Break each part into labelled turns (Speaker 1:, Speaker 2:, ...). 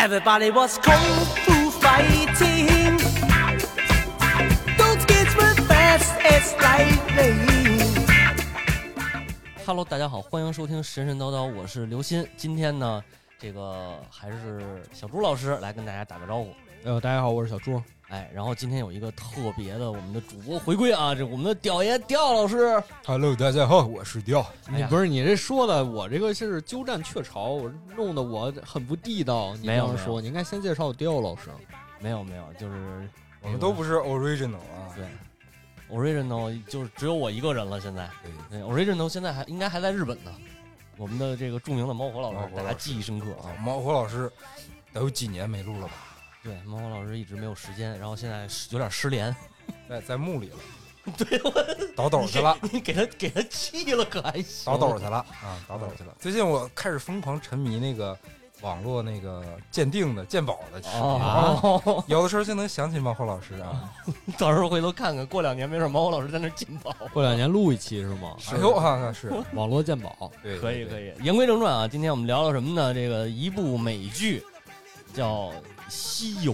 Speaker 1: Everybody was kung fu fighting. Those kids were fast as lightning.
Speaker 2: Hello，大家好，欢迎收听神神叨叨，我是刘鑫。今天呢，这个还是小朱老师来跟大家打个招呼。
Speaker 3: 呃，大家好，我是小朱。
Speaker 2: 哎，然后今天有一个特别的，我们的主播回归啊，这我们的屌爷调老师。
Speaker 4: Hello，大家好，我是调。
Speaker 2: 哎
Speaker 3: 你
Speaker 2: 呀
Speaker 3: 不是你这说的，我这个是鸠占鹊巢，我弄得我很不地道。你
Speaker 2: 没有
Speaker 3: 这样
Speaker 2: 没有
Speaker 3: 说，你应该先介绍刁老师。
Speaker 2: 没有没有，就是
Speaker 4: 我们都不是 original 啊，
Speaker 2: 对，original 就是只有我一个人了。现在
Speaker 4: 对，
Speaker 2: 对 original 现在还应该还在日本呢。我们的这个著名的猫火老
Speaker 4: 猫
Speaker 2: 师，
Speaker 4: 火
Speaker 2: 大
Speaker 4: 老
Speaker 2: 家
Speaker 4: 师
Speaker 2: 记忆深刻啊
Speaker 4: 啊。猫火老师得有几年没录了吧？
Speaker 2: 对，猫火老师一直没有时间，然后现在有点失联。
Speaker 4: 在在墓里了，对，倒斗去了，
Speaker 2: 你给他给他气了，可还行？
Speaker 4: 倒斗去了啊，倒斗去
Speaker 2: 嗯
Speaker 4: 了。最近我开始疯狂沉迷那个网络那个鉴定的鉴宝的视频啊，
Speaker 2: 哦，
Speaker 4: 有的时候就能想起猫火老师啊。
Speaker 2: 到时候回头看看，过两年没准猫老师在那儿进宝。
Speaker 3: 过两年录一期是吗？
Speaker 4: 哎呦啊，是，
Speaker 3: 网络鉴宝，
Speaker 4: 对，
Speaker 2: 可以可
Speaker 4: 以。
Speaker 2: 以。言归正传啊，今天我们聊聊什么呢？这个一部美剧叫《西游》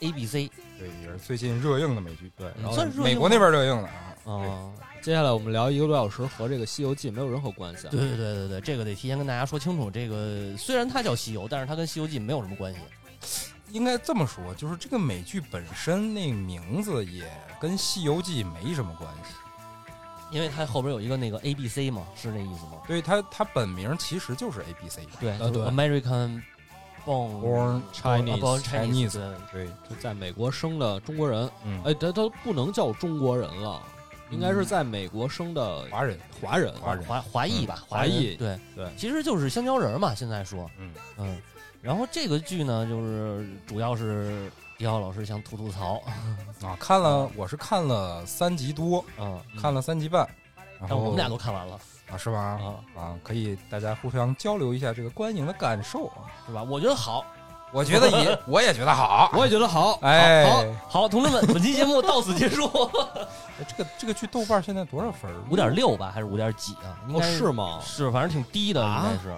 Speaker 2: ，A B C
Speaker 4: 对，也是最近热映的美剧，对，然后
Speaker 2: 嗯算是热映吗
Speaker 4: 美国那边热映的啊。对，
Speaker 2: 啊。
Speaker 3: 接下来我们聊一个多小时，和这个《西游记》没有任何关系。啊
Speaker 2: 对，对对对对，这个得提前跟大家说清楚。这个虽然它叫《西游》，但是它跟《西游记》没有什么关系。
Speaker 4: 应该这么说，就是这个美剧本身那名字也跟《西游记》没什么关系。
Speaker 2: 因为它后边有一个那个 A B C 嘛，是这意思吗？
Speaker 4: 对他，他本名其实就是 A B C。
Speaker 2: 啊对，
Speaker 3: 呃
Speaker 2: 就是
Speaker 3: 对
Speaker 2: American Born
Speaker 4: 啊
Speaker 2: 啊
Speaker 4: Born
Speaker 3: Chinese
Speaker 2: Born
Speaker 4: Chinese
Speaker 2: Chinese 对
Speaker 4: 对，
Speaker 3: 就在美国生的中国人，
Speaker 4: 嗯，
Speaker 2: 呃
Speaker 3: 哎，他他不能叫中国人了，应该是在美国生
Speaker 2: 嗯
Speaker 3: 的
Speaker 4: 华人，
Speaker 3: 华人。
Speaker 4: 华人
Speaker 2: 华啊华裔吧，
Speaker 3: 嗯华
Speaker 2: 人
Speaker 3: 裔
Speaker 2: 对
Speaker 3: 对
Speaker 2: 其实就是香蕉人嘛，现在说，
Speaker 4: 嗯
Speaker 2: 嗯，然后这个剧呢，就是主要是迪奥老师想吐吐 槽，
Speaker 4: 啊，看了，我是看了三集多，
Speaker 2: 嗯，
Speaker 4: 看了三集半，
Speaker 2: 但
Speaker 4: 然后
Speaker 2: 我们俩都看完了
Speaker 4: 啊，是
Speaker 3: 嗯
Speaker 4: 吧？
Speaker 2: 啊，
Speaker 4: 啊，可以大家互相交流一下这个观影的感受。啊
Speaker 2: 是吧？我觉得好，
Speaker 4: 我觉 得也，我也觉得好。
Speaker 3: 我也觉得好，
Speaker 4: 哎，
Speaker 2: 好，好，同志 们，本期节目到此结束，
Speaker 4: 哎这个这个剧豆瓣现在多少分儿？
Speaker 2: 五点六吧，还是五点几啊？应
Speaker 3: 哦
Speaker 2: 该
Speaker 3: 是吗？
Speaker 2: 是，反正挺低的，应
Speaker 3: 啊
Speaker 2: 该是。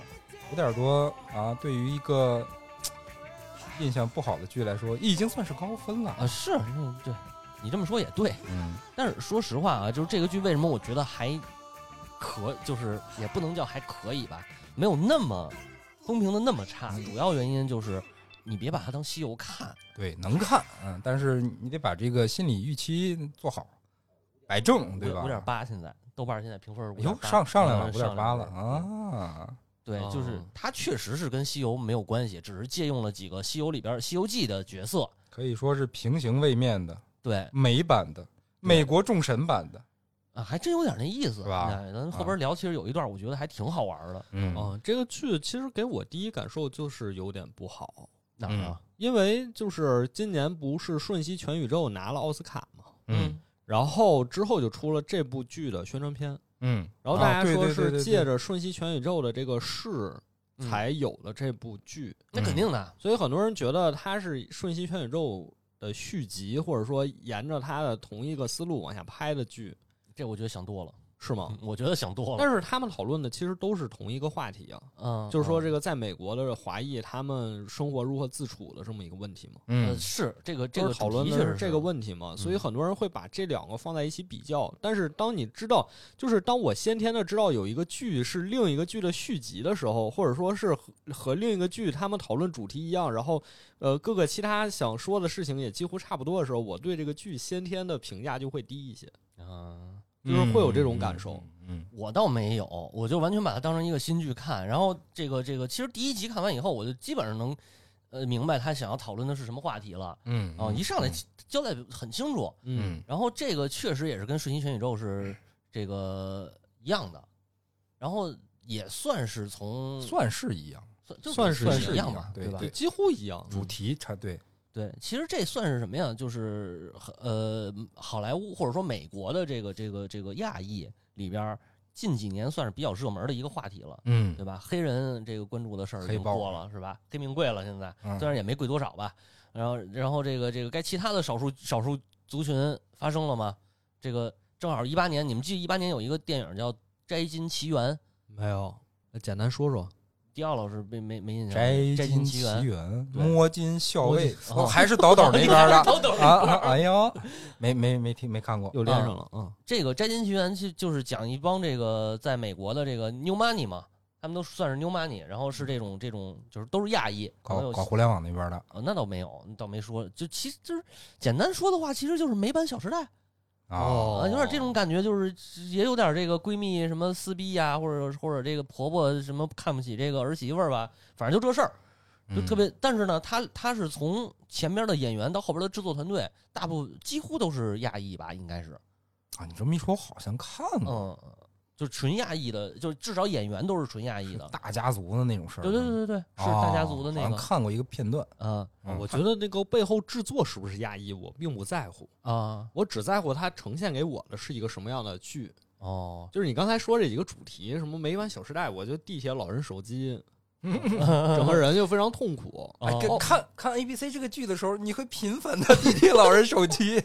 Speaker 4: 五点多啊，对于一个嘖印象不好的剧来说，已经算是高分了。
Speaker 2: 啊，是，嗯对，你这么说也对。
Speaker 4: 嗯，
Speaker 2: 但是说实话啊，就是这个剧为什么我觉得还可，就是也不能叫还可以吧，没有那么公平的那么差。
Speaker 4: 嗯
Speaker 2: 主要原因就是你别把它当西游看，
Speaker 4: 对，能看，嗯，但是你得把这个心理预期做好，摆正，对吧？
Speaker 2: 五点八现在豆瓣现在评分是五点
Speaker 4: 哟，
Speaker 2: 八，
Speaker 4: 上上来了，
Speaker 2: 嗯
Speaker 4: 五点八了。
Speaker 2: 上来
Speaker 4: 啊！
Speaker 2: 对，
Speaker 3: 哦
Speaker 2: 就是它确实是跟西游没有关系，只是借用了几个西游里边《西游记》的角色。
Speaker 4: 可以说是平行位面的
Speaker 2: 对
Speaker 4: 美版的美国众神版的，
Speaker 2: 啊，还真有点那意思，
Speaker 4: 是吧
Speaker 2: 哎咱后边聊，其实有一段我觉得还挺好玩的，
Speaker 4: 嗯
Speaker 3: 啊，这个剧其实给我第一感受就是有点不好，
Speaker 2: 哪儿啊？
Speaker 3: 因为就是今年不是《瞬息全宇宙》拿了奥斯卡嘛，
Speaker 4: 嗯
Speaker 3: 然后之后就出了这部剧的宣传片，
Speaker 4: 嗯，
Speaker 3: 然后大
Speaker 4: 啊
Speaker 3: 家
Speaker 4: 对
Speaker 3: 说
Speaker 4: 对对对
Speaker 3: 是借
Speaker 4: 对
Speaker 3: 着《瞬息全宇宙》的这个事
Speaker 2: 嗯
Speaker 3: 才有了这部剧，
Speaker 2: 那肯定的，
Speaker 3: 所以很多人觉得它是《瞬息全宇宙》的续集，或者说沿着它的同一个思路往下拍的剧，
Speaker 2: 这我觉得想多了，
Speaker 3: 是吗
Speaker 2: 嗯？我觉得想多了。
Speaker 3: 但是他们讨论的其实都是同一个话题啊，
Speaker 2: 嗯，
Speaker 3: 就是
Speaker 4: 哦
Speaker 3: 说
Speaker 2: 嗯
Speaker 3: 这个在美国的华裔他们生活如何自处的这么一个问题嘛。
Speaker 2: 呃，
Speaker 4: 嗯
Speaker 2: 是这个这嗯
Speaker 3: 就
Speaker 2: 个
Speaker 3: 是讨论
Speaker 2: 主
Speaker 3: 的
Speaker 2: 题确实
Speaker 3: 这个问题嘛，所以很多人会把这两个放在一起比较。但是当你知道，就是当我先天的知道有一个剧是另一个剧的续集的时候，或者说是和和另一个剧他们讨论主题一样，然后呃各个其他想说的事情也几乎差不多的时候，我对这个剧先天的评价就会低一些。
Speaker 2: 嗯，
Speaker 3: 就是会有这种感受。
Speaker 4: 嗯，
Speaker 2: 我倒没有，我就完全把它当成一个新剧看。然后这个这个，其实第一集看完以后，我就基本上能呃明白他想要讨论的是什么话题了。
Speaker 4: 嗯嗯
Speaker 2: 啊，一上来交代很清楚。
Speaker 4: 嗯
Speaker 2: 然后这个确实也是跟《瞬息全宇宙》是这个一样的，然后也算是从
Speaker 4: 算是一样，
Speaker 2: 算就
Speaker 3: 算是
Speaker 2: 是
Speaker 3: 一
Speaker 2: 一样
Speaker 4: 样
Speaker 2: 吧，
Speaker 4: 对
Speaker 2: 吧
Speaker 3: 对，？嗯几乎一样。
Speaker 4: 主
Speaker 2: 嗯
Speaker 4: 题差对，
Speaker 2: 对，其实这算是什么呀？就是呃，好莱坞或者说美国的这个这个这个亚裔里边儿，近几年算是比较热门的一个话题了，
Speaker 4: 嗯
Speaker 2: 对吧？黑人这个关注的事儿已
Speaker 4: 黑
Speaker 2: 经
Speaker 4: 豹
Speaker 2: 过了，是吧？黑名贵了，现在
Speaker 4: 嗯
Speaker 2: 虽然也没贵多少吧。然后，然后这个这个该其他的少数少数族群发生了吗？这个正好一八年，你们记一八年有一个电影叫《摘金奇缘》，
Speaker 3: 呃没有，简单说说。
Speaker 2: 迪奥老师没没没印象，
Speaker 4: 摘
Speaker 2: 《摘金
Speaker 4: 奇
Speaker 2: 缘》
Speaker 4: 缘，
Speaker 2: 对
Speaker 4: 摸金校
Speaker 2: 摸
Speaker 4: 尉
Speaker 2: 金，
Speaker 4: 我
Speaker 2: 哦
Speaker 4: 还是倒斗那边的
Speaker 2: 倒斗
Speaker 4: 啊啊！哎呀，没没没听没看过，
Speaker 3: 又连上了啊！
Speaker 2: 这个《摘金奇缘》就就是讲一帮这个在美国的这个 new money 嘛，他们都算是 new money，然后是这种这种就是都是亚裔，可能
Speaker 4: 搞
Speaker 2: 有
Speaker 4: 搞互联网那边的
Speaker 2: 哦，那倒没有，倒没说，就其实就是简单说的话，其实就是美版《小时代》
Speaker 4: 啊，
Speaker 2: 啊，有点这种感觉，就是也有点这个闺蜜什么撕逼呀、或者或者这个婆婆什么看不起这个儿媳妇儿吧，反正就这事儿，
Speaker 4: 嗯
Speaker 2: 就特别。但是呢，他他是从前边的演员到后边的制作团队，大部几乎都是亚裔吧，应该是，
Speaker 4: 嗯啊！你这么一说，我好像看过
Speaker 2: 嗯，就纯亚裔的，就至少演员都是纯亚裔的。
Speaker 4: 大家族的那种事儿，
Speaker 2: 对对对对对，是
Speaker 4: 啊
Speaker 2: 大家族的
Speaker 4: 好
Speaker 2: 那
Speaker 4: 像
Speaker 2: 个，
Speaker 4: 看过一个片段，
Speaker 2: 啊
Speaker 4: 嗯
Speaker 3: 哦我觉得那个背后制作是不是亚裔，我并不在乎，
Speaker 2: 啊
Speaker 3: 我只在乎它呈现给我的是一个什么样的剧。
Speaker 2: 哦，
Speaker 3: 就是你刚才说这几个主题，什么美版《小时代》，我就地铁、老人、手机， 整个人就非常痛苦。
Speaker 4: 哎，
Speaker 2: 哦
Speaker 4: 跟看看 A B C 这个剧的时候，你会频繁的地 铁老人手机，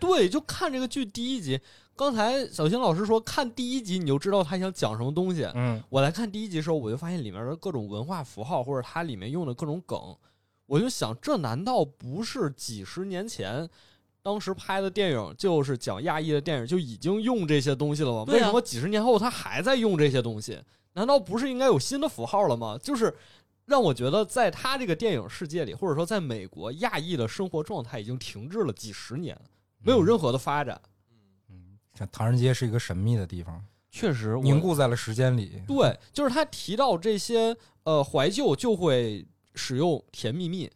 Speaker 3: 对，就看这个剧第一集。刚才小新老师说，看第一集你就知道他想讲什么东西。
Speaker 4: 嗯，
Speaker 3: 我来看第一集的时候，我就发现里面的各种文化符号，或者它里面用的各种梗，我就想，这难道不是几十年前当时拍的电影，就是讲亚裔的电影就已经用这些东西了吗？
Speaker 2: 对啊
Speaker 3: 为什么几十年后他还在用这些东西？难道不是应该有新的符号了吗？就是让我觉得，在他这个电影世界里，或者说在美国，亚裔的生活状态已经停滞了几十年，没有任何的发展。
Speaker 4: 嗯，这唐人街是一个神秘的地方，
Speaker 2: 确实我
Speaker 4: 凝固在了时间里。
Speaker 3: 对，就是他提到这些呃怀旧，就会使用《甜蜜蜜》，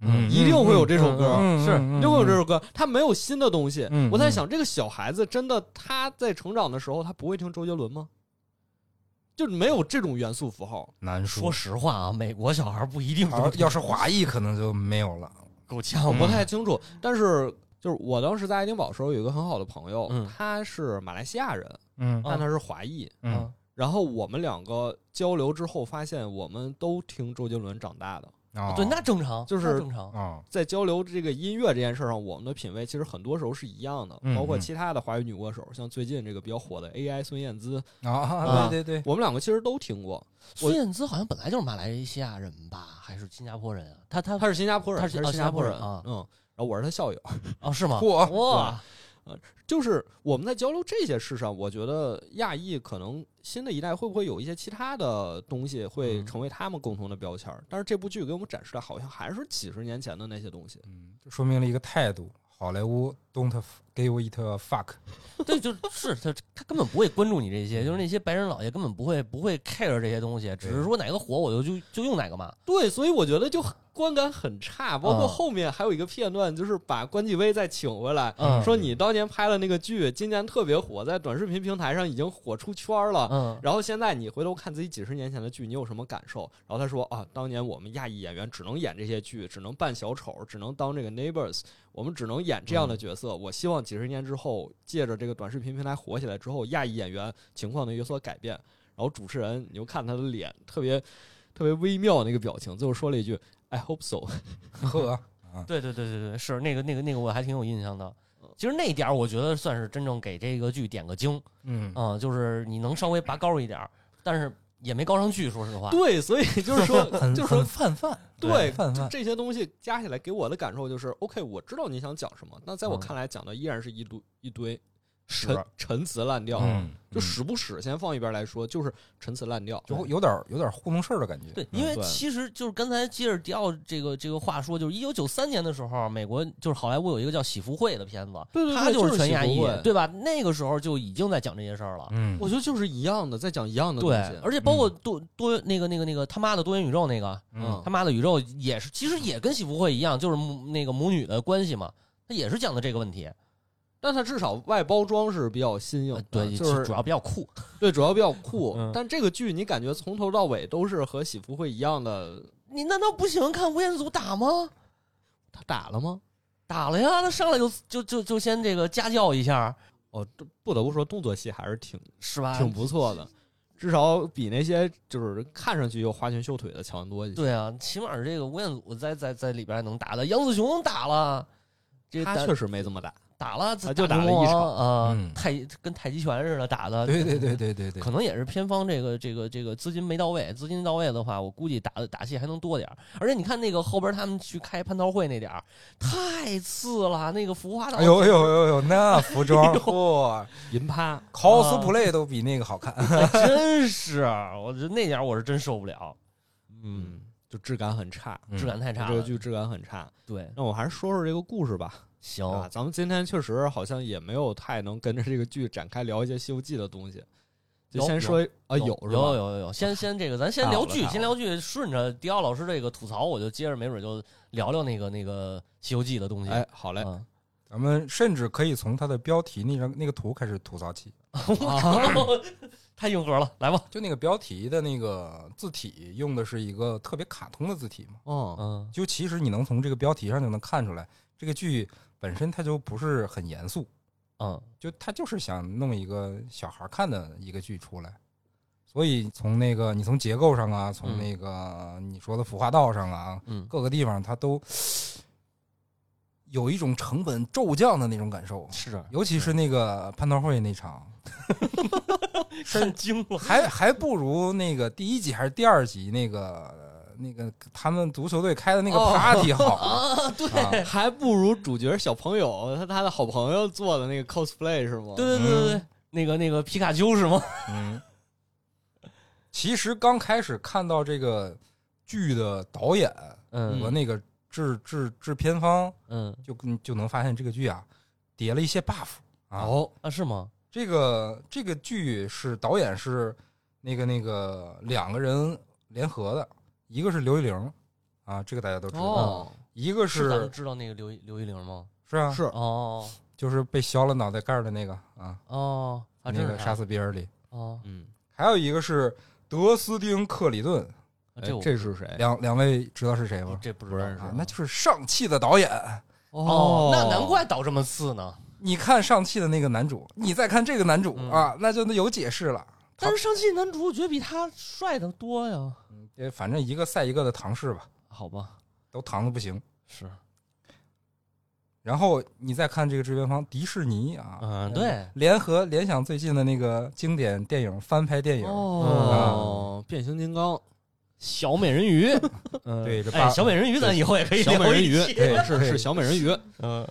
Speaker 4: 嗯，
Speaker 3: 一定会有这首歌，
Speaker 4: 嗯
Speaker 2: 是
Speaker 4: 嗯嗯
Speaker 3: 一定会有这首歌。他没有新的东西。
Speaker 4: 嗯
Speaker 3: 我在想，这个小孩子真的他在成长的时候，他不会听周杰伦吗？就是没有这种元素符号。
Speaker 4: 难
Speaker 2: 说
Speaker 4: 说。
Speaker 2: 实话啊，美国小孩不一定
Speaker 4: 好
Speaker 2: 都
Speaker 4: 要是华裔可能就没有了。
Speaker 2: 够呛
Speaker 3: 不太清楚。但是就是我当时在爱丁堡的时候，有一个很好的朋友，
Speaker 2: 嗯
Speaker 3: 他是马来西亚人，
Speaker 4: 嗯
Speaker 2: 啊
Speaker 3: 但他是华裔。
Speaker 4: 嗯
Speaker 3: 然后我们两个交流之后，发现我们都听周杰伦长大的。
Speaker 4: 啊，
Speaker 2: 哦对，那正常，
Speaker 3: 就是
Speaker 2: 那正常。
Speaker 4: 啊，
Speaker 3: 在交流这个音乐这件事上，我们的品味其实很多时候是一样的，
Speaker 4: 嗯
Speaker 3: 包括
Speaker 4: 嗯
Speaker 3: 其他的华语女歌手，像最近这个比较火的 AI 孙燕姿，
Speaker 4: 啊，对对对，
Speaker 3: 我们两个其实都听过。我
Speaker 2: 孙燕姿好像本来就是马来西亚人吧，还是新加坡人啊？她她
Speaker 3: 她是新加坡人，
Speaker 2: 她
Speaker 3: 她
Speaker 2: 是
Speaker 3: 是
Speaker 2: 哦
Speaker 3: 新加坡人
Speaker 2: 新加坡人啊
Speaker 3: 嗯，然后我是她校友，
Speaker 2: 哦是吗？
Speaker 4: 嚯
Speaker 2: 哇，
Speaker 3: 就是我们在交流这些事上，我觉得亚裔可能新的一代会不会有一些其他的东西会
Speaker 2: 嗯
Speaker 3: 成为他们共同的标签儿？但是这部剧给我们展示的好像还是几十年前的那些东西。
Speaker 4: 嗯，这说明了一个态度。好莱坞 don't give it a fuck，
Speaker 2: 对，就是他他根本不会关注你这些，就是那些白人老爷根本不会不会 care 这些东西，只是说哪个火我就就就用哪个嘛。
Speaker 3: 对，所以我觉得就很观感很差。包括
Speaker 2: 啊
Speaker 3: 后面还有一个片段，就是把关继威再请回来，
Speaker 2: 嗯
Speaker 3: 说你当年拍了那个剧，今年特别火，在短视频平台上已经火出圈儿了。
Speaker 2: 嗯，
Speaker 3: 然后现在你回头看自己几十年前的剧，你有什么感受？然后他说啊，当年我们亚裔演员只能演这些剧，只能扮小丑，只能当这个 neighbors，我们只能演这样
Speaker 4: 嗯
Speaker 3: 的角色。我希望几十年之后，借着这个短视频平台火起来之后，亚裔演员情况能有所改变。然后主持人，你就看他的脸特别特别微妙那个表情，最后说了一句 “I hope so”。
Speaker 4: 呵，
Speaker 2: 对对对对对，是那个那个那个我还挺有印象的
Speaker 3: 嗯。
Speaker 2: 其实那一点儿我觉得算是真正给这个剧点个睛
Speaker 4: 嗯，
Speaker 2: 啊、嗯就是你能稍微拔高一点儿，但是也没高上去，说实话。
Speaker 3: 对，所以就是说，
Speaker 4: 很
Speaker 3: 呃就是说
Speaker 4: 很泛泛，
Speaker 3: 对，
Speaker 4: 泛
Speaker 3: 就
Speaker 4: 泛，
Speaker 3: 这些东西加起来给我的感受就是，OK，我知道你想讲什么，那在我看来讲的依然是一堆一堆
Speaker 4: 是
Speaker 3: 陈陈词滥调，
Speaker 4: 嗯，
Speaker 3: 就使不使先放一边来说，就是陈词滥调。哎
Speaker 4: 就有点有点糊弄事儿的感觉。
Speaker 2: 对，因为
Speaker 3: 嗯对
Speaker 2: 其实就是刚才接着迪奥这个这个话说，就是一九九三年的时候，啊美国就是好莱坞有一个叫《喜福会》的片子，
Speaker 3: 对对对
Speaker 2: 他
Speaker 3: 就是是
Speaker 2: 全
Speaker 3: 喜
Speaker 2: 亚
Speaker 3: 福
Speaker 2: 裔
Speaker 3: 会，
Speaker 2: 对吧？那个时候就已经在讲这些事儿了。
Speaker 4: 嗯，
Speaker 3: 我觉得就是一样的，在讲一样的东
Speaker 2: 对
Speaker 3: 西，，嗯
Speaker 2: 而且包括多多那个那个那个他妈的多元宇宙那个
Speaker 4: 嗯
Speaker 2: 他妈的宇宙也是，其实也跟喜福会一样，就是母那个母女的关系嘛，他也是讲的这个问题。
Speaker 3: 但它至少外包装是比较新颖
Speaker 2: 呃
Speaker 3: 的，
Speaker 2: 对，
Speaker 3: 就
Speaker 2: 其
Speaker 3: 是
Speaker 2: 主要比较酷。
Speaker 3: 对主要比较酷。
Speaker 2: 嗯
Speaker 3: 但这个剧你感觉从头到尾都是和喜福会一样的，
Speaker 2: 你难道不喜欢看吴彦祖打吗？
Speaker 3: 他打了吗？
Speaker 2: 打了呀，他上来就就就就先这个家教一下，
Speaker 3: 哦，这不得不说动作戏还是挺
Speaker 2: 是吧？
Speaker 3: 挺不错的，至少比那些就是看上去又花拳绣腿的强多一些。
Speaker 2: 对啊，起码这个吴彦祖在在在里边还能打的，杨紫琼打了，这
Speaker 3: 他
Speaker 2: 打
Speaker 3: 确实没这么打，
Speaker 2: 打了
Speaker 3: 啊就打
Speaker 2: 大
Speaker 3: 了
Speaker 2: 魔王
Speaker 3: 一场
Speaker 2: 啊、
Speaker 4: 嗯
Speaker 2: 太跟太极拳似的打的，
Speaker 4: 对对对对对对，
Speaker 2: 嗯可能也是偏方这个这个这个资金没到位，资金到位的话，我估计打的打戏还能多点儿。而且你看那个后边他们去开蟠桃会那点儿，太次了，那个浮华岛，
Speaker 4: 哎呦哎呦哎呦哎呦，那服装嚯
Speaker 3: 银趴，
Speaker 4: ，cosplay 都比那个好看。
Speaker 2: 还真是，啊我觉得那点儿我是真受不了，
Speaker 3: 嗯，就质感很差，
Speaker 4: 嗯
Speaker 2: 质感太差
Speaker 3: 这个
Speaker 2: 了。
Speaker 3: 啊剧质感很差。
Speaker 2: 对，
Speaker 3: 那我还是说说这个故事吧。
Speaker 2: 行，
Speaker 3: 啊，咱们今天确实好像也没有太能跟着这个剧展开聊一些《西游记》的东西，就
Speaker 2: 有
Speaker 3: 先说啊有
Speaker 2: 有
Speaker 3: 是吧？
Speaker 2: 有有有，先先这个，咱先
Speaker 3: 太
Speaker 2: 聊
Speaker 3: 好了
Speaker 2: 剧
Speaker 3: 太，好
Speaker 2: 先聊剧，顺着迪奥老师这个吐槽，我就接着没准就聊聊那个那个《西游记》的东西。
Speaker 3: 哎，好嘞，
Speaker 2: 嗯，
Speaker 4: 咱们甚至可以从它的标题那张那个图开始吐槽起，
Speaker 3: 哎 啊
Speaker 2: 太硬核了，来吧。
Speaker 4: 就那个标题的那个字体用的是一个特别卡通的字体嘛，
Speaker 3: 嗯，
Speaker 2: 嗯，
Speaker 4: 就其实你能从这个标题上就能看出来，这个剧本身它就不是很严肃，
Speaker 2: 嗯，
Speaker 4: 就它就是想弄一个小孩看的一个剧出来。所以从那个你从结构上啊，从
Speaker 2: 嗯
Speaker 4: 那个你说的服化道上啊，
Speaker 2: 嗯，
Speaker 4: 各个地方它都有一种成本骤降的那种感受，
Speaker 3: 是啊
Speaker 4: 尤其是那个蟠桃会那场，
Speaker 2: 震惊了。
Speaker 4: 还还不如那个第一集还是第二集那个那个他们足球队开的那个
Speaker 3: 哦
Speaker 4: party 好，
Speaker 2: 啊，对
Speaker 4: 啊
Speaker 3: 还不如主角小朋友他他的好朋友做的那个 cosplay 是吗？
Speaker 2: 对对对对对，那个那个皮卡丘是吗？
Speaker 4: 嗯。其实刚开始看到这个剧的导演和
Speaker 2: 嗯
Speaker 4: 那个制制制片方，
Speaker 2: 嗯
Speaker 4: 就就能发现这个剧啊叠了一些 buff 啊。
Speaker 3: 哦，
Speaker 2: 啊，是吗？
Speaker 4: 这个这个剧是导演是那个那个两个人联合的，一个是刘一玲啊，这个大家都知道，
Speaker 3: 哦，
Speaker 4: 一个
Speaker 2: 是咱们
Speaker 4: 是
Speaker 2: 知道那个刘一刘一玲吗？
Speaker 4: 是啊，
Speaker 3: 是
Speaker 2: 哦
Speaker 4: 就是被削了脑袋盖儿的那个啊，
Speaker 2: 哦，啊，
Speaker 4: 那
Speaker 2: 真
Speaker 4: 个
Speaker 2: 是
Speaker 4: 杀
Speaker 2: 他
Speaker 4: 死比尔里，
Speaker 2: 哦，
Speaker 3: 嗯，
Speaker 4: 还有一个是德斯汀克里顿，
Speaker 2: 啊这
Speaker 3: 哎
Speaker 2: 我
Speaker 3: 这是谁？
Speaker 4: 两两位知道是谁
Speaker 2: 不
Speaker 4: 吗？
Speaker 2: 这不
Speaker 3: 不认
Speaker 2: 知
Speaker 3: 识
Speaker 2: 道
Speaker 4: 啊，那就是上汽的导演。
Speaker 2: 哦，那难怪倒这么次呢。
Speaker 4: 你看上汽的那个男主，你再看这个男主、
Speaker 2: 嗯
Speaker 4: 啊，那就有解释了。
Speaker 2: 但是上戏男主我觉得比他帅的多呀。
Speaker 4: 呃反正一个赛一个的唐氏吧，
Speaker 2: 好吧，
Speaker 4: 都唐的不行。
Speaker 2: 是，
Speaker 4: 然后你再看这个制片方迪士尼
Speaker 3: 哦
Speaker 4: 啊，
Speaker 2: 嗯，对，
Speaker 4: 联合联想最近的那个经典电影翻拍电影，
Speaker 3: 哦，变形金刚，
Speaker 2: 小美人鱼，
Speaker 4: 嗯，对，这 buff、
Speaker 2: 哎，小美人鱼咱以后也可以
Speaker 3: 小美
Speaker 2: 聊
Speaker 3: 人
Speaker 2: 一
Speaker 3: 鱼
Speaker 2: 期，
Speaker 4: 对
Speaker 3: 是是小美人鱼，
Speaker 2: 嗯，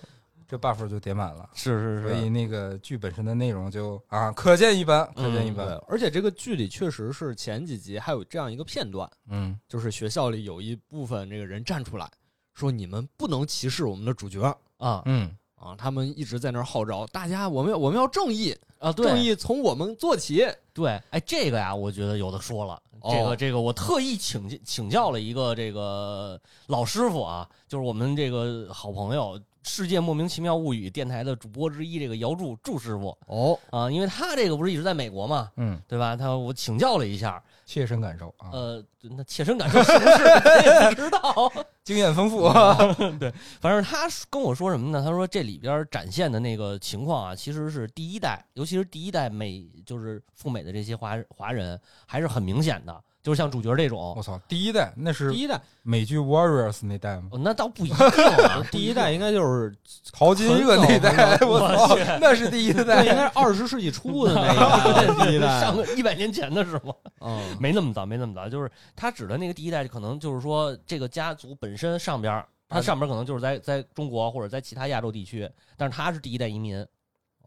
Speaker 4: 这 buff 就叠满了。
Speaker 2: 是
Speaker 4: 所以，那个剧本身的内容就啊，可见一斑，可
Speaker 2: 嗯
Speaker 4: 见一
Speaker 3: 嗯对
Speaker 4: 斑。，
Speaker 3: 而且这个剧里确实是前几集还有这样一个片段，
Speaker 4: 嗯，
Speaker 3: 就是学校里有一部分这个人站出来说：“你们不能歧视我们的主角
Speaker 2: 啊
Speaker 4: 嗯，
Speaker 3: 啊！”他们一直在那儿号召大家，我们要我们要正义，
Speaker 2: 啊，对，
Speaker 3: 正义从我们做起。
Speaker 2: 对，哎，这个呀，我觉得有的说了。
Speaker 3: 哦
Speaker 2: 这个这个，我特意请请教了一个这个老师傅啊，就是我们这个好朋友《世界莫名其妙物语》电台的主播之一，这个姚柱柱师傅
Speaker 3: 哦，
Speaker 2: 啊，因为他这个不是一直在美国嘛，
Speaker 4: 嗯，
Speaker 2: 对吧？他我请教了一下，
Speaker 4: 切身感受啊，
Speaker 2: 呃，那切身感受是不是？我也不知道。
Speaker 4: 经验丰富
Speaker 2: 嗯
Speaker 4: 啊。
Speaker 2: 反正他跟我说什么呢？他说这里边展现的那个情况啊，其实是第一代，尤其是第一代美，就是赴美的这些华华人，还是很明显的。就是像主角这种
Speaker 3: 哦
Speaker 4: 我，操，第一代那
Speaker 3: 第
Speaker 4: 是
Speaker 3: 一代，
Speaker 4: 美剧 Warriors 那代吗？
Speaker 2: 哦，那倒不一定啊
Speaker 3: ，第一代应该就是
Speaker 4: 淘金热那代，
Speaker 3: 很早
Speaker 4: 我操， 那是第一
Speaker 3: 那应
Speaker 4: 代。
Speaker 3: 该是二十世纪初的 那一代，第一代，
Speaker 2: 上个一百年前的时候，
Speaker 3: 嗯
Speaker 2: 没那么早，没那么早。就是他指的那个第一代，可能就是说这个家族本身上边儿，他上边儿可能就是在在中国或者在其他亚洲地区，但是他是第一代移民，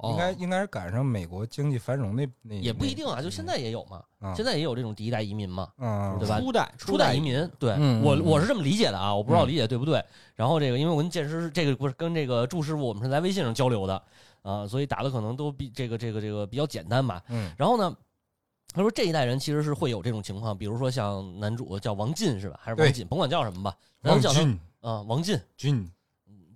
Speaker 4: 应该应该是赶上美国经济繁荣那那
Speaker 2: 哦也不一定啊。就现在也有嘛，
Speaker 3: 嗯
Speaker 4: 啊
Speaker 2: 现在也有这种第一代移民嘛，
Speaker 4: 嗯，
Speaker 2: 对吧
Speaker 3: 初代
Speaker 2: 初代移
Speaker 3: 民，
Speaker 2: 民。对
Speaker 4: 嗯
Speaker 2: 我
Speaker 4: 嗯
Speaker 2: 我是这么理解的啊，我不知道
Speaker 4: 嗯
Speaker 2: 理解对不对。然后这个，因为我跟剑师这个不是跟这个祝师傅，我们是在微信上交流的啊，所以打的可能都比这个这个这个比较简单吧。
Speaker 4: 嗯
Speaker 2: 然后呢，他说这一代人其实是会有这种情况，比如说像男主叫王进是吧？还是王
Speaker 4: 对
Speaker 2: 进？甭管叫什么吧，咱
Speaker 4: 王
Speaker 2: 们叫他
Speaker 4: 哦军
Speaker 2: 啊、王进
Speaker 4: 军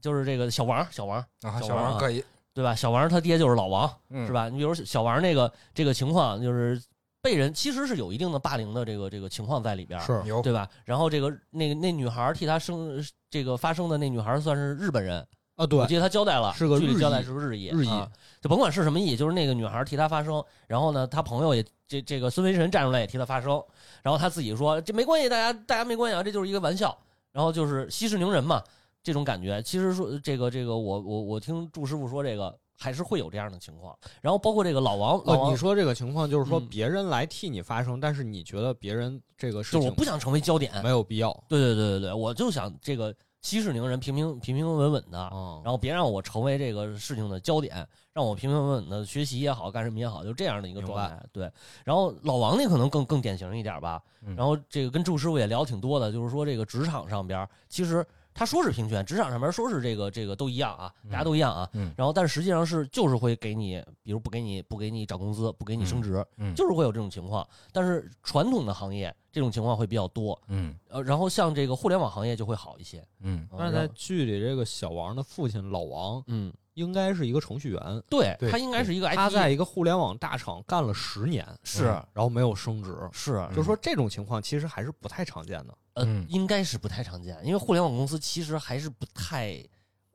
Speaker 2: 就是这个小王，小王
Speaker 4: 啊，
Speaker 2: 小
Speaker 4: 小
Speaker 2: 王
Speaker 4: 王
Speaker 2: 啊
Speaker 4: 可以嗯
Speaker 2: 对吧？小王他爹就是老王
Speaker 4: 是
Speaker 2: 是？吧？你比如小王那个这个情况，就是被人其实是有一定的霸凌的这个这个情况在里边儿，
Speaker 3: 是
Speaker 4: 有
Speaker 2: 对吧？然后这个那个那女孩替他生这个发声的那女孩算是日本人，
Speaker 3: 啊，
Speaker 2: 我
Speaker 3: 对，
Speaker 2: 记得他交代了，
Speaker 3: 是个
Speaker 2: 剧里
Speaker 3: 日
Speaker 2: 交
Speaker 3: 裔
Speaker 2: 代是不是日裔？
Speaker 3: 日裔
Speaker 2: 啊就甭管是什么意，就是那个女孩替他发声，然后呢，他朋友也这这个孙维晨站出来也替他发声，然后他自己说这没关系，大家大家没关系啊，这就是一个玩笑，然后就是息事宁人嘛，这种感觉。其实说这个这个，我我我听祝师傅说这个。还是会有这样的情况，然后包括这个老王，老
Speaker 3: 哦，
Speaker 2: 王
Speaker 3: 你说这个情况就是说
Speaker 2: 嗯
Speaker 3: 别人来替你发声，但是你觉得别人这个事
Speaker 2: 就
Speaker 3: 情
Speaker 2: 是我不想成为焦点，
Speaker 3: 没有必要
Speaker 2: 对对对对对，我就想这个息事宁人，平平平平稳稳的，
Speaker 3: 啊
Speaker 2: 然后别让我成为这个事情的焦点，让我平平稳稳的学习也好，干什么也好，就这样的一个状态。对，然后老王那可能更更典型一点吧。
Speaker 4: 嗯
Speaker 2: 然后这个跟祝师傅也聊挺多的，就是说这个职场上边儿，其实他说是平权，职场上边儿说是这个这个都一样啊，大家都一样啊。
Speaker 4: 嗯
Speaker 2: 然后但实际上是就是会给你，比如不给你不给你涨工资，不给你升职，
Speaker 4: 嗯
Speaker 2: 就是会有这种情况。但是传统的行业这种情况会比较多，
Speaker 4: 嗯
Speaker 2: 呃，然后像这个互联网行业就会好一些。
Speaker 4: 嗯，
Speaker 2: 啊
Speaker 3: 但是
Speaker 2: 然
Speaker 3: 在
Speaker 2: 后
Speaker 3: 剧里，这个小王的父亲老王
Speaker 2: 嗯，
Speaker 3: 应该是一个程序员，
Speaker 2: 对
Speaker 4: 对
Speaker 2: 他应该是一个 IT，
Speaker 3: 他在一个互联网大厂干了十年，
Speaker 2: 是嗯
Speaker 3: 嗯然后没有升职，
Speaker 2: 是
Speaker 3: 就说这种情况其实还是不太常见的。
Speaker 2: 呃
Speaker 4: 嗯，
Speaker 2: 应该是不太常见，因为互联网公司其实还是不太，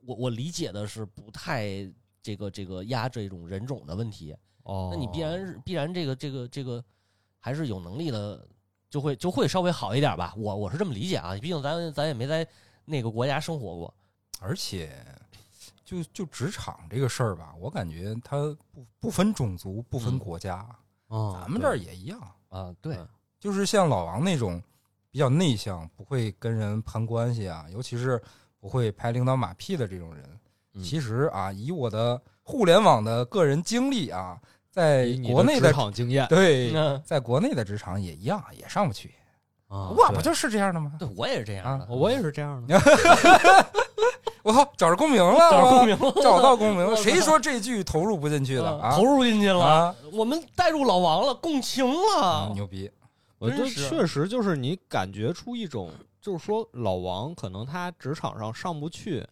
Speaker 2: 我我理解的是不太这个这个压这种人种的问题。
Speaker 3: 哦
Speaker 2: 那你必然是必然这个这个这个还是有能力的，就会就会稍微好一点吧。我我是这么理解啊，毕竟咱咱也没在那个国家生活过。
Speaker 4: 而且就就职场这个事儿吧，我感觉它不不分种族，不分
Speaker 2: 嗯哦
Speaker 4: 国家，
Speaker 3: 啊，
Speaker 4: 咱们这儿也一样。
Speaker 2: 啊，对
Speaker 3: 嗯
Speaker 4: 就是像老王那种比较内向，不会跟人攀关系啊，尤其是不会拍领导马屁的这种人。
Speaker 2: 嗯
Speaker 4: 其实啊，以我的互联网的个人经历啊，在
Speaker 3: 对以你
Speaker 4: 国内
Speaker 3: 职
Speaker 4: 的
Speaker 3: 场经验
Speaker 4: 对，
Speaker 2: 那
Speaker 4: 在国内的职场也一样，也上不去。
Speaker 3: 啊哦
Speaker 4: 我不就是这样的吗？
Speaker 2: 对我也是这样的，
Speaker 3: 我也
Speaker 2: 是
Speaker 3: 是这样的，
Speaker 4: 我操，找着共鸣了，
Speaker 2: 找着共鸣了，
Speaker 4: 找到共鸣
Speaker 2: 我
Speaker 4: 了。
Speaker 2: 操嗯
Speaker 4: 谁说这句投入不进去的啊？
Speaker 2: 投入进去了，
Speaker 4: 啊
Speaker 2: 我们带入老王了，共情
Speaker 4: 啊
Speaker 2: 了，
Speaker 4: 牛逼！
Speaker 3: 我觉得
Speaker 2: 真是
Speaker 3: 确实就是你感觉出一种，就是说老王可能他职场上上不去，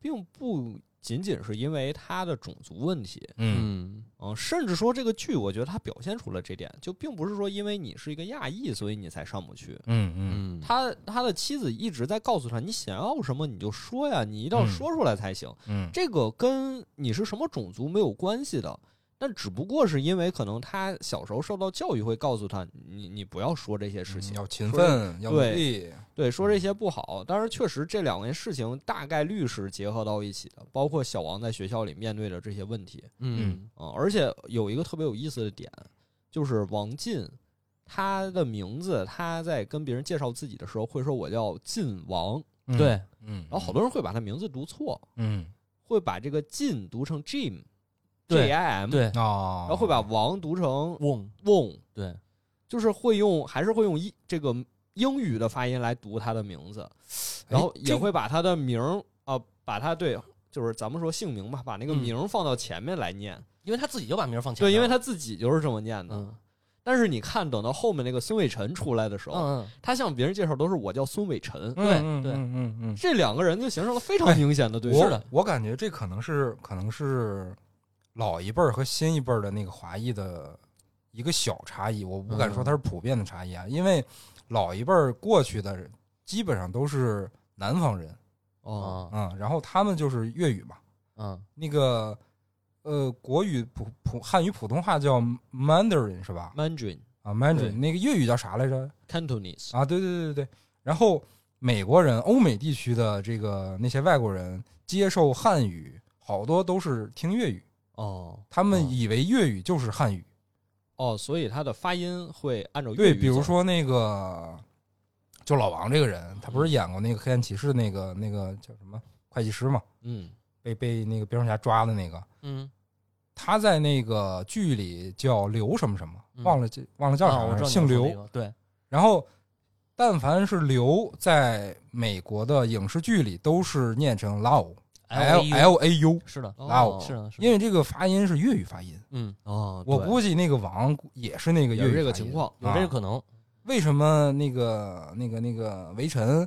Speaker 3: 并不仅仅是因为他的种族问题，
Speaker 4: 嗯
Speaker 2: 嗯
Speaker 3: 嗯，甚至说这个剧，我觉得他表现出了这点，就并不是说因为你是一个亚裔，所以你才上不去。
Speaker 4: 嗯嗯
Speaker 2: 嗯
Speaker 3: 他他的妻子一直在告诉他，你想要什么你就说呀，你一定要
Speaker 4: 嗯
Speaker 3: 说出来才行。
Speaker 4: 嗯
Speaker 3: 这个跟你是什么种族没有关系的，但只不过是因为可能他小时候受到教育会告诉他，你你不要说这些事情，
Speaker 4: 嗯要勤奋，要努
Speaker 3: 对
Speaker 4: 力。
Speaker 3: 对，说这些不好。当然，确实这两件事情大概率是结合到一起的，包括小王在学校里面对的这些问题。
Speaker 2: 嗯
Speaker 3: 啊、而且有一个特别有意思的点，就是王进，他的名字，他在跟别人介绍自己的时候会说我叫晋王，
Speaker 4: 嗯，
Speaker 2: 对，
Speaker 4: 嗯，
Speaker 3: 然后好多人会把他名字读错，
Speaker 4: 嗯
Speaker 3: 会把这个晋读成 Jim，
Speaker 2: 对
Speaker 3: J I M，
Speaker 2: 对，
Speaker 4: 哦，
Speaker 3: 然后会把王读成
Speaker 2: 瓮
Speaker 3: Wong，
Speaker 2: 对，
Speaker 3: 就是会用还是会用一这个英语的发音来读他的名字，
Speaker 2: 哎
Speaker 3: 然后也
Speaker 4: 这
Speaker 3: 会把他的名儿啊、把他对。就是咱们说姓名吧，把那个
Speaker 2: 嗯
Speaker 3: 名儿放到前面来念，
Speaker 2: 因为他自己就把名儿放前面
Speaker 3: 对，
Speaker 2: 了，
Speaker 3: 因为他自己就是这么念的。
Speaker 2: 嗯
Speaker 3: 但是你看，等到后面那个孙伟晨出来的时候，
Speaker 2: 嗯
Speaker 3: 他向别人介绍都是我叫孙伟晨，
Speaker 4: 嗯
Speaker 2: 对
Speaker 4: 嗯
Speaker 2: 对
Speaker 4: 嗯嗯嗯，
Speaker 3: 这两个人就形成了非常明显的对比。
Speaker 4: 我
Speaker 2: 哎是的
Speaker 4: 我感觉这可能是可能是老一辈儿和新一辈儿的那个华裔的一个小差异，我不敢说它是普遍的差异啊，因为老一辈儿过去的人基本上都是南方人
Speaker 3: 哦，
Speaker 2: 嗯
Speaker 4: 啊、嗯然后他们就是粤语嘛，
Speaker 2: 嗯
Speaker 4: 那个呃国语普普汉语普通话叫 Mandarin 是吧？
Speaker 3: ，Mandarin、对
Speaker 4: 啊，Mandarin 那个粤语叫啥来着？
Speaker 3: Cantonese，
Speaker 4: 啊，对对对对对。然后美国人、欧美地区的这个那些外国人接受汉语，好多都是听粤语，
Speaker 3: 哦
Speaker 4: 他
Speaker 3: 哦
Speaker 4: 们以为粤语就是汉语。
Speaker 3: 哦，所以他的发音会按照粤
Speaker 4: 对，
Speaker 3: 语
Speaker 4: 比如
Speaker 3: 走
Speaker 4: 说那个，就老王这个人，他
Speaker 2: 嗯
Speaker 4: 不是演过那个《黑暗骑士》那个那个叫什么会计师嘛，
Speaker 3: 嗯，
Speaker 4: 被被那个蝙蝠侠抓的那个，
Speaker 2: 嗯，
Speaker 4: 他在那个剧里叫刘什么什么，
Speaker 2: 嗯
Speaker 4: 忘了这忘了叫啥
Speaker 2: 啊我
Speaker 4: 了，
Speaker 2: 知道你
Speaker 4: 姓
Speaker 2: 要说
Speaker 4: 刘
Speaker 2: 这。个，对，
Speaker 4: 然后，但凡是刘在美国的影视剧里，都是念成 Lao。L
Speaker 2: LAU
Speaker 4: L A U，
Speaker 2: E，是的，
Speaker 3: 哦
Speaker 4: 拉我
Speaker 2: 是的，是的
Speaker 4: 哎因为这个发音是粤语发音，
Speaker 2: 嗯，
Speaker 3: 哦，
Speaker 4: 我
Speaker 3: 对
Speaker 4: 估计那个王也是那个
Speaker 3: 也
Speaker 4: 粤语
Speaker 3: 是这个
Speaker 4: 发音
Speaker 3: 情。况，
Speaker 2: 有
Speaker 4: 啊
Speaker 2: 这个可能，
Speaker 4: 为什么那个那个那个围城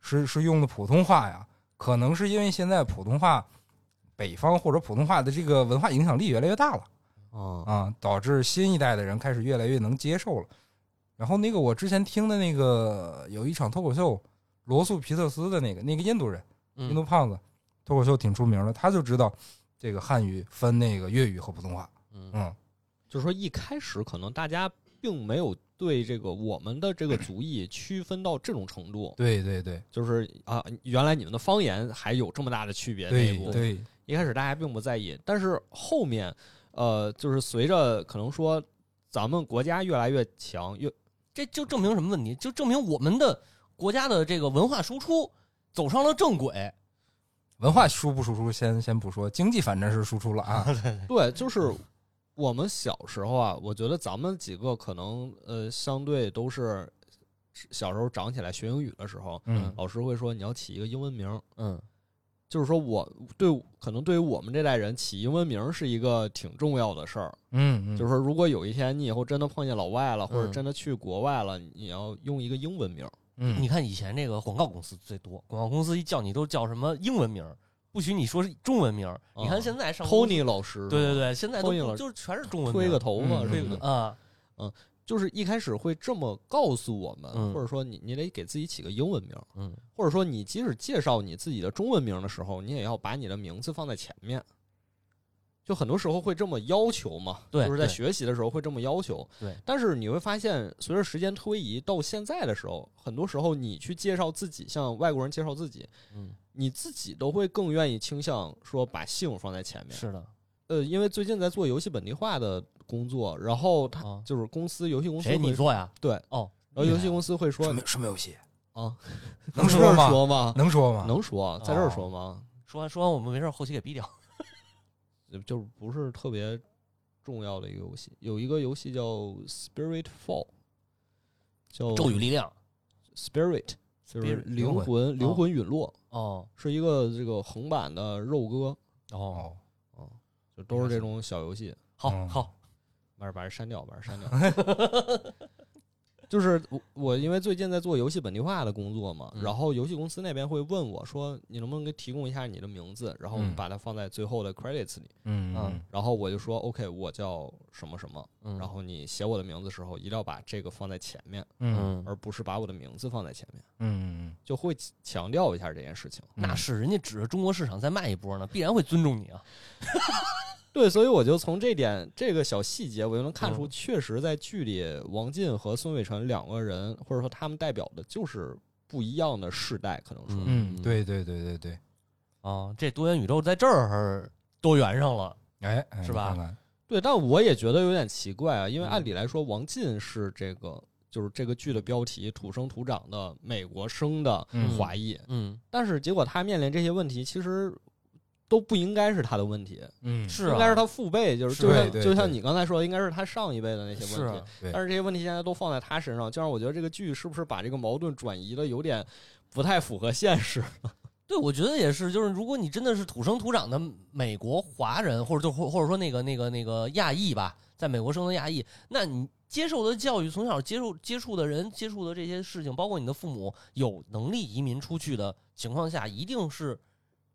Speaker 4: 是是用的普通话呀？可能是因为现在普通话北方或者普通话的这个文化影响力越来越大了
Speaker 3: 哦
Speaker 4: 啊，导致新一代的人开始越来越能接受了。然后那个我之前听的那个有一场脱口秀，罗素皮特斯的那个那个印度人。印度
Speaker 2: 嗯
Speaker 4: 胖子脱口秀挺出名的，他就知道这个汉语分那个粤语和普通话。
Speaker 2: 嗯
Speaker 4: 嗯
Speaker 3: 就是说一开始可能大家并没有对这个我们的这个族裔区分到这种程度，
Speaker 4: 对对对
Speaker 3: 就是啊，原来你们的方言还有这么大的区别。内部
Speaker 4: 对对，
Speaker 3: 一开始大家并不在意，但是后面，呃，就是随着可能说咱们国家越来越强，越
Speaker 2: 这就证明什么问题？就证明我们的国家的这个文化输出走上了正轨。
Speaker 4: 文化输不输出先先不说，经济反正是输出了啊。
Speaker 3: 对，就是我们小时候啊，我觉得咱们几个可能呃，相对都是小时候长起来学英语的时候，
Speaker 4: 嗯
Speaker 3: 老师会说你要起一个英文名儿，
Speaker 2: 嗯，
Speaker 3: 就是说我对可能对于我们这代人起英文名儿是一个挺重要的事儿，
Speaker 4: 嗯，嗯
Speaker 3: 就是说如果有一天你以后真的碰见老外了，或者
Speaker 2: 嗯
Speaker 3: 真的去国外了，你要用一个英文名儿。
Speaker 4: 嗯
Speaker 2: 你看以前这个广告公司最多，广告公司一叫你都叫什么英文名儿，不许你说是中文名儿。你看现在上公司
Speaker 3: Tony 老师，
Speaker 2: 对对，对，现在都
Speaker 3: Tony 老
Speaker 2: 不
Speaker 3: 师
Speaker 2: 就是全是中文名儿，
Speaker 3: 吹个头发
Speaker 4: 嗯
Speaker 3: 什
Speaker 4: 吹
Speaker 3: 么
Speaker 4: 个
Speaker 3: 的，
Speaker 2: 啊，
Speaker 3: 就是一开始会这么告诉我们，
Speaker 2: 嗯
Speaker 3: 或者说你你得给自己起个英文名，
Speaker 2: 嗯，
Speaker 3: 或者说你即使介绍你自己的中文名的时候，你也要把你的名字放在前面。就很多时候会这么要求嘛，
Speaker 2: 对
Speaker 3: 就是在
Speaker 2: 对
Speaker 3: 学习的时候会这么要求。
Speaker 2: 对
Speaker 3: 但是你会发现，随着时间推移到现在的时候，很多时候你去介绍自己，向外国人介绍自己，
Speaker 2: 嗯，
Speaker 3: 你自己都会更愿意倾向说把姓放在前面。
Speaker 2: 是的，
Speaker 3: 呃，因为最近在做游戏本地化的工作，然后他
Speaker 2: 啊
Speaker 3: 就是公司游戏公司
Speaker 2: 谁你
Speaker 3: 会
Speaker 2: 做呀？
Speaker 3: 对，
Speaker 2: 哦，
Speaker 3: 然后游戏公司会说
Speaker 4: 什么什么游戏
Speaker 3: 啊，
Speaker 4: 能
Speaker 3: 这儿
Speaker 4: 说吗？
Speaker 3: 说吗？
Speaker 4: 能说吗？
Speaker 3: 能说，啊在这儿说吗？
Speaker 2: 说完说完我们没事儿，后期给毙掉。
Speaker 3: 就是不是特别重要的一个游戏，有一个游戏叫 Spirit Fall，叫
Speaker 2: 咒语力量
Speaker 3: Spirit，就是灵
Speaker 4: 灵
Speaker 3: 魂灵魂陨落，
Speaker 2: 哦
Speaker 3: 是一个这个横版的肉鸽，
Speaker 2: 哦，
Speaker 4: 哦，
Speaker 3: 就都是这种小游戏。
Speaker 2: 好
Speaker 4: 嗯
Speaker 2: 好，
Speaker 3: 把这把这删掉，把这删掉。就是我我因为最近在做游戏本地化的工作嘛，
Speaker 2: 嗯
Speaker 3: 然后游戏公司那边会问我说，你能不能给提供一下你的名字，然后
Speaker 4: 嗯
Speaker 3: 把它放在最后的 credits 里。
Speaker 4: 嗯
Speaker 2: 嗯
Speaker 3: 然后我就说 OK，我叫什么什么，
Speaker 2: 嗯
Speaker 3: 然后你写我的名字的时候，一定要把这个放在前面，
Speaker 4: 嗯
Speaker 2: 嗯，
Speaker 3: 而不是把我的名字放在前面，
Speaker 4: 嗯，
Speaker 3: 就会强调一下这件事情。
Speaker 2: 那是人家指着中国市场在卖一波呢，必然会尊重你啊。
Speaker 3: 对，所以我就从这点这个小细节，我就能看出，
Speaker 2: 嗯
Speaker 3: 确实在剧里，王进和孙伟晨两个人，或者说他们代表的就是不一样的世代，可能说，
Speaker 4: 嗯，对对对对对，
Speaker 2: 啊，这多元宇宙在这儿多元上了。
Speaker 4: 哎，哎
Speaker 2: 是吧
Speaker 4: 你看看
Speaker 3: 对，但我也觉得有点奇怪啊，因为按
Speaker 2: 嗯
Speaker 3: 理来说，王进是这个就是这个剧的标题，土生土长的美国生的
Speaker 4: 嗯
Speaker 3: 华裔，
Speaker 2: 嗯，
Speaker 3: 但是结果他面临这些问题，其实都不应该是他的问题，
Speaker 4: 嗯，
Speaker 2: 是啊，
Speaker 3: 应该是他父辈，就是
Speaker 2: 是
Speaker 3: 就像
Speaker 4: 对对
Speaker 3: 就像
Speaker 4: 对
Speaker 3: 你刚才说的，应该是他上一辈的那些
Speaker 2: 是
Speaker 3: 问题。
Speaker 2: 啊
Speaker 4: 对
Speaker 3: 但是这些问题现在都放在他身上，就让我觉得这个剧是不是把这个矛盾转移的有点不太符合现实？
Speaker 2: 对，我觉得也是，就是如果你真的是土生土长的美国华人，或者就或或者说那个那个那个亚裔吧，在美国生的亚裔，那你接受的教育，从小接受接触的人，接触的这些事情，包括你的父母有能力移民出去的情况下，一定是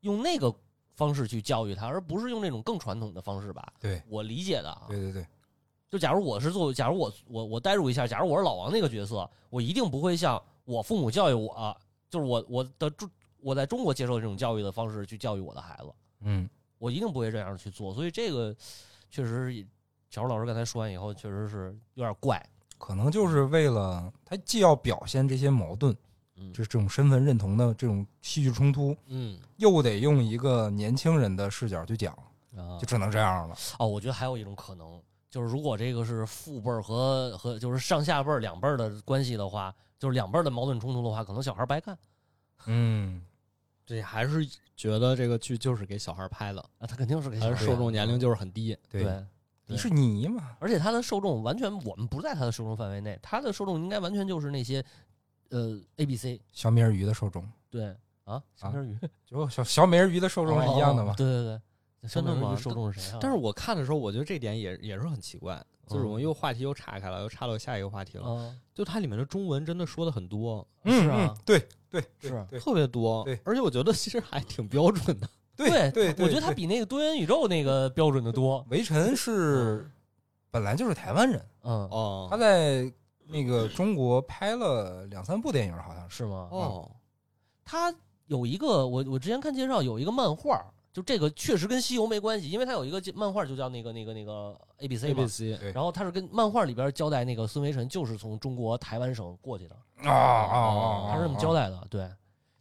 Speaker 2: 用那个方式去教育他，而不是用那种更传统的方式吧？
Speaker 4: 对
Speaker 2: 我理解的啊，
Speaker 4: 对对对，
Speaker 2: 就假如我是做，假如我我我代入一下，假如我是老王那个角色，我一定不会像我父母教育我，就是我我的中我在中国接受这种教育的方式去教育我的孩子，
Speaker 4: 嗯
Speaker 2: 我一定不会这样去做。所以这个确实也，小茹老师刚才说完以后，确实是有点怪。
Speaker 4: 可能就是为了他既要表现这些矛盾，
Speaker 2: 嗯
Speaker 4: 就是这种身份认同的这种戏剧冲突，
Speaker 3: 嗯，
Speaker 4: 又得用一个年轻人的视角去讲，
Speaker 2: 啊
Speaker 4: 就只能这样了。
Speaker 2: 哦，我觉得还有一种可能，就是如果这个是父辈儿和和就是上下辈儿两辈儿的关系的话，就是两辈儿的矛盾冲突的话，可能小孩儿白看
Speaker 4: 嗯，
Speaker 3: 这还是觉得这个剧就是给小孩拍的，
Speaker 2: 啊，他肯定是给小
Speaker 3: 还
Speaker 2: 孩
Speaker 3: 是
Speaker 2: 儿
Speaker 3: 受众年龄就是很低。
Speaker 4: 对，
Speaker 2: 对
Speaker 4: 迪士尼嘛，
Speaker 2: 而且它的受众完全我们不在它的受众范围内，它的受众应该完全就是那些呃 A B C
Speaker 4: 小美人鱼的受众，
Speaker 2: 对啊，小明鱼
Speaker 4: 就小小美人鱼的受众是一样的嘛。
Speaker 2: 对对对，那
Speaker 3: 小
Speaker 2: 山
Speaker 3: 美人鱼
Speaker 2: 东鱼
Speaker 3: 受
Speaker 2: 受众是谁啊？
Speaker 3: 但是我看的时候，我觉得这点也也是很奇怪，就是我们又话题又岔开了，又岔到下一个话题了。
Speaker 2: 啊，
Speaker 3: 就它里面的中文真的说的很多，
Speaker 2: 是
Speaker 4: 嗯
Speaker 2: 啊
Speaker 4: 嗯，对对对
Speaker 2: 是啊
Speaker 4: 对
Speaker 3: 特别多
Speaker 4: 对，
Speaker 3: 而且我觉得其实还挺标准的。
Speaker 4: 对对，
Speaker 2: 我觉得它
Speaker 4: 对
Speaker 2: 比那个多元宇宙那个标准的多。
Speaker 4: 围城是本来就是台湾人，
Speaker 2: 嗯，
Speaker 3: 哦
Speaker 4: 他在那个中国拍了两三部电影，好像是。
Speaker 2: 是吗？，啊
Speaker 3: 哦，
Speaker 2: 它有一个我我之前看介绍有一个漫画，就这个确实跟西游没关系，因为它有一个漫画就叫那个那个那个 A B C 嘛
Speaker 3: A B，C，
Speaker 4: 对
Speaker 2: 然后它是跟漫画里边交代那个孙维晨就是从中国台湾省过去的，
Speaker 4: 啊啊啊！
Speaker 2: 哦他是这么交代
Speaker 4: 代，
Speaker 2: 的，对。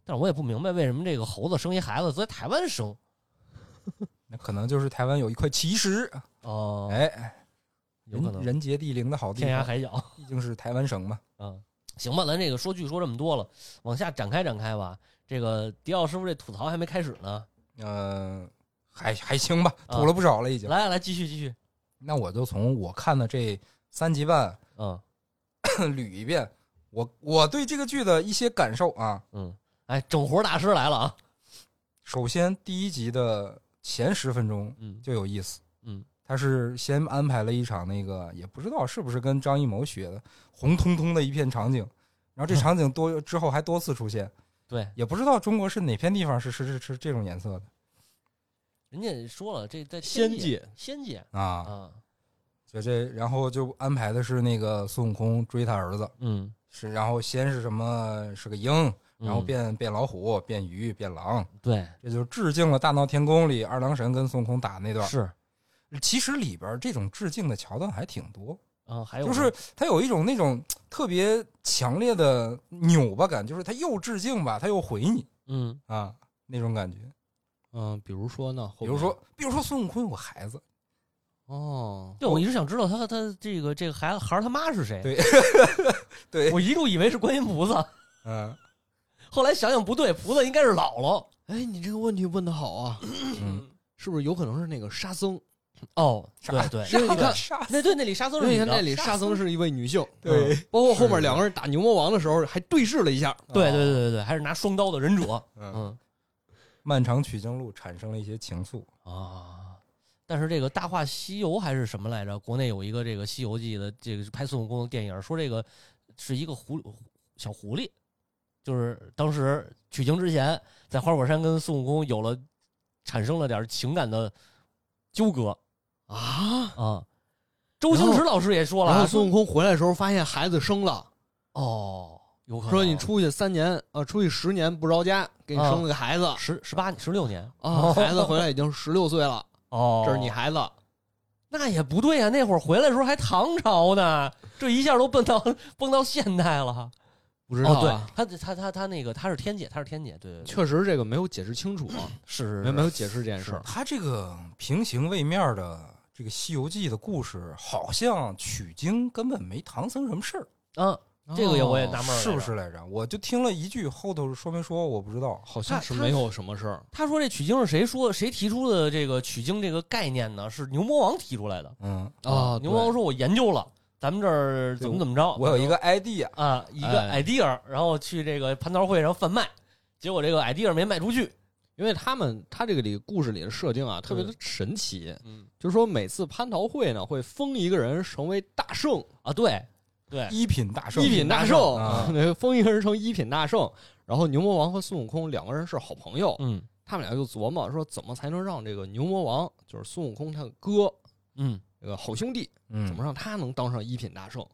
Speaker 2: 但是我也不明白为什么这个猴子生一孩子在台湾生，
Speaker 4: 那可能就是台湾有一块奇石，
Speaker 2: 哦、
Speaker 4: 哎，
Speaker 2: 有可能
Speaker 4: 人人杰地灵的好地
Speaker 2: 天涯
Speaker 4: 方，
Speaker 2: 海角。
Speaker 4: 毕竟是台湾省嘛。
Speaker 2: 嗯，行吧，咱这个说剧说这么多了，往下展开展开吧。这个迪奥师傅这吐槽还没开始呢，
Speaker 4: 嗯，还还行吧，
Speaker 2: 啊
Speaker 4: 吐了不少了已经。
Speaker 2: 来来继续继续。
Speaker 4: 那我就从我看的这三集半
Speaker 2: 嗯
Speaker 4: 捋一遍，我我对这个剧的一些感受啊。
Speaker 2: 嗯，哎，整活大师来了啊！
Speaker 4: 首先，第一集的前十分钟
Speaker 2: 嗯
Speaker 4: 就有意思，
Speaker 2: 嗯，
Speaker 4: 他是先安排了一场那个也不知道是不是跟张艺谋学的红彤彤的一片场景， 然后这场景多之后还多次出现，
Speaker 2: 对，
Speaker 4: 也不知道中国是哪片地方是是是是这种颜色
Speaker 2: 人家说了，这在
Speaker 3: 仙
Speaker 2: 界，
Speaker 3: 界，
Speaker 2: 仙界
Speaker 4: 的啊。
Speaker 2: 啊，
Speaker 4: 就这，然后就安排的是那个孙悟空追他儿子，
Speaker 2: 嗯，
Speaker 4: 是然后先是什么是个鹰，然后
Speaker 2: 嗯
Speaker 4: 变变老虎，变鱼，变狼，
Speaker 2: 对
Speaker 4: 这就致敬了《大闹天宫》里二郎神跟孙悟空打的那段。
Speaker 2: 是
Speaker 4: 其实里边这种致敬的桥段还挺多，
Speaker 2: 啊，还有
Speaker 4: 就是它有一种那种特别强烈的扭巴感，就是它又致敬吧，它又回你
Speaker 2: 嗯
Speaker 4: 啊那种感觉。
Speaker 3: 嗯，比如说呢，
Speaker 4: 比
Speaker 3: 后
Speaker 4: 如
Speaker 3: 面
Speaker 4: 说，比如说孙悟空有个孩子，
Speaker 3: 哦，
Speaker 2: 对，我一直想知道他他这个这个孩子孩儿他妈是谁？
Speaker 4: 对对
Speaker 2: 我一度以为是观音菩萨，
Speaker 4: 嗯
Speaker 2: 后来想想不对，菩萨应该是姥姥。
Speaker 3: 哎，你这个问题问的好啊，
Speaker 4: 嗯，
Speaker 3: 是不是有可能是那个沙僧？
Speaker 2: 哦，对
Speaker 4: 啥
Speaker 2: 对，
Speaker 3: 因为啊你看，
Speaker 4: 啥
Speaker 2: 那对那里沙僧
Speaker 3: 因
Speaker 2: 是
Speaker 3: 为
Speaker 2: 女
Speaker 3: 你
Speaker 2: 的，
Speaker 3: 看那里沙僧是一位女性，
Speaker 4: 对
Speaker 3: 嗯，包括后面
Speaker 4: 是
Speaker 3: 两个人打牛魔王的时候还对视了一下，
Speaker 2: 对对对对对，还是拿双刀的忍者。
Speaker 4: 嗯，
Speaker 2: 嗯
Speaker 4: 漫长取经路产生了一些情愫。
Speaker 2: 啊，但是这个《大话西游》还是什么来着？国内有一个这个《西游记》的这个拍孙悟空的电影，说这个是一个狐小狐狸，就是当时取经之前，在花果山跟孙悟空有了产生了点情感的纠葛
Speaker 3: 啊，
Speaker 2: 啊。周星驰老师也说了
Speaker 3: 然
Speaker 2: 啊，
Speaker 3: 后孙悟空回来的时候发现孩子生了，
Speaker 2: 哦，有可能
Speaker 3: 说你出去三年，呃，出去十年不着家，给你生了个孩子，
Speaker 2: 十十八十六年
Speaker 3: 啊， 孩子回来已经十六岁了，
Speaker 2: 哦，
Speaker 3: 这是你孩子，
Speaker 2: 那也不对啊，那会儿回来的时候还唐朝呢，这一下都奔到蹦到现代了。
Speaker 3: 不知道
Speaker 2: 哦，对
Speaker 3: 啊，，
Speaker 2: 他他他他那个他是天姐，他是天姐，对对对，
Speaker 3: 确实这个没有解释清楚啊，
Speaker 2: 是
Speaker 3: 没没有解释这件事儿，
Speaker 4: 他这个平行位面的这个《西游记》的故事，好像取经根本没唐僧什么事儿，
Speaker 2: 啊，这
Speaker 3: 哦
Speaker 2: 个也我也纳闷儿来着
Speaker 4: 是不？是来着？我就听了一句，后头说没说我不知道。
Speaker 3: 好像是没有什么事儿，
Speaker 2: 他说这取经是谁说谁提出的这个取经这个概念呢？是牛魔王提出来的
Speaker 4: 嗯，
Speaker 3: 啊
Speaker 2: 牛魔王
Speaker 3: 对
Speaker 2: 说我研究了，咱们这儿怎么怎么着，
Speaker 4: 我有一个 idea，
Speaker 2: 啊一个
Speaker 3: 哎
Speaker 2: idea，然后去这个蟠桃会上贩卖，结果这个 idea 没卖出去，
Speaker 3: 因为他们他这个里故事里的设定啊，特别的神奇，
Speaker 2: 嗯
Speaker 3: 就是说每次蟠桃会呢，会封一个人成为大圣，
Speaker 2: 啊，对对，
Speaker 4: 一品大圣，
Speaker 3: 一品大圣，
Speaker 4: 啊，
Speaker 3: 对封一个人成一品大圣。然后牛魔王和孙悟空两个人是好朋友，
Speaker 2: 嗯
Speaker 3: 他们俩就琢磨说，怎么才能让这个牛魔王，就是孙悟空他的哥，
Speaker 2: 嗯
Speaker 3: 这个好兄弟，
Speaker 4: 嗯，
Speaker 3: 怎么让他能当上一品大圣？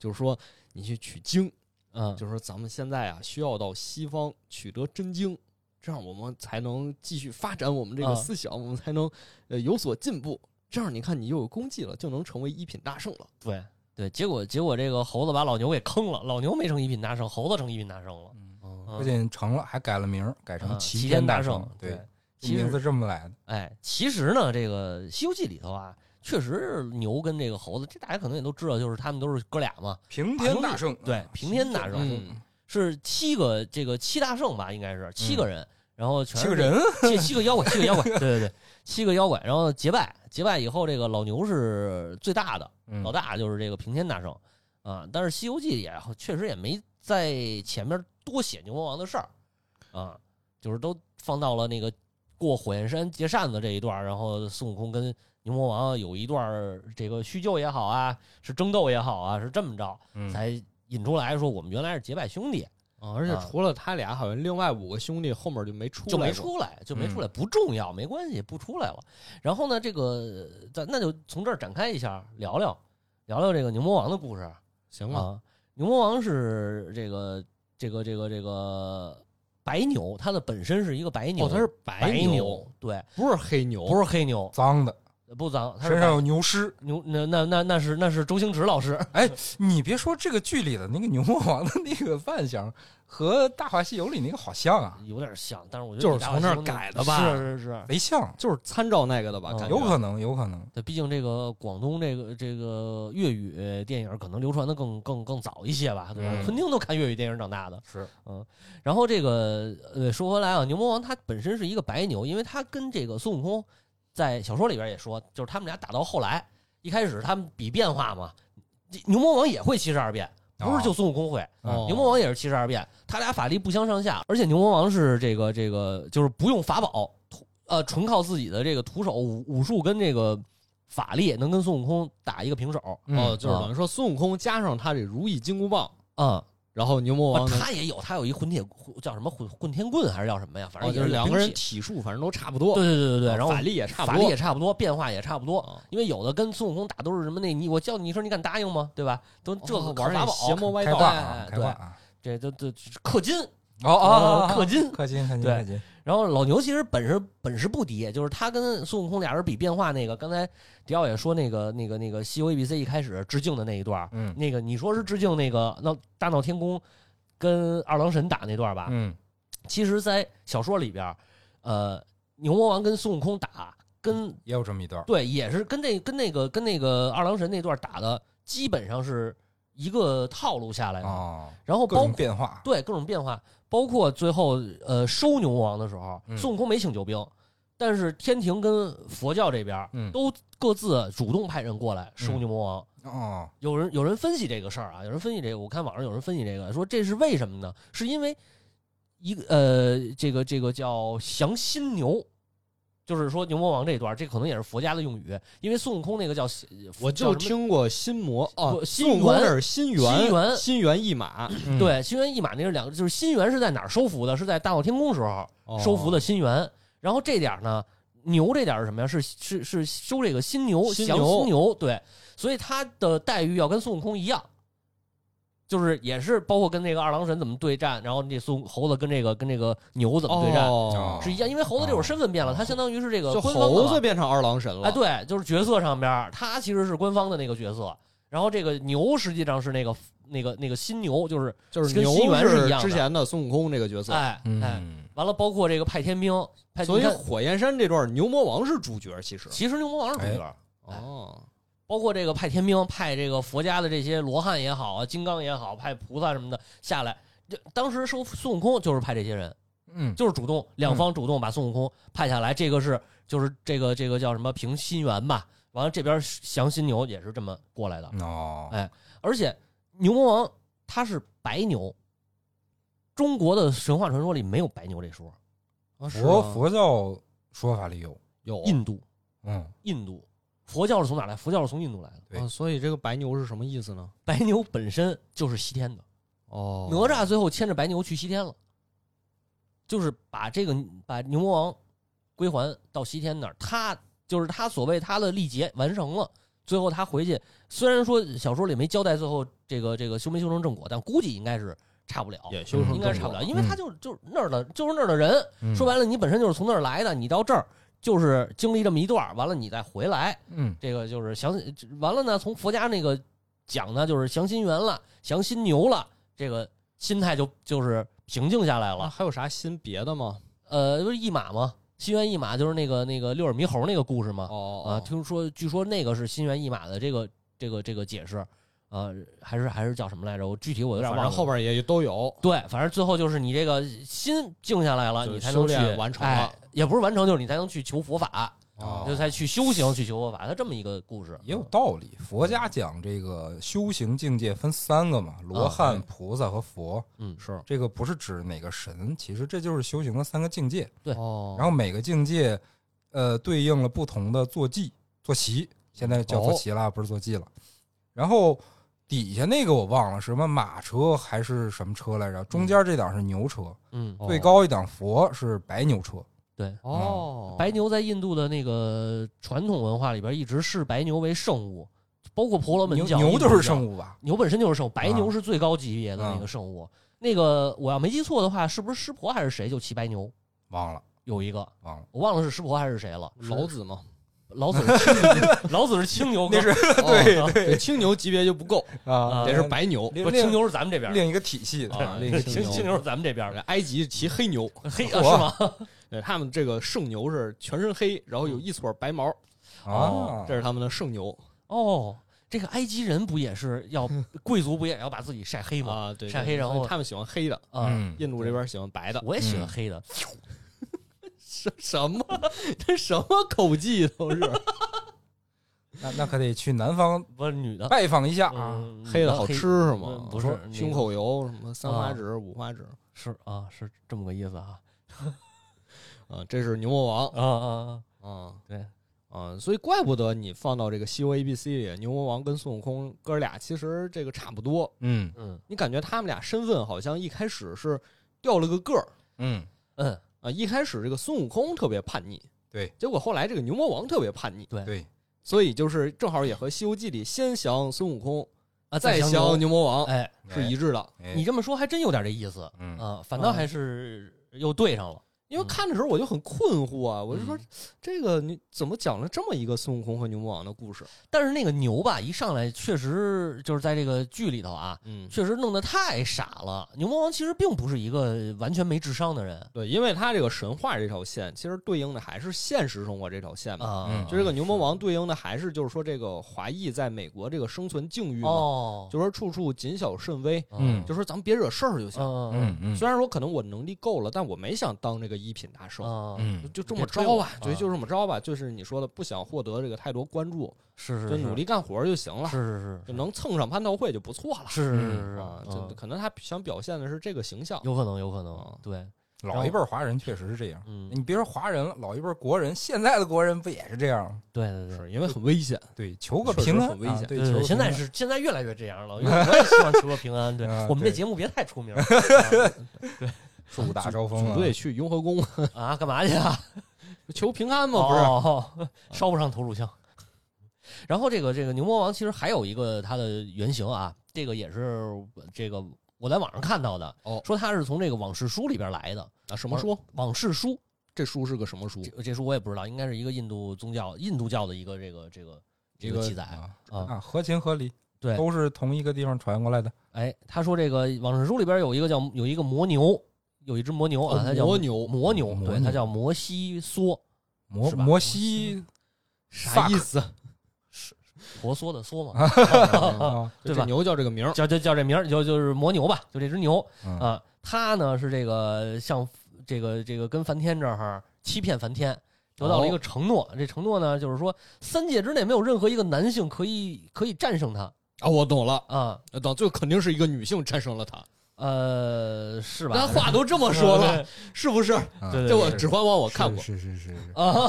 Speaker 3: 就是说，你去取经，
Speaker 2: 嗯
Speaker 3: 就是说咱们现在啊，需要到西方取得真经，这样我们才能继续发展我们这
Speaker 2: 啊
Speaker 3: 个思想，我们才能呃有所进步。这样你看，你又有功绩了，就能成为一品大圣了。
Speaker 2: 对对，结果结果这个猴子把老牛给坑了，老牛没成一品大圣，猴子成一品大圣了。
Speaker 3: 嗯，
Speaker 2: 嗯
Speaker 4: 不仅成了，还改了名儿，改
Speaker 2: 啊
Speaker 4: 成
Speaker 2: 齐
Speaker 4: 天
Speaker 2: 大
Speaker 4: 圣。对，，
Speaker 2: 其
Speaker 4: 名字
Speaker 2: 实
Speaker 4: 这么来的。
Speaker 2: 哎，其实呢，这个《西游记》里头啊，确实是牛跟这个猴子，这大家可能也都知道，就是他们都是哥俩嘛，
Speaker 4: 平天大圣，
Speaker 2: 对平天大圣
Speaker 4: 嗯
Speaker 2: 是七个这个七大圣吧，应该是七个人，然后全是
Speaker 4: 七个人，
Speaker 2: 七七个妖怪，七个妖 怪，对对对，七个妖怪，然后结拜，结拜以后，这个老牛是最大的，
Speaker 4: 嗯
Speaker 2: 老大就是这个平天大圣啊。但是《西游记》也确实也没在前面多写牛魔王的事儿啊，就是都放到了那个过火焰山结扇子这一段儿，然后孙悟空跟牛魔王有一段儿这个叙旧也好啊，是争斗也好啊，是这么着
Speaker 4: 嗯
Speaker 2: 才引出来说我们原来是结拜兄弟，
Speaker 3: 啊，而且
Speaker 2: 啊
Speaker 3: 除了他俩，好像另外五个兄弟后面就没出来
Speaker 2: 就没
Speaker 3: 过。
Speaker 2: 出来，就没
Speaker 4: 嗯
Speaker 2: 出来，不重要，没关系，不出来了。然后呢，这个呃咱那就从这儿展开一下，聊聊聊聊这个牛魔王的故事。啊
Speaker 3: 行吧，
Speaker 2: 啊，牛魔王是这个这个这个这个白牛，它的本身是一个白牛，
Speaker 3: 哦，它是
Speaker 2: 白
Speaker 3: 白
Speaker 2: 牛，对，
Speaker 3: 不是黑牛，
Speaker 2: 不是黑牛，
Speaker 4: 脏的，
Speaker 2: 不脏，它是
Speaker 4: 身
Speaker 2: 白
Speaker 4: 上有牛虱。
Speaker 2: 牛，那那那那是那是周星驰老师，
Speaker 4: 哎，你别说这个剧里的那个牛魔王的那个扮相和《大话西游》里那个好像啊，
Speaker 2: 有点像，但是我觉得
Speaker 3: 就是
Speaker 2: 李大话
Speaker 3: 从那儿
Speaker 2: 西游那
Speaker 3: 改的吧
Speaker 2: 是是是，
Speaker 4: 贼像，
Speaker 3: 就是参照那个的吧？
Speaker 2: 嗯
Speaker 3: 感觉
Speaker 4: 有可能，有可能。
Speaker 2: 对，毕竟这个广东这个这个粤语电影可能流传的更更更早一些吧，对吧？
Speaker 4: 嗯
Speaker 2: 昆汀都看粤语电影长大的，
Speaker 4: 是，
Speaker 2: 嗯。然后这个呃，说回来啊，牛魔王他本身是一个白牛，因为他跟这个孙悟空在小说里边也说，就是他们俩打到后来，一开始他们比变化嘛，牛魔王也会七十二变，不是就孙悟空会，
Speaker 3: 哦
Speaker 2: 牛魔王也是七十二变，他俩法力不相上下，而且牛魔王是这个这个就是不用法宝，徒呃纯靠自己的这个徒手武武术跟这个法力能跟孙悟空打一个平手
Speaker 4: 嗯
Speaker 3: 哦，就是等于说孙悟空加上他这如意金箍棒，
Speaker 2: 啊、
Speaker 3: 然后牛
Speaker 2: 嗯
Speaker 3: 魔王呢，
Speaker 2: 他也有他有一混铁叫什么混混天棍还是叫什么呀？反正
Speaker 3: 哦，
Speaker 2: 也
Speaker 3: 就是两个人
Speaker 2: 兵器
Speaker 3: 体术反正都差不多，
Speaker 2: 对对对对对，
Speaker 3: 哦
Speaker 2: 然后
Speaker 3: 法力也差不
Speaker 2: 法
Speaker 3: 多，
Speaker 2: 力也差不多，变化也差不多。
Speaker 3: 啊
Speaker 2: 因为有的跟孙悟空打都是什么那你我叫你一声你敢答应吗？对吧？都这
Speaker 3: 哦
Speaker 2: 个玩
Speaker 3: 玩
Speaker 2: 法
Speaker 3: 那
Speaker 2: 宝，
Speaker 3: 邪魔歪
Speaker 4: 开
Speaker 3: 道
Speaker 4: 挂啊
Speaker 2: 哎，
Speaker 4: 开挂啊！
Speaker 2: 这都都氪金
Speaker 4: 哦哦，
Speaker 2: 氪金
Speaker 4: 氪金，氪金，
Speaker 2: 对
Speaker 4: 氪金。
Speaker 2: 然后老牛其实本事本事不低，就是他跟孙悟空俩人比变化那个，刚才迪奥也说那个那个那个《西游 A B C》一开始致敬的那一段，
Speaker 4: 嗯
Speaker 2: 那个你说是致敬那个闹大闹天宫跟二郎神打那段吧？
Speaker 4: 嗯，
Speaker 2: 其实，在小说里边，呃，牛魔王跟孙悟空打，跟
Speaker 4: 也有这么一段儿。
Speaker 2: 对也是跟这跟那个跟那个二郎神那段打的，基本上是一个套路下来的。
Speaker 4: 哦，
Speaker 2: 然后
Speaker 4: 各
Speaker 2: 包
Speaker 4: 种变化。
Speaker 2: 对各种变化，包括最后呃收牛王的时候，
Speaker 4: 嗯
Speaker 2: 孙悟空没请救兵，但是天庭跟佛教这边儿
Speaker 4: 嗯
Speaker 2: 都各自主动派人过来收
Speaker 4: 嗯
Speaker 2: 牛魔王。
Speaker 4: 哦，
Speaker 2: 有人有人分析这个事儿啊，有人分析这个，我看网上有人分析这个，说这是为什么呢？是因为一个呃，这个这个叫降心牛。就是说牛魔王这段，这可能也是佛家的用语，因为孙悟空那个叫
Speaker 3: 我
Speaker 2: 叫
Speaker 3: 就
Speaker 2: 什么
Speaker 3: 听过心魔哦
Speaker 2: 不，心
Speaker 3: 孙悟空
Speaker 2: 猿
Speaker 3: 那是心
Speaker 2: 心
Speaker 3: 猿，
Speaker 2: 猿
Speaker 3: 心猿意马
Speaker 4: 嗯，
Speaker 2: 对心猿意马那是两个，就是心猿是在哪儿收服的？是在大闹天宫时候，收服
Speaker 3: 的
Speaker 2: 的心猿。然后这点儿呢，牛这点儿是什么呀？是是是收这个新牛，
Speaker 3: 新
Speaker 2: 降
Speaker 3: 牛
Speaker 2: 新牛，对，所以他的待遇要跟孙悟空一样，就是也是包括跟那个二郎神怎么对战，然后这孙悟猴子跟这个跟这个牛怎么对战、
Speaker 3: 哦，
Speaker 2: 是一样，因为猴子这种身份变了，
Speaker 4: 哦
Speaker 2: 他相当于是这个
Speaker 3: 就
Speaker 2: 官方的
Speaker 3: 猴
Speaker 2: 嘛
Speaker 3: 子变成二郎神了，
Speaker 2: 哎，对，就是角色上边儿，他其实是官方的那个角色。然后这个牛实际上是那个那个那个新牛，就是
Speaker 3: 就是
Speaker 2: 跟
Speaker 3: 牛
Speaker 2: 心猿是一样的
Speaker 3: 之前的孙悟空这个角色，
Speaker 2: 哎哎，
Speaker 4: 嗯，
Speaker 2: 完了包括这个派天兵，派
Speaker 3: 所以
Speaker 2: 你看
Speaker 3: 火焰山这段牛魔王是主角，其实
Speaker 2: 其实牛魔王是主角，哎
Speaker 3: 哦，
Speaker 2: 包括这个派天兵、派这个佛家的这些罗汉也好啊、金刚也好，派菩萨什么的下来。这当时收孙悟空就是派这些人，
Speaker 4: 嗯，
Speaker 2: 就是主动两方主动把孙悟空派下来。这个是就是这个这个叫什么平心猿吧？完了这边降心牛也是这么过来的，
Speaker 4: 哦
Speaker 2: 哎，而且牛魔王他是白牛，中国的神话传说里没有白牛这说，
Speaker 3: 啊是
Speaker 4: 佛
Speaker 3: 吗
Speaker 4: 佛教说法里有。
Speaker 3: 有啊
Speaker 2: 印度
Speaker 4: 嗯，
Speaker 2: 印度佛教是从哪来？佛教是从印度来的。
Speaker 4: 对
Speaker 3: 啊，所以这个白牛是什么意思呢？
Speaker 2: 白牛本身就是西天的。
Speaker 3: 哦，
Speaker 2: 哪吒最后牵着白牛去西天了，就是把这个把牛魔王归还到西天那儿，他就是他所谓他的历劫完成了。最后他回去，虽然说小说里没交代最后这个这个修没修成正果，但估计应该是差不了，
Speaker 3: 也修成嗯
Speaker 2: 应该是差不了，因为他就就是那儿的，就是那儿的人。
Speaker 4: 嗯
Speaker 2: 说，白了，你本身就是从那儿来的，你到这儿就是经历这么一段儿，完了你再回来，
Speaker 4: 嗯
Speaker 2: 这个就是降完了呢，从佛家那个讲呢，就是降心猿了，降心牛了，这个心态就就是平静下来
Speaker 3: 那
Speaker 2: 了。
Speaker 3: 啊还有啥新别的吗？
Speaker 2: 呃，就是一马嘛，心猿意马就是那个那个六耳猕猴那个故事嘛。
Speaker 3: 哦
Speaker 2: 啊，听说据说那个是心猿意马的这个这个这个解释，呃，还是还是叫什么来着？我具体我有点
Speaker 3: 反
Speaker 2: 忘
Speaker 3: 正
Speaker 2: 了。
Speaker 3: 后边也都有，
Speaker 2: 对，反正最后就是你这个心静下来了，
Speaker 3: 就是
Speaker 2: 你才能
Speaker 3: 修
Speaker 2: 去
Speaker 3: 炼完成了
Speaker 2: 哎，也不是完成，就是你才能去求佛法，
Speaker 4: 哦
Speaker 2: 就才去修行去求佛法，它这么一个故事。
Speaker 4: 也有道理。佛家讲这个修行境界分三个嘛，罗
Speaker 2: 啊
Speaker 4: 汉、
Speaker 2: 哎
Speaker 4: 菩萨和佛。
Speaker 2: 嗯
Speaker 3: 是
Speaker 4: 这个不是指哪个神，其实这就是修行的三个境界。
Speaker 2: 对
Speaker 3: 哦，
Speaker 4: 然后每个境界，呃，对应了不同的坐骑、坐骑，现在
Speaker 2: 哦
Speaker 4: 叫坐骑了，不是坐骑了。然后底下那个我忘了是什么马车还是什么车来着，中间这档是牛车，
Speaker 2: 嗯，
Speaker 3: 哦
Speaker 4: 最高一档佛是白牛车。
Speaker 2: 对，
Speaker 3: 哦，
Speaker 2: 嗯白牛在印度的那个传统文化里边，一直视白牛为圣物，哦包括婆罗门
Speaker 4: 牛
Speaker 2: 教。
Speaker 4: 牛就是圣
Speaker 2: 物，
Speaker 4: 物吧？
Speaker 2: 牛本身就是圣物，白
Speaker 4: 啊
Speaker 2: 牛是最高级别的那个圣物。那个我要没记错的话，是不是师婆还是谁就骑白牛
Speaker 4: 忘了
Speaker 2: 有一个，
Speaker 4: 忘了，
Speaker 2: 我忘了是师婆还是谁了。
Speaker 3: 老子嘛，
Speaker 2: 老子是青牛，老子是青牛哥，
Speaker 4: 那是
Speaker 2: 嗯 对
Speaker 3: 哦对对，青牛级别就不够，
Speaker 2: 啊
Speaker 3: 得是白牛。
Speaker 4: 另
Speaker 2: 不青牛是咱们这边
Speaker 4: 另一个体系的
Speaker 2: 啊，
Speaker 4: 另一个体
Speaker 2: 青
Speaker 4: 系
Speaker 3: 牛
Speaker 2: 青牛是咱们这边的，
Speaker 3: 呃埃及骑黑牛，
Speaker 2: 嘿啊是 吗？
Speaker 3: 对他们这个圣牛是全身黑，然后有一撮白毛，
Speaker 2: 嗯
Speaker 4: 啊，
Speaker 3: 这是他们的圣牛
Speaker 2: 哦，这个埃及人不也是 要贵族不也要把自己晒黑吗？
Speaker 3: 啊，对，
Speaker 2: 晒
Speaker 3: 对
Speaker 2: 黑然后
Speaker 3: 所以他们喜欢黑的，
Speaker 2: 啊，
Speaker 4: 嗯
Speaker 3: 印度这边喜欢白的，
Speaker 2: 我也喜欢黑的，
Speaker 3: 什什么这什么口技都 是
Speaker 4: 那那可得去南方
Speaker 2: 不是女的，
Speaker 4: 拜访一下啊。
Speaker 2: 嗯
Speaker 3: 黑的好吃是吗
Speaker 2: 嗯？不是
Speaker 3: 说
Speaker 2: 那
Speaker 3: 胸
Speaker 2: 个啊
Speaker 3: 口油什么三花趾、五花趾
Speaker 2: 是啊，是这么个意思啊
Speaker 3: 啊，这是牛魔王
Speaker 2: 啊啊
Speaker 3: 啊，
Speaker 2: 对
Speaker 3: 啊，所以怪不得你放到这个西游 A B C 里，牛魔王跟孙悟空哥俩其实这个差不多，
Speaker 4: 嗯
Speaker 2: 嗯
Speaker 3: 你感觉他们俩身份好像一开始是掉了个个儿。
Speaker 4: 嗯，
Speaker 2: 嗯，
Speaker 3: 啊，一开始这个孙悟空特别叛逆，
Speaker 4: 对，
Speaker 3: 结果后来这个牛魔王特别叛逆，
Speaker 4: 对，
Speaker 3: 所以就是正好也和《西游记》里先降孙悟空，
Speaker 2: 啊
Speaker 3: 再
Speaker 2: 降
Speaker 3: 降牛魔王、
Speaker 2: 哎，
Speaker 3: 是一致的。
Speaker 4: 哎
Speaker 2: 你这么说还真有点这意思
Speaker 4: 嗯
Speaker 2: 啊，反倒还是又对上了，
Speaker 3: 因为
Speaker 2: 嗯
Speaker 3: 看的时候我就很困惑啊，我就说
Speaker 2: 嗯
Speaker 3: 这个你怎么讲了这么一个孙悟空和牛魔王的故事？
Speaker 2: 但是那个牛吧，一上来确实就是在这个剧里头啊，
Speaker 3: 嗯，
Speaker 2: 确实弄得太傻了。牛魔王其实并不是一个完全没智商的人
Speaker 3: 对，因为他这个神话这条线，其实对应的还是现实生活这条线嘛。
Speaker 2: 啊，
Speaker 4: 嗯
Speaker 3: 就这个牛魔王对应的还是就是说这个华裔在美国这个生存境遇嘛，
Speaker 2: 哦，
Speaker 3: 就说处处谨小慎微，
Speaker 4: 嗯
Speaker 3: 就说咱们别惹事儿就行。
Speaker 2: 嗯
Speaker 4: 嗯嗯
Speaker 3: 虽然说可能我能力够了，但我没想当这个一品大圣，
Speaker 2: 嗯嗯，
Speaker 4: 嗯
Speaker 3: 就就这
Speaker 2: 别
Speaker 3: 么
Speaker 2: 吹
Speaker 3: 着
Speaker 2: 我
Speaker 3: 吧，对，
Speaker 2: 啊
Speaker 3: 就这么着吧。就是你说的，不想获得这个太多关注，
Speaker 2: 是是
Speaker 3: 就努力干活儿就行了
Speaker 2: 是，是
Speaker 3: 就能蹭上蟠桃会就不错了。
Speaker 2: 是是是是
Speaker 3: 啊，
Speaker 2: 嗯
Speaker 3: 就可能他想表现的是这个形象。
Speaker 2: 有可能有可能
Speaker 3: 啊
Speaker 2: 对，
Speaker 4: 老一辈儿华人确实是这样。
Speaker 2: 嗯
Speaker 4: 你别说华人了，老一辈儿国人，现在的国人不也是这样吗？
Speaker 2: 对对对。
Speaker 3: 是因为很危险，
Speaker 4: 对，求个
Speaker 3: 确实
Speaker 4: 平安啊，
Speaker 3: 很危险
Speaker 2: 对
Speaker 4: 对，求
Speaker 2: 对
Speaker 4: 个
Speaker 2: 对，嗯现在
Speaker 4: 平安
Speaker 2: 是现在越来越这样了，因为我也希望求个平安。对
Speaker 4: 啊
Speaker 2: 我们这
Speaker 4: 对
Speaker 2: 节目别太出名
Speaker 4: 树大招风
Speaker 3: 组
Speaker 2: 嗯
Speaker 4: 啊。
Speaker 3: 队去雍和宫
Speaker 2: 啊，干嘛去啊？
Speaker 3: 求平安嘛，不是？
Speaker 2: 哦，烧不上头颅枪。然后这个这个牛魔王其实还有一个他的原型啊，这个也是这个我在网上看到的，
Speaker 3: 哦
Speaker 2: 说他是从这个往事书里边来的。
Speaker 3: 啊，什么书？
Speaker 2: 往事书
Speaker 3: 这书是个什么书
Speaker 2: 这？这书我也不知道，应该是一个印度宗教印度教的一个这个这个一
Speaker 3: 一个
Speaker 2: 记载
Speaker 4: 啊
Speaker 2: 啊。
Speaker 4: 啊，合情合理，
Speaker 2: 对
Speaker 4: 都是同一个地方传过来的。
Speaker 2: 哎，他说这个往事书里边有一个叫有一个魔牛，有一只魔牛啊，
Speaker 3: 哦
Speaker 2: 它叫
Speaker 3: 魔牛
Speaker 2: 魔牛，
Speaker 4: 魔
Speaker 2: 对，
Speaker 4: 牛
Speaker 2: 它叫摩西梭，
Speaker 4: 摩
Speaker 2: 是吧
Speaker 4: 摩西
Speaker 3: 啥意思？啊
Speaker 2: 婆娑的娑嘛，
Speaker 4: 啊，
Speaker 2: 对
Speaker 3: 就
Speaker 2: 吧
Speaker 3: 这牛叫这个名儿，
Speaker 2: 叫叫叫这名儿，就就是魔牛吧，就这只牛。
Speaker 4: 嗯
Speaker 2: 啊，他呢是这个像这个这个跟梵天这儿欺骗梵天，得到了
Speaker 3: 哦
Speaker 2: 一个承诺。这承诺呢，就是说三界之内没有任何一个男性可以可以战胜他
Speaker 3: 啊，我懂了，
Speaker 2: 啊，
Speaker 3: 到最后肯定是一个女性战胜了他。
Speaker 2: 呃，是吧？
Speaker 3: 那话都这么说了，是不是？
Speaker 4: 啊
Speaker 2: 对对
Speaker 3: 这我
Speaker 2: 对
Speaker 3: 《指环王》我看过
Speaker 4: 是是是 是，
Speaker 2: 啊，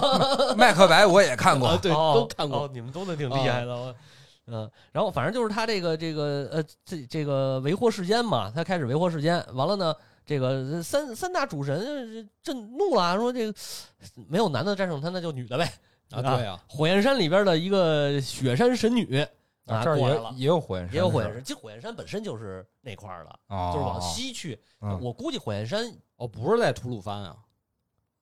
Speaker 4: 是麦克白我也看过
Speaker 3: 啊，，对，
Speaker 2: 哦
Speaker 3: 都看过
Speaker 2: 哦，你们都能挺厉害的。我嗯，然后反正就是他这个这个呃，这这个为祸世间嘛，他开始为祸世间，完了呢，这个三三大主神震怒了，说这个没有男的战胜他，那就女的呗。
Speaker 3: 啊，对啊，
Speaker 2: 火焰山里边的一个雪山神女啊，
Speaker 4: 这儿
Speaker 2: 过来
Speaker 4: 也
Speaker 2: 了，
Speaker 4: 也有火焰山的事儿，
Speaker 2: 也有火焰山。其实火焰山本身就是那块儿了，
Speaker 4: 啊，
Speaker 2: 就是往西去。
Speaker 4: 嗯
Speaker 2: 我估计火焰山，
Speaker 3: 哦，不是在吐鲁番啊，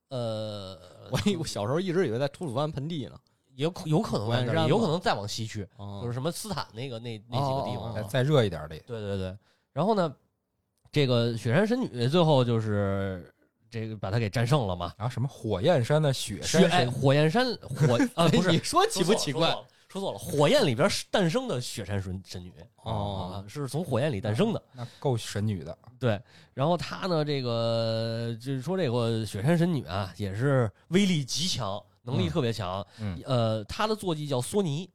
Speaker 2: 呃，
Speaker 3: 我以我小时候一直以为在吐鲁番盆地呢。
Speaker 2: 有可有可能
Speaker 3: 火焰
Speaker 2: 在那
Speaker 3: 山
Speaker 2: 儿，
Speaker 3: 嘛
Speaker 2: 有可能再往西去，
Speaker 3: 哦
Speaker 2: 就是什么斯坦那个那那几个地
Speaker 3: 哦
Speaker 2: 方
Speaker 4: 再
Speaker 2: 啊。
Speaker 4: 再热一点儿的，
Speaker 2: 对对对，然后呢，这个雪山神女最后就是这个把他给战胜了嘛。
Speaker 4: 然后什么火焰山的雪
Speaker 2: 雪
Speaker 4: 山
Speaker 2: 哎，
Speaker 4: 神
Speaker 2: 火焰山火啊，不是
Speaker 3: 哎你说奇不奇？
Speaker 2: 说
Speaker 3: 怪
Speaker 2: 错？了说错了，火焰里边诞生的雪山神神女啊
Speaker 3: 哦，，
Speaker 2: 是从火焰里诞生的。
Speaker 4: 那够神女的，
Speaker 2: 对，然后他呢，这个就是说这个雪山神女啊，也是威力极强，能力
Speaker 4: 嗯
Speaker 2: 特别强。
Speaker 4: 嗯，
Speaker 2: 呃，她的坐骑叫索尼，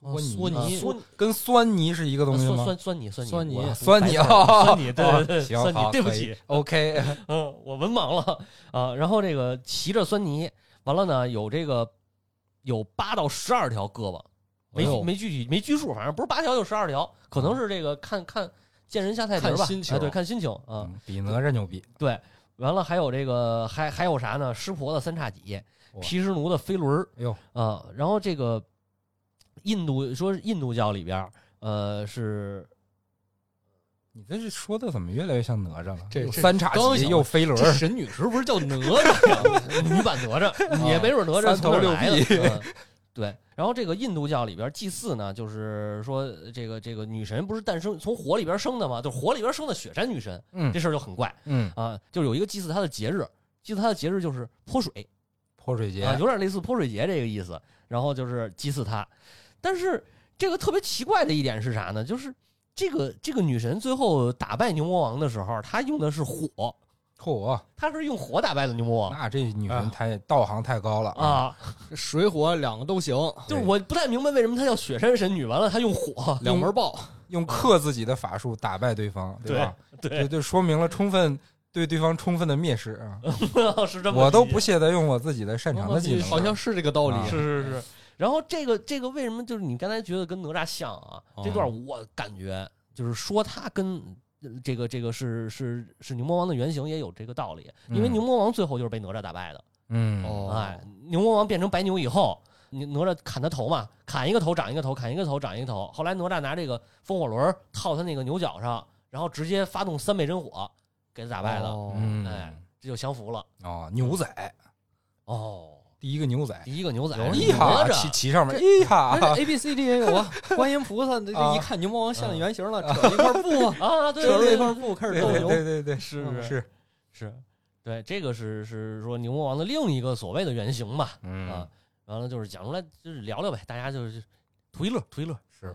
Speaker 2: 啊
Speaker 3: 哦索
Speaker 4: 索尼
Speaker 3: 尼
Speaker 2: 索尼啊
Speaker 4: 跟酸泥是一个东西
Speaker 2: 呃酸
Speaker 4: 吗
Speaker 2: 酸？酸泥，酸泥，
Speaker 3: 酸泥
Speaker 2: 我
Speaker 4: 酸泥
Speaker 2: 白字
Speaker 4: 哦
Speaker 2: 儿酸泥，对啊 对对，
Speaker 4: 行
Speaker 2: 酸泥，
Speaker 4: 好
Speaker 2: 对不
Speaker 4: 可以
Speaker 2: 起，
Speaker 4: OK，
Speaker 2: 嗯，我文盲了啊。然后这个骑着酸泥，完了呢，有这个有八到十二条胳膊，没
Speaker 3: 哎呦
Speaker 2: 没具体没拘束，反正不是八条就十二条，可能是这个看看见人下菜碟儿吧，
Speaker 3: 看心情
Speaker 2: 哎对，看心情啊。
Speaker 4: 嗯比哪吒牛逼，
Speaker 2: 对，完了还有这个还还有啥呢？湿婆的三叉戟，
Speaker 4: 哇
Speaker 2: 毗湿奴的飞轮儿
Speaker 4: 哎呦，
Speaker 2: 啊、然后这个印度说是印度教里边儿呃是
Speaker 4: 你这是说的怎么越来越像哪吒了？
Speaker 3: 这
Speaker 4: 有
Speaker 3: 这
Speaker 4: 三叉
Speaker 2: 刚
Speaker 4: 戟
Speaker 2: 想
Speaker 4: 又飞轮
Speaker 3: 这，神女是不是叫哪 吒？
Speaker 2: 女版哪吒， 也没准哪吒
Speaker 4: 三
Speaker 2: 从这
Speaker 4: 头
Speaker 2: 儿来
Speaker 4: 六
Speaker 2: 的。嗯对，然后这个印度教里边祭祀呢，就是说这个这个女神不是诞生从火里边生的吗？就是火里边生的雪山女神，
Speaker 4: 嗯
Speaker 2: 这事儿就很怪
Speaker 4: 嗯，
Speaker 2: 啊。就是有一个祭祀她的节日，祭祀她的节日就是泼水
Speaker 4: 泼水节
Speaker 2: 啊，有点类似泼水节这个意思。然后就是祭祀她，但是这个特别奇怪的一点是啥呢？就是这个这个女神最后打败牛魔王的时候，她用的是火，
Speaker 4: 嚯，
Speaker 2: 她是用火打败的牛魔王
Speaker 4: 那这女
Speaker 3: 啊
Speaker 4: 神太道行太高了！
Speaker 2: 啊。
Speaker 3: 水火两个都行，
Speaker 2: 就是
Speaker 4: 对
Speaker 2: 我不太明白为什么她叫雪山神女，完了她用火，
Speaker 3: 两门爆。
Speaker 4: 用克自己的法术打败对方，吧？
Speaker 2: 对
Speaker 4: 这，就说明了充分对对方充分的蔑视啊！
Speaker 2: 是这么理解，
Speaker 4: 我都不屑得用我自己的擅长的技能，
Speaker 3: 好像是这个道理。
Speaker 4: 啊
Speaker 2: 嗯是是是。然后这个这个为什么就是你刚才觉得跟哪吒像啊？
Speaker 3: 哦
Speaker 2: 这段我感觉就是说他跟呃这个这个是是是牛魔王的原型也有这个道理，
Speaker 4: 嗯
Speaker 2: 因为牛魔王最后就是被哪吒打败的。
Speaker 4: 嗯，
Speaker 3: 哦，
Speaker 2: 哎，牛魔王变成白牛以后。你哪吒砍他头嘛，砍一个头长一个头，砍一个头长一个头。后来哪吒拿这个风火轮儿套他那个牛角上，然后直接发动三昧真火，给他打败了。
Speaker 3: 哦
Speaker 4: 嗯
Speaker 2: 哎这就降服了。
Speaker 4: 哦，牛仔
Speaker 2: 哦，
Speaker 4: 第一个牛仔，
Speaker 2: 第一个牛仔，
Speaker 4: 一
Speaker 2: 哪
Speaker 4: 哈哎骑
Speaker 2: 吒，
Speaker 4: 骑上面，哎
Speaker 3: 这
Speaker 4: 一哈
Speaker 3: 但是哎 A B C D 也有啊，观音菩萨这这
Speaker 4: 啊
Speaker 3: 一看牛魔王像原型了，扯了一块布 啊，
Speaker 2: 啊，对
Speaker 3: 扯
Speaker 2: 对
Speaker 3: 了
Speaker 2: 对
Speaker 3: 一块布开始
Speaker 4: 对
Speaker 3: 斗
Speaker 4: 对
Speaker 3: 牛。
Speaker 4: 对对对，是
Speaker 2: 是
Speaker 4: 是，
Speaker 2: 是，对，这个是是说牛魔王的另一个所谓的原型吧，
Speaker 4: 嗯
Speaker 2: 啊，，完了就是讲出来就是聊聊呗，大家就是图一乐，图一乐，
Speaker 4: 是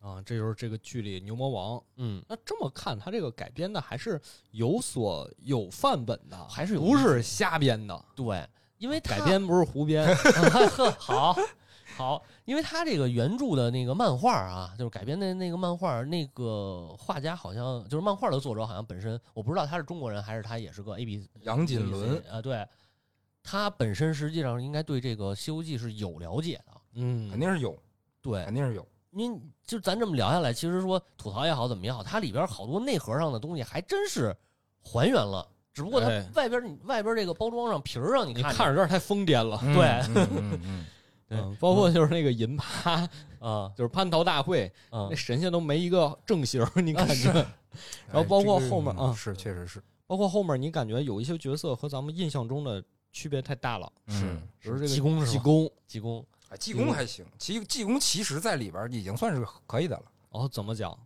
Speaker 3: 啊，这就是这个剧里牛魔王。
Speaker 2: 嗯，
Speaker 3: 那这么看，他这个改编的还是有所有范本的，
Speaker 2: 还是有
Speaker 3: 不是瞎编的？
Speaker 2: 对，因为他
Speaker 3: 改编不是胡编，
Speaker 2: 呵，好好，因为他这个原著的那个漫画啊，就是改编的那个漫画，那个画家好像就是漫画的作者，好像本身我不知道他是中国人还是他也是个 A B
Speaker 4: 杨锦纶，
Speaker 2: 啊，对，他本身实际上应该对这个《西游记》是有了解的，
Speaker 3: 嗯，
Speaker 4: 肯定是有，
Speaker 2: 对，
Speaker 4: 肯定是有，
Speaker 2: 您就咱这么聊下来，其实说吐槽也好，怎么也好，它里边好多内核上的东西还真是还原了，只不过它
Speaker 3: 哎
Speaker 2: 外边、你外边这个包装上皮儿上你
Speaker 3: 你
Speaker 2: 看
Speaker 3: 看着有点太疯癫了。
Speaker 4: 嗯
Speaker 2: 对
Speaker 4: 嗯嗯嗯
Speaker 2: 对
Speaker 3: 嗯，包括就是那个银趴，
Speaker 2: 啊
Speaker 3: 就是蟠桃大会，
Speaker 2: 啊
Speaker 3: 那神仙都没一个正形儿， 你
Speaker 2: 啊
Speaker 3: 感
Speaker 2: 是
Speaker 3: 觉？然后
Speaker 4: 哎
Speaker 3: 包括
Speaker 4: 这个
Speaker 3: 后面
Speaker 4: 嗯
Speaker 3: 啊
Speaker 4: 是确实是，
Speaker 3: 包括后面你感觉有一些角色和咱们印象中的区别太大了，
Speaker 4: 嗯
Speaker 3: 比如这个
Speaker 2: 济公是吧
Speaker 3: 济公
Speaker 2: 济公
Speaker 4: 啊济公还行，济济公其实在里边儿已经算是可以的了。
Speaker 3: 哦，怎么讲？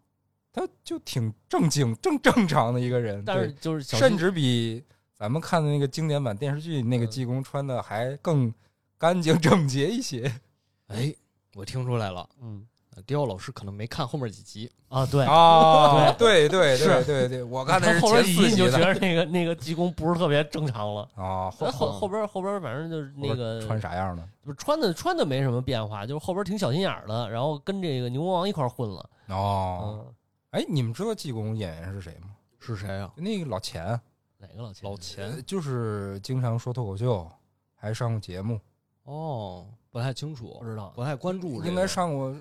Speaker 4: 他就挺正经、正正常的一个人，
Speaker 2: 但是
Speaker 4: 嗯对
Speaker 2: 就是小
Speaker 4: 甚
Speaker 2: 心
Speaker 4: 至比咱们看的那个经典版电视剧那个
Speaker 2: 嗯
Speaker 4: 济公穿的还更干净 整洁一些
Speaker 3: 哎，我听出来了，呃
Speaker 2: 嗯
Speaker 3: 迪奥老师可能没看后面几集，
Speaker 2: 啊对，
Speaker 4: 啊！对对对对对，我看的
Speaker 2: 他
Speaker 4: 是
Speaker 2: 后边
Speaker 4: 前
Speaker 2: 一
Speaker 4: 四
Speaker 2: 你
Speaker 4: 集
Speaker 2: 就觉
Speaker 4: 的
Speaker 2: 得那个那个济公不是特别正常 了。
Speaker 4: 啊，后
Speaker 2: 咱后
Speaker 3: 后
Speaker 2: 后边后边反正就是 那个
Speaker 4: 穿啥样呢？
Speaker 2: 不是穿的穿的没什么变化，就是后边挺小心眼儿的，然后跟这个牛魔王一块儿混了。
Speaker 4: 哦，
Speaker 2: 嗯，
Speaker 4: 哎，你们知道济公演员是谁吗？
Speaker 3: 是谁啊？
Speaker 4: 那个老钱，
Speaker 2: 哪个老钱？
Speaker 3: 老
Speaker 4: 呃
Speaker 3: 钱
Speaker 2: 嗯
Speaker 4: 就是经常说脱口秀，还上过节目，
Speaker 3: 哦，不太清
Speaker 2: 不
Speaker 3: 楚，
Speaker 2: 知道，
Speaker 3: 不太关注这个，
Speaker 4: 应该上过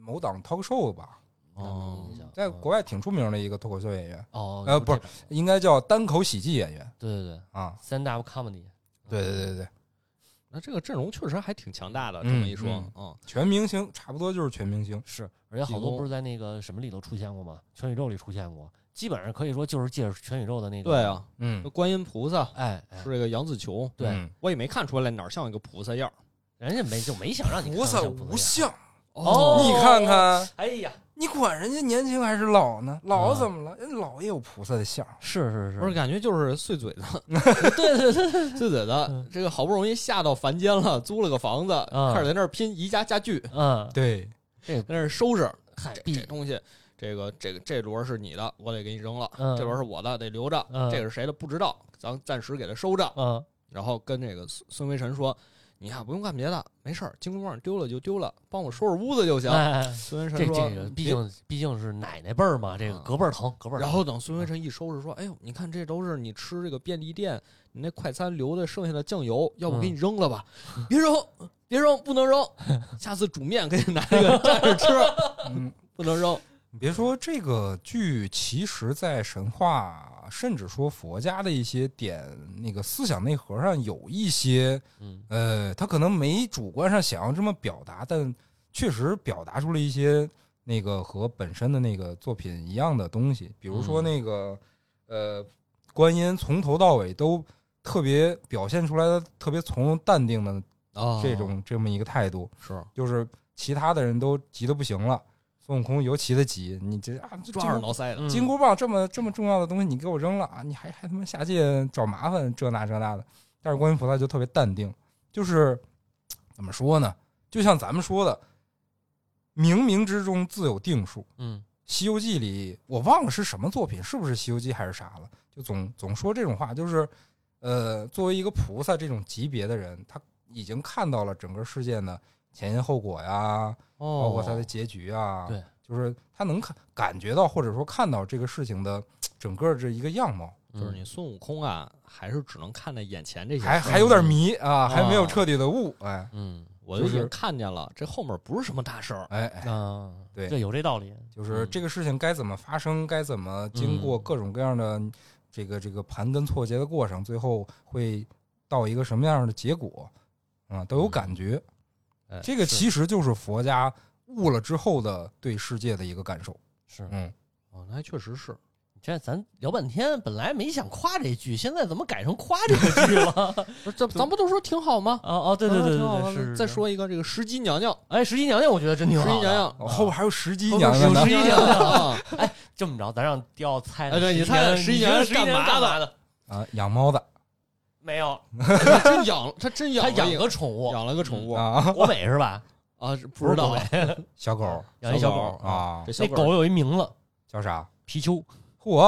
Speaker 4: 某档 talk show 吧，
Speaker 3: 哦
Speaker 2: 没印象
Speaker 4: 在
Speaker 2: 嗯
Speaker 4: 国外挺出名的一个脱口秀演员，
Speaker 2: 哦，
Speaker 4: 呃
Speaker 2: 有这
Speaker 4: 不应该叫单口喜剧演员
Speaker 2: 对对对，
Speaker 4: 啊。
Speaker 2: 三大 comedy，
Speaker 4: 对对对对，
Speaker 3: 那这个阵容确实还挺强大的，这
Speaker 4: 嗯
Speaker 3: 么一说，
Speaker 4: 嗯
Speaker 3: 嗯，
Speaker 4: 全明星差不多就是全明星。
Speaker 2: 是，而且好
Speaker 3: 济
Speaker 2: 多
Speaker 3: 公
Speaker 2: 不是在那个什么里头出现过吗？全宇宙里出现过，基本上可以说就是借着全宇宙的那个，
Speaker 3: 对，啊，
Speaker 4: 嗯，
Speaker 3: 观音菩萨
Speaker 2: 哎，哎
Speaker 3: 是这个杨紫琼，
Speaker 2: 对
Speaker 4: 嗯
Speaker 3: 我也没看出来哪儿像一个菩萨样儿。
Speaker 2: 人家没就没想让你
Speaker 4: 菩萨
Speaker 2: 看上不能
Speaker 4: 无
Speaker 2: 样，
Speaker 4: 相，
Speaker 2: 哦
Speaker 4: 嗯你看看，
Speaker 2: 哎呀，
Speaker 4: 你管人家年轻还是老呢？
Speaker 2: 嗯
Speaker 4: 老怎么了？人老也有菩萨的相。
Speaker 2: 是是
Speaker 3: 不是
Speaker 2: 是，
Speaker 3: 感觉就是碎嘴子，
Speaker 2: 对对对，
Speaker 3: 碎嘴子
Speaker 2: 嗯，
Speaker 3: 这个好不容易下到凡间了，租了个房子，
Speaker 2: 嗯
Speaker 3: 开始在那儿拼宜家家具，
Speaker 2: 嗯，
Speaker 4: 对，
Speaker 3: 在那儿收拾，
Speaker 2: 嗨
Speaker 3: 这
Speaker 2: 必
Speaker 3: 这东西，这个这个这轮是你的，我得给你扔了；
Speaker 2: 嗯
Speaker 3: 这轮是我的，得留着。
Speaker 2: 嗯
Speaker 3: 这个是谁的不知道，咱暂时给他收着。
Speaker 2: 嗯
Speaker 3: 然后跟这个孙孙维臣说：“你呀，不用干别的，没事儿，金箍棒丢了就丢了，帮我收拾屋子就行。
Speaker 2: 哎，哎”
Speaker 3: 孙维
Speaker 2: 这
Speaker 3: 臣说
Speaker 2: 这个：“毕
Speaker 3: 别
Speaker 2: 竟毕竟是奶奶辈儿嘛，这个
Speaker 3: 嗯
Speaker 2: 隔辈儿疼，隔辈儿疼。
Speaker 3: 然后等孙维晨一收拾，说：“哎呦，你看这都是你吃这个便利店你那快餐留的剩下的酱油，要不给你扔了吧？别扔，别扔，不能扔。下次煮面给你拿这个蘸着吃，
Speaker 4: 嗯，
Speaker 3: 不能扔。
Speaker 4: 你别说这个剧，其实在神话甚至说佛家的一些点，那个思想内核上有一些，
Speaker 2: 嗯
Speaker 4: 呃，他可能没主观上想要这么表达，但确实表达出了一些那个和本身的那个作品一样的东西。比如说
Speaker 3: 嗯
Speaker 4: 那个、呃，观音从头到尾都特别表现出来的特别从容淡定的
Speaker 3: 啊，
Speaker 4: 这种、这么一个态度，
Speaker 3: 是
Speaker 4: 就是其他的人都急得不行了，孙悟空尤其的急，你这啊这
Speaker 3: 抓
Speaker 4: 这
Speaker 3: 耳
Speaker 4: 么
Speaker 3: 挠嗯腮的，
Speaker 4: 金箍棒这么这么重要的东西，你给我扔了啊！你还还他妈下界找麻烦，这那这那的。但是观音菩萨就特别淡定，就是怎么说呢？就像咱们说的，冥冥之中自有定数。
Speaker 2: 嗯
Speaker 4: 《西游记》里我忘了是什么作品，是不是《西游记》还是啥了？就总总说这种话，就是呃，作为一个菩萨这种级别的人，他已经看到了整个事件的前因后果呀，
Speaker 2: 哦，
Speaker 4: 包括它的结局啊，
Speaker 2: 对，
Speaker 4: 就是他能看感觉到或者说看到这个事情的整个这一个样貌，
Speaker 2: 嗯
Speaker 3: 就是你孙悟空啊，还是只能看在眼前这些，嗯
Speaker 4: 还还有点。迷啊，还没有彻底的悟，哎
Speaker 2: 嗯
Speaker 3: 我就已
Speaker 4: 就是
Speaker 3: 经看见了，这后面不是什么大事儿。
Speaker 4: 哎，哎
Speaker 2: 啊，
Speaker 4: 对嗯
Speaker 2: 这有这道理，
Speaker 4: 就是这个事情该怎么发生，该怎么经过各种各样的这个这个盘根错节的过程，最后会到一个什么样的结果啊，都有感觉。
Speaker 3: 哎
Speaker 4: 这个
Speaker 3: 是
Speaker 4: 其实就是佛家悟了之后的对世界的一个感受，
Speaker 2: 是
Speaker 4: 嗯。
Speaker 3: 哦，那还确实是。
Speaker 2: 这咱聊半天，本来没想夸这句，现在怎么改成夸这个句了？
Speaker 3: 不是，咱咱不都说挺好吗？
Speaker 2: 哦哦，对对对
Speaker 3: 嗯挺
Speaker 2: 对
Speaker 3: 好吗
Speaker 2: 对，是是
Speaker 3: 再
Speaker 2: 是
Speaker 3: 说一个这个石矶娘娘，
Speaker 2: 哎，十一娘娘，我觉得真挺
Speaker 3: 石
Speaker 2: 好的。
Speaker 3: 矶娘娘，
Speaker 4: 哦后边还有石矶
Speaker 3: 哦
Speaker 4: 娘娘呢
Speaker 3: 石，矶娘娘 啊，
Speaker 2: 这么着，咱让雕猜
Speaker 3: 哎对你猜
Speaker 2: 猜
Speaker 3: 猜十一
Speaker 2: 一
Speaker 3: 娘娘
Speaker 2: 十一娘娘
Speaker 3: 干嘛
Speaker 2: 嘛 的？
Speaker 4: 啊，养猫的
Speaker 2: 没有，
Speaker 3: 她真养，她真养
Speaker 2: 他
Speaker 3: 了一
Speaker 2: 哎养
Speaker 3: 个
Speaker 2: 个宠物，嗯
Speaker 3: 养了个宠物
Speaker 4: 啊，
Speaker 2: 国美是吧？
Speaker 3: 啊，是不
Speaker 2: 不是国
Speaker 3: 知道
Speaker 2: 美，
Speaker 4: 小狗
Speaker 2: 养一
Speaker 3: 小
Speaker 2: 小
Speaker 3: 狗
Speaker 2: 狗，
Speaker 4: 啊
Speaker 3: 这，小
Speaker 2: 那狗有一名字，
Speaker 4: 叫啥？
Speaker 2: 貔貅。
Speaker 4: 嚯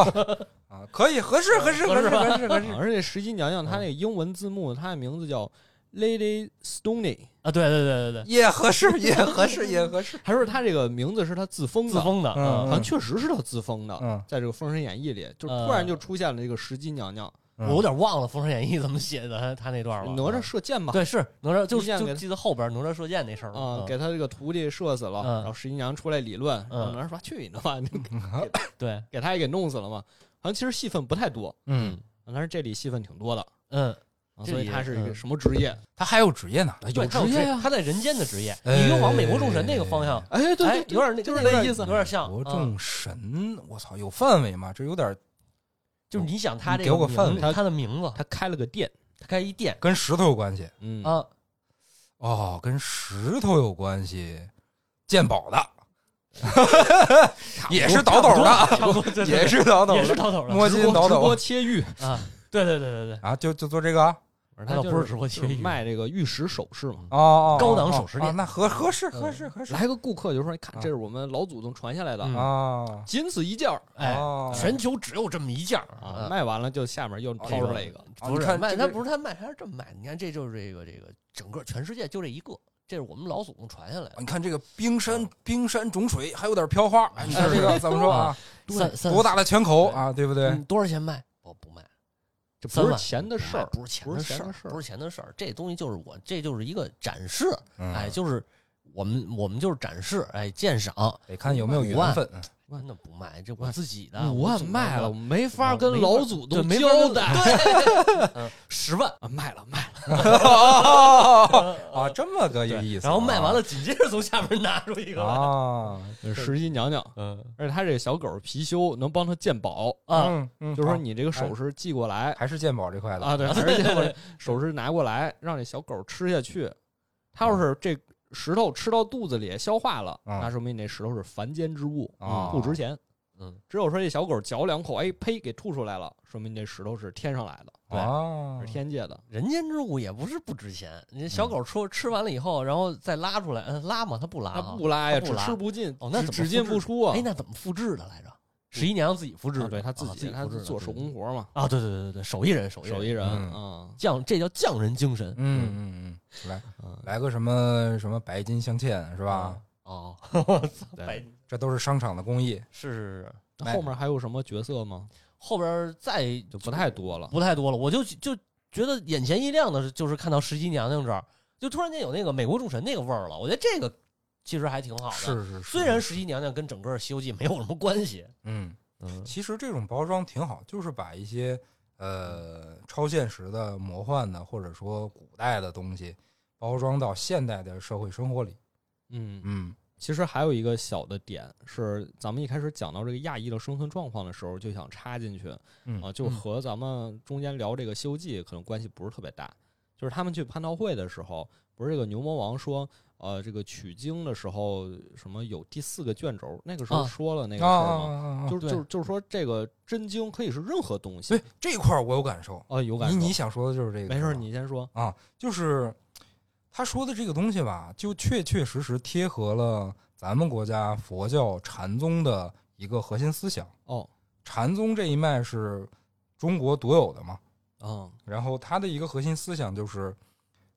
Speaker 4: 啊，可以，合适，合适，合适，啊合适，合适。
Speaker 3: 啊而且石矶娘娘
Speaker 2: 嗯
Speaker 3: 她那个英文字幕，她的名字叫 Lady Stoney，
Speaker 2: 啊，对对对对对，
Speaker 4: 也合适，也合适，也合适。
Speaker 3: 还说她这个名字是她自封的，
Speaker 2: 自封的，
Speaker 4: 嗯
Speaker 3: 好
Speaker 2: 嗯
Speaker 3: 像确实是她自封的。
Speaker 4: 嗯，
Speaker 3: 在这个《封神演义》里，就
Speaker 2: 呃
Speaker 3: 突然就出现了这个石矶娘娘，
Speaker 4: 嗯
Speaker 2: 我有点忘了《封神演义》怎么写的，他那段了。嗯
Speaker 3: 哪吒射箭嘛，
Speaker 2: 对是哪吒，就
Speaker 3: 一箭给
Speaker 2: 就
Speaker 3: 他
Speaker 2: 记得后边哪吒射箭那事儿了
Speaker 3: 啊，
Speaker 2: 嗯
Speaker 3: 给他这个徒弟射死了，
Speaker 2: 嗯
Speaker 3: 然后石矶娘出来理论，然
Speaker 2: 嗯
Speaker 3: 后哪吒说去你的 吧，就给
Speaker 2: 对，
Speaker 3: 给他也给弄死了嘛。好像其实戏份不太多，
Speaker 4: 嗯，
Speaker 3: 但是这里戏份挺多的，
Speaker 2: 嗯，
Speaker 3: 啊
Speaker 2: 这
Speaker 3: 所以
Speaker 2: 里
Speaker 3: 他是一个
Speaker 2: 嗯
Speaker 3: 什么职业？
Speaker 4: 他还哎有职业呢，
Speaker 2: 对，他有职
Speaker 3: 职业啊
Speaker 2: 他在人间的职业，
Speaker 4: 哎
Speaker 2: 你又往美国众神那个方向，
Speaker 3: 哎，对
Speaker 2: 哎
Speaker 3: 对，，
Speaker 2: 有点那
Speaker 3: 就是
Speaker 2: 有点
Speaker 3: 那意思
Speaker 2: 有点像
Speaker 4: 哎国
Speaker 2: 嗯
Speaker 4: 众神，我操，有范围吗？这有点
Speaker 2: 就是你想他这
Speaker 4: 你给我个
Speaker 2: 名
Speaker 4: 范围
Speaker 2: 他的名字，
Speaker 3: 他开了个店，
Speaker 2: 他开一店
Speaker 4: 跟石头有关系
Speaker 3: 嗯，
Speaker 2: 啊，
Speaker 4: 哦，跟石头有关系，鉴宝的， 也是倒斗 的，
Speaker 2: 差不多，对对对
Speaker 4: 也是倒斗
Speaker 2: 也是
Speaker 4: 的，
Speaker 2: 倒斗的
Speaker 4: 摸
Speaker 3: 直
Speaker 4: 金
Speaker 3: 播
Speaker 4: 倒
Speaker 3: 直播
Speaker 4: 斗
Speaker 3: 切玉，
Speaker 2: 啊，对对对对对，
Speaker 4: 啊，就就做这个啊
Speaker 2: 他倒
Speaker 3: 就
Speaker 2: 不是直播切
Speaker 3: 就是
Speaker 2: 玉啊
Speaker 3: 卖这个玉石首饰嘛。
Speaker 4: 哦哦，哦
Speaker 2: 高档首饰
Speaker 4: 哦
Speaker 2: 店
Speaker 4: 啊那合合适，合适，合适
Speaker 3: 来个顾客就说：“你看，
Speaker 4: 啊
Speaker 3: 这是我们老祖宗传下来的，
Speaker 2: 嗯
Speaker 4: 啊，
Speaker 3: 仅此一件儿
Speaker 2: 哎，
Speaker 4: 哦
Speaker 2: 全球只有这么一件儿
Speaker 3: 啊。。卖完了就下面又掏出来一个，
Speaker 4: 啊
Speaker 2: 不
Speaker 4: 你
Speaker 2: 哦是
Speaker 4: 看
Speaker 2: 卖，
Speaker 4: 这个
Speaker 2: 他不是他卖，他是这么卖。你看，这就是这个这个整个全世界就这一个，这是我们老祖宗传下来的
Speaker 4: 你。看这个冰山冰山种水，还有点飘花，哎，你看这个怎么说啊？
Speaker 2: 三三
Speaker 4: 多大的拳口啊，对不对？
Speaker 2: 嗯多少钱卖？我不卖，
Speaker 3: 这
Speaker 2: 三
Speaker 3: 不是
Speaker 2: 万啊
Speaker 3: 钱的事儿，
Speaker 2: 不是钱
Speaker 3: 不
Speaker 2: 的
Speaker 3: 是钱
Speaker 2: 事
Speaker 3: 的
Speaker 2: 儿
Speaker 3: 事，儿
Speaker 2: 不是钱的事儿。这东西就是我，这就是一个展示，
Speaker 4: 嗯
Speaker 2: 哎，就是我们我们就是展示，哎，鉴赏。
Speaker 4: 得看有没有缘分。啊
Speaker 2: 真的不卖，这我自己的，
Speaker 3: 五
Speaker 2: 啊我
Speaker 3: 万
Speaker 2: 自己
Speaker 3: 卖了，
Speaker 2: 的
Speaker 3: 我，没法
Speaker 2: 我
Speaker 3: 跟
Speaker 2: 啊没
Speaker 3: 老
Speaker 2: 法
Speaker 3: 祖
Speaker 2: 对
Speaker 3: 宗
Speaker 2: 没法
Speaker 3: 交
Speaker 2: 跟
Speaker 3: 代，
Speaker 2: 对，嗯十万，
Speaker 3: 啊卖了卖了，
Speaker 4: 啊，这么个意思。
Speaker 2: 然后卖
Speaker 3: 啊
Speaker 2: 完了，紧接着从下边拿出一个来，
Speaker 4: 啊，
Speaker 2: 呃
Speaker 3: 石矶娘娘，
Speaker 2: 嗯
Speaker 3: 而且他这个小狗貔貅能帮他鉴宝，
Speaker 2: 啊，哎
Speaker 4: 嗯
Speaker 3: 就是说你这个首饰寄过来
Speaker 4: 还是鉴宝这块 的
Speaker 3: 啊，对，还是鉴宝首饰拿过来，让这小狗吃下去，它要是这石头吃到肚子里消化了，
Speaker 4: 嗯
Speaker 3: 那说明你那石头是凡间之物，
Speaker 4: 啊
Speaker 3: 不值钱。
Speaker 2: 嗯，
Speaker 3: 只有说这小狗嚼两口，哎呸，给吐出来了，说明这石头是天上来的，
Speaker 4: 啊
Speaker 3: 是天界的。
Speaker 2: 人间之物也不是不值钱，你
Speaker 3: 嗯
Speaker 2: 小狗吃吃完了以后，然后再拉出来，嗯拉吗？它不拉
Speaker 3: 它
Speaker 2: 啊，
Speaker 3: 不拉
Speaker 2: 它
Speaker 3: 呀，只
Speaker 2: 不拉
Speaker 3: 吃不进，
Speaker 2: 哦那
Speaker 3: 只
Speaker 2: 怎么
Speaker 3: 只进
Speaker 2: 复制
Speaker 3: 不出啊
Speaker 2: 哎，。那怎么复制的来着？十一娘自己复制
Speaker 3: 啊
Speaker 2: 的，
Speaker 3: 对他
Speaker 2: 啊
Speaker 3: 自
Speaker 2: 自
Speaker 3: 己，
Speaker 2: 己
Speaker 3: 他
Speaker 2: 复制的
Speaker 3: 做手工活嘛，
Speaker 2: 啊，对对对对对，手艺人，手艺
Speaker 3: 手艺
Speaker 2: 人，
Speaker 3: 人
Speaker 4: 嗯
Speaker 3: 啊
Speaker 2: 匠这叫匠人精神，
Speaker 4: 嗯嗯嗯，来
Speaker 3: 啊，
Speaker 4: 来个什么什么白金镶嵌是吧？
Speaker 3: 嗯
Speaker 2: 哦，
Speaker 3: 对
Speaker 2: 白
Speaker 4: 这都是商场的工艺。
Speaker 2: 是是是，
Speaker 3: 那后面还有什么角色吗？
Speaker 2: 后边再
Speaker 3: 就不太多了。
Speaker 2: 不太多了，我就就觉得眼前一亮的是，就是看到石矶娘娘这儿，就突然间有那个美国众神那个味儿了。我觉得这个其实还挺好的。
Speaker 4: 是是，
Speaker 2: 虽然石矶娘娘跟整个《西游记》没有什么关系，
Speaker 4: 嗯，
Speaker 2: 嗯
Speaker 4: 其实这种包装挺好，就是把一些呃超现实的、魔幻的，或者说古代的东西，包装到现代的社会生活里。
Speaker 3: 嗯，
Speaker 4: 嗯，
Speaker 3: 其实还有一个小的点是，咱们一开始讲到这个亚裔的生存状况的时候，就想插进去
Speaker 4: 嗯
Speaker 3: 啊，就和咱们中间聊这个《西游记》可能关系不是特别大。就是他们去蟠桃会的时候，不是这个牛魔王说，呃，这个取经的时候什么有第四个卷轴，那个时候
Speaker 2: 啊
Speaker 3: 说了那个事
Speaker 4: 啊
Speaker 3: 儿
Speaker 4: 啊
Speaker 3: 嘛，
Speaker 4: 啊啊！
Speaker 3: 就是
Speaker 2: 对
Speaker 3: 就是就是说这个真经可以是任何东西
Speaker 4: 对这一块儿我有感受，
Speaker 3: 啊，有感
Speaker 4: 你
Speaker 3: 受
Speaker 4: 你想说的就是这个，
Speaker 3: 没事
Speaker 4: 是
Speaker 3: 儿，
Speaker 4: 吧
Speaker 3: 你先说，
Speaker 4: 啊，就是他说的这个东西吧，就确确实实贴合了咱们国家佛教禅宗的一个核心思想。
Speaker 3: 哦，
Speaker 4: 禅宗这一脉是中国独有的嘛，
Speaker 3: 嗯
Speaker 4: 然后它的一个核心思想就是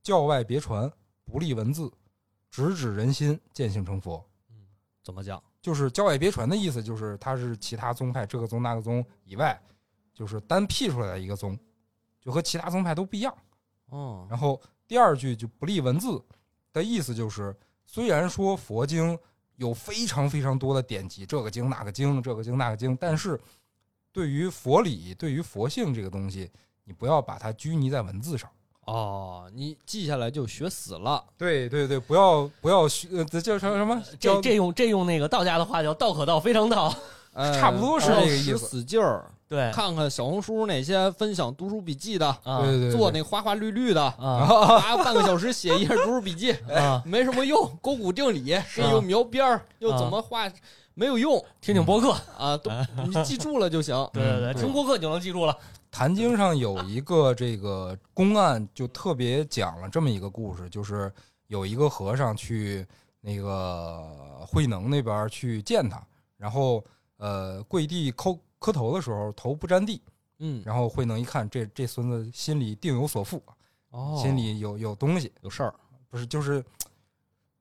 Speaker 4: 教外别传，不立文字，直指人心，见性成佛。
Speaker 3: 怎么讲？
Speaker 4: 就是教外别传的意思，就是它是其他宗派这个宗那个宗以外，就是单辟出来的一个宗，就和其他宗派都不一样。
Speaker 3: 嗯，
Speaker 4: 然后第二句就不立文字的意思就是，虽然说佛经有非常非常多的典籍，这个经那个经，这个经那个经，但是对于佛理、对于佛性这个东西，你不要把它拘泥在文字上。
Speaker 3: 哦，你记下来就学死了。
Speaker 4: 对对对，不要不要虚，呃，这叫什么什么？
Speaker 2: 这
Speaker 4: 叫
Speaker 2: 这用这用那个道家的话叫“道可道，非常道
Speaker 3: 呃
Speaker 4: 差不多是这个意
Speaker 3: 使
Speaker 4: 思
Speaker 3: 死劲儿，”。
Speaker 2: 对
Speaker 3: 看看小红书那些分享读书笔记的，
Speaker 2: 哎啊
Speaker 4: 对对对
Speaker 3: 做那花花绿绿的，
Speaker 2: 啊
Speaker 3: 花半个小时写一页读书笔记，
Speaker 2: 啊！
Speaker 3: 没什么用。勾股定理是又描边儿，又怎么画，没有用
Speaker 2: 啊听听播客，
Speaker 3: 啊！都你记住了就行。
Speaker 2: 对
Speaker 4: 嗯
Speaker 2: 对对，听播客你就能记住了。
Speaker 4: 坛经上有一个这个公案，就特别讲了这么一个故事，就是有一个和尚去那个慧能那边儿去见他，然后呃跪地叩磕头的时候头不沾地，
Speaker 3: 嗯，
Speaker 4: 然后慧能一看这这孙子心里定有所负，
Speaker 3: 哦
Speaker 4: 心里有有东西，
Speaker 3: 有事儿
Speaker 4: 不是就是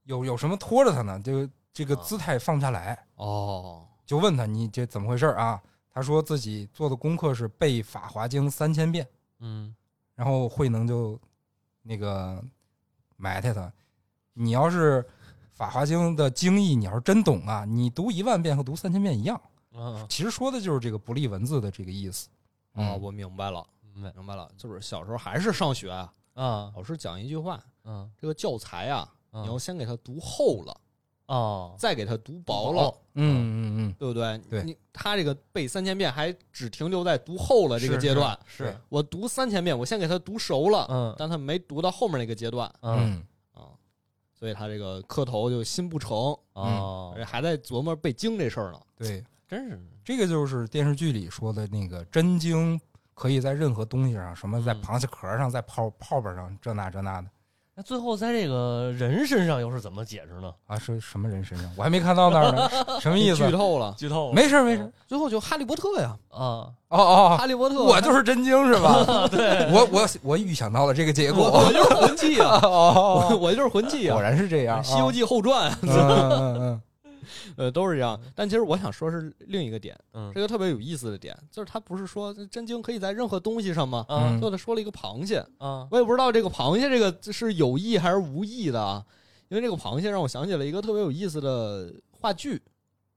Speaker 4: 有有什么拖着他呢？就这个姿态放不下来，
Speaker 3: 哦，
Speaker 4: 就问他你这怎么回事儿啊？他说自己做的功课是背《法华经》三千遍。
Speaker 2: 嗯，
Speaker 4: 然后慧能就那个埋汰他，你要是《法华经》的经义，你要是真懂啊，你读一万遍和读三千遍一样。
Speaker 3: 嗯
Speaker 2: 啊，
Speaker 4: 其实说的就是这个不立文字的这个意思。
Speaker 3: 啊，
Speaker 4: 嗯
Speaker 3: 我明白了，
Speaker 2: 明白
Speaker 3: 明白了，就是小时候还是上学，啊，
Speaker 2: 啊
Speaker 3: 老师讲一句话，
Speaker 2: 嗯
Speaker 3: 这个教材啊，
Speaker 2: 嗯
Speaker 3: 你要先给它读厚了，
Speaker 2: 哦，
Speaker 3: 再给它读
Speaker 2: 薄
Speaker 3: 薄了。
Speaker 4: 嗯嗯
Speaker 3: 对不对？
Speaker 4: 对
Speaker 3: 你他这个背三千遍还只停留在读厚了这个
Speaker 4: 是
Speaker 3: 阶段。
Speaker 4: 啊是
Speaker 2: 是
Speaker 3: 我读三千遍，我先给他读熟了，
Speaker 2: 嗯
Speaker 3: 但他没读到后面那个阶段
Speaker 2: 嗯
Speaker 4: 嗯
Speaker 3: 啊，所以他这个磕头就心不成，
Speaker 2: 哦
Speaker 3: 而且，还在琢磨背经这事儿呢。
Speaker 4: 嗯，对，
Speaker 2: 真是
Speaker 4: 这个就是电视剧里说的那个真经，可以在任何东西上，什么在
Speaker 2: 嗯
Speaker 4: 螃蟹壳上，在泡泡泡上，这那这那的
Speaker 2: 那最后在这个人身上又是怎么解释呢？
Speaker 4: 啊，是什么人身上？我还没看到那 儿呢，什么意思
Speaker 3: 剧？透 了，哦
Speaker 2: 剧透了
Speaker 4: 没事儿没事儿，
Speaker 3: 最后就哈利波特呀，
Speaker 2: 啊，
Speaker 4: 哦哦，哦
Speaker 3: 哈利波特，
Speaker 4: 我就是真经是吧？ 我我我预想到了这个结果，
Speaker 3: 我就是魂技啊，我
Speaker 4: 哦，
Speaker 3: 我就是魂技
Speaker 4: 果
Speaker 3: 啊，
Speaker 4: 然是这
Speaker 3: 《
Speaker 4: 样。
Speaker 3: 西游
Speaker 4: 记
Speaker 3: 记后传》》
Speaker 4: 嗯 嗯嗯
Speaker 3: 呃都是这样。但其实我想说是另一个点，
Speaker 2: 嗯
Speaker 3: 是一个特别有意思的点，就是他不是说这真经可以在任何东西上吗？
Speaker 2: 啊
Speaker 4: 嗯
Speaker 3: 最后他说了一个螃蟹，
Speaker 2: 啊
Speaker 3: 我也不知道这个螃蟹这个是有意还是无意的啊，因为这个螃蟹让我想起了一个特别有意思的话剧，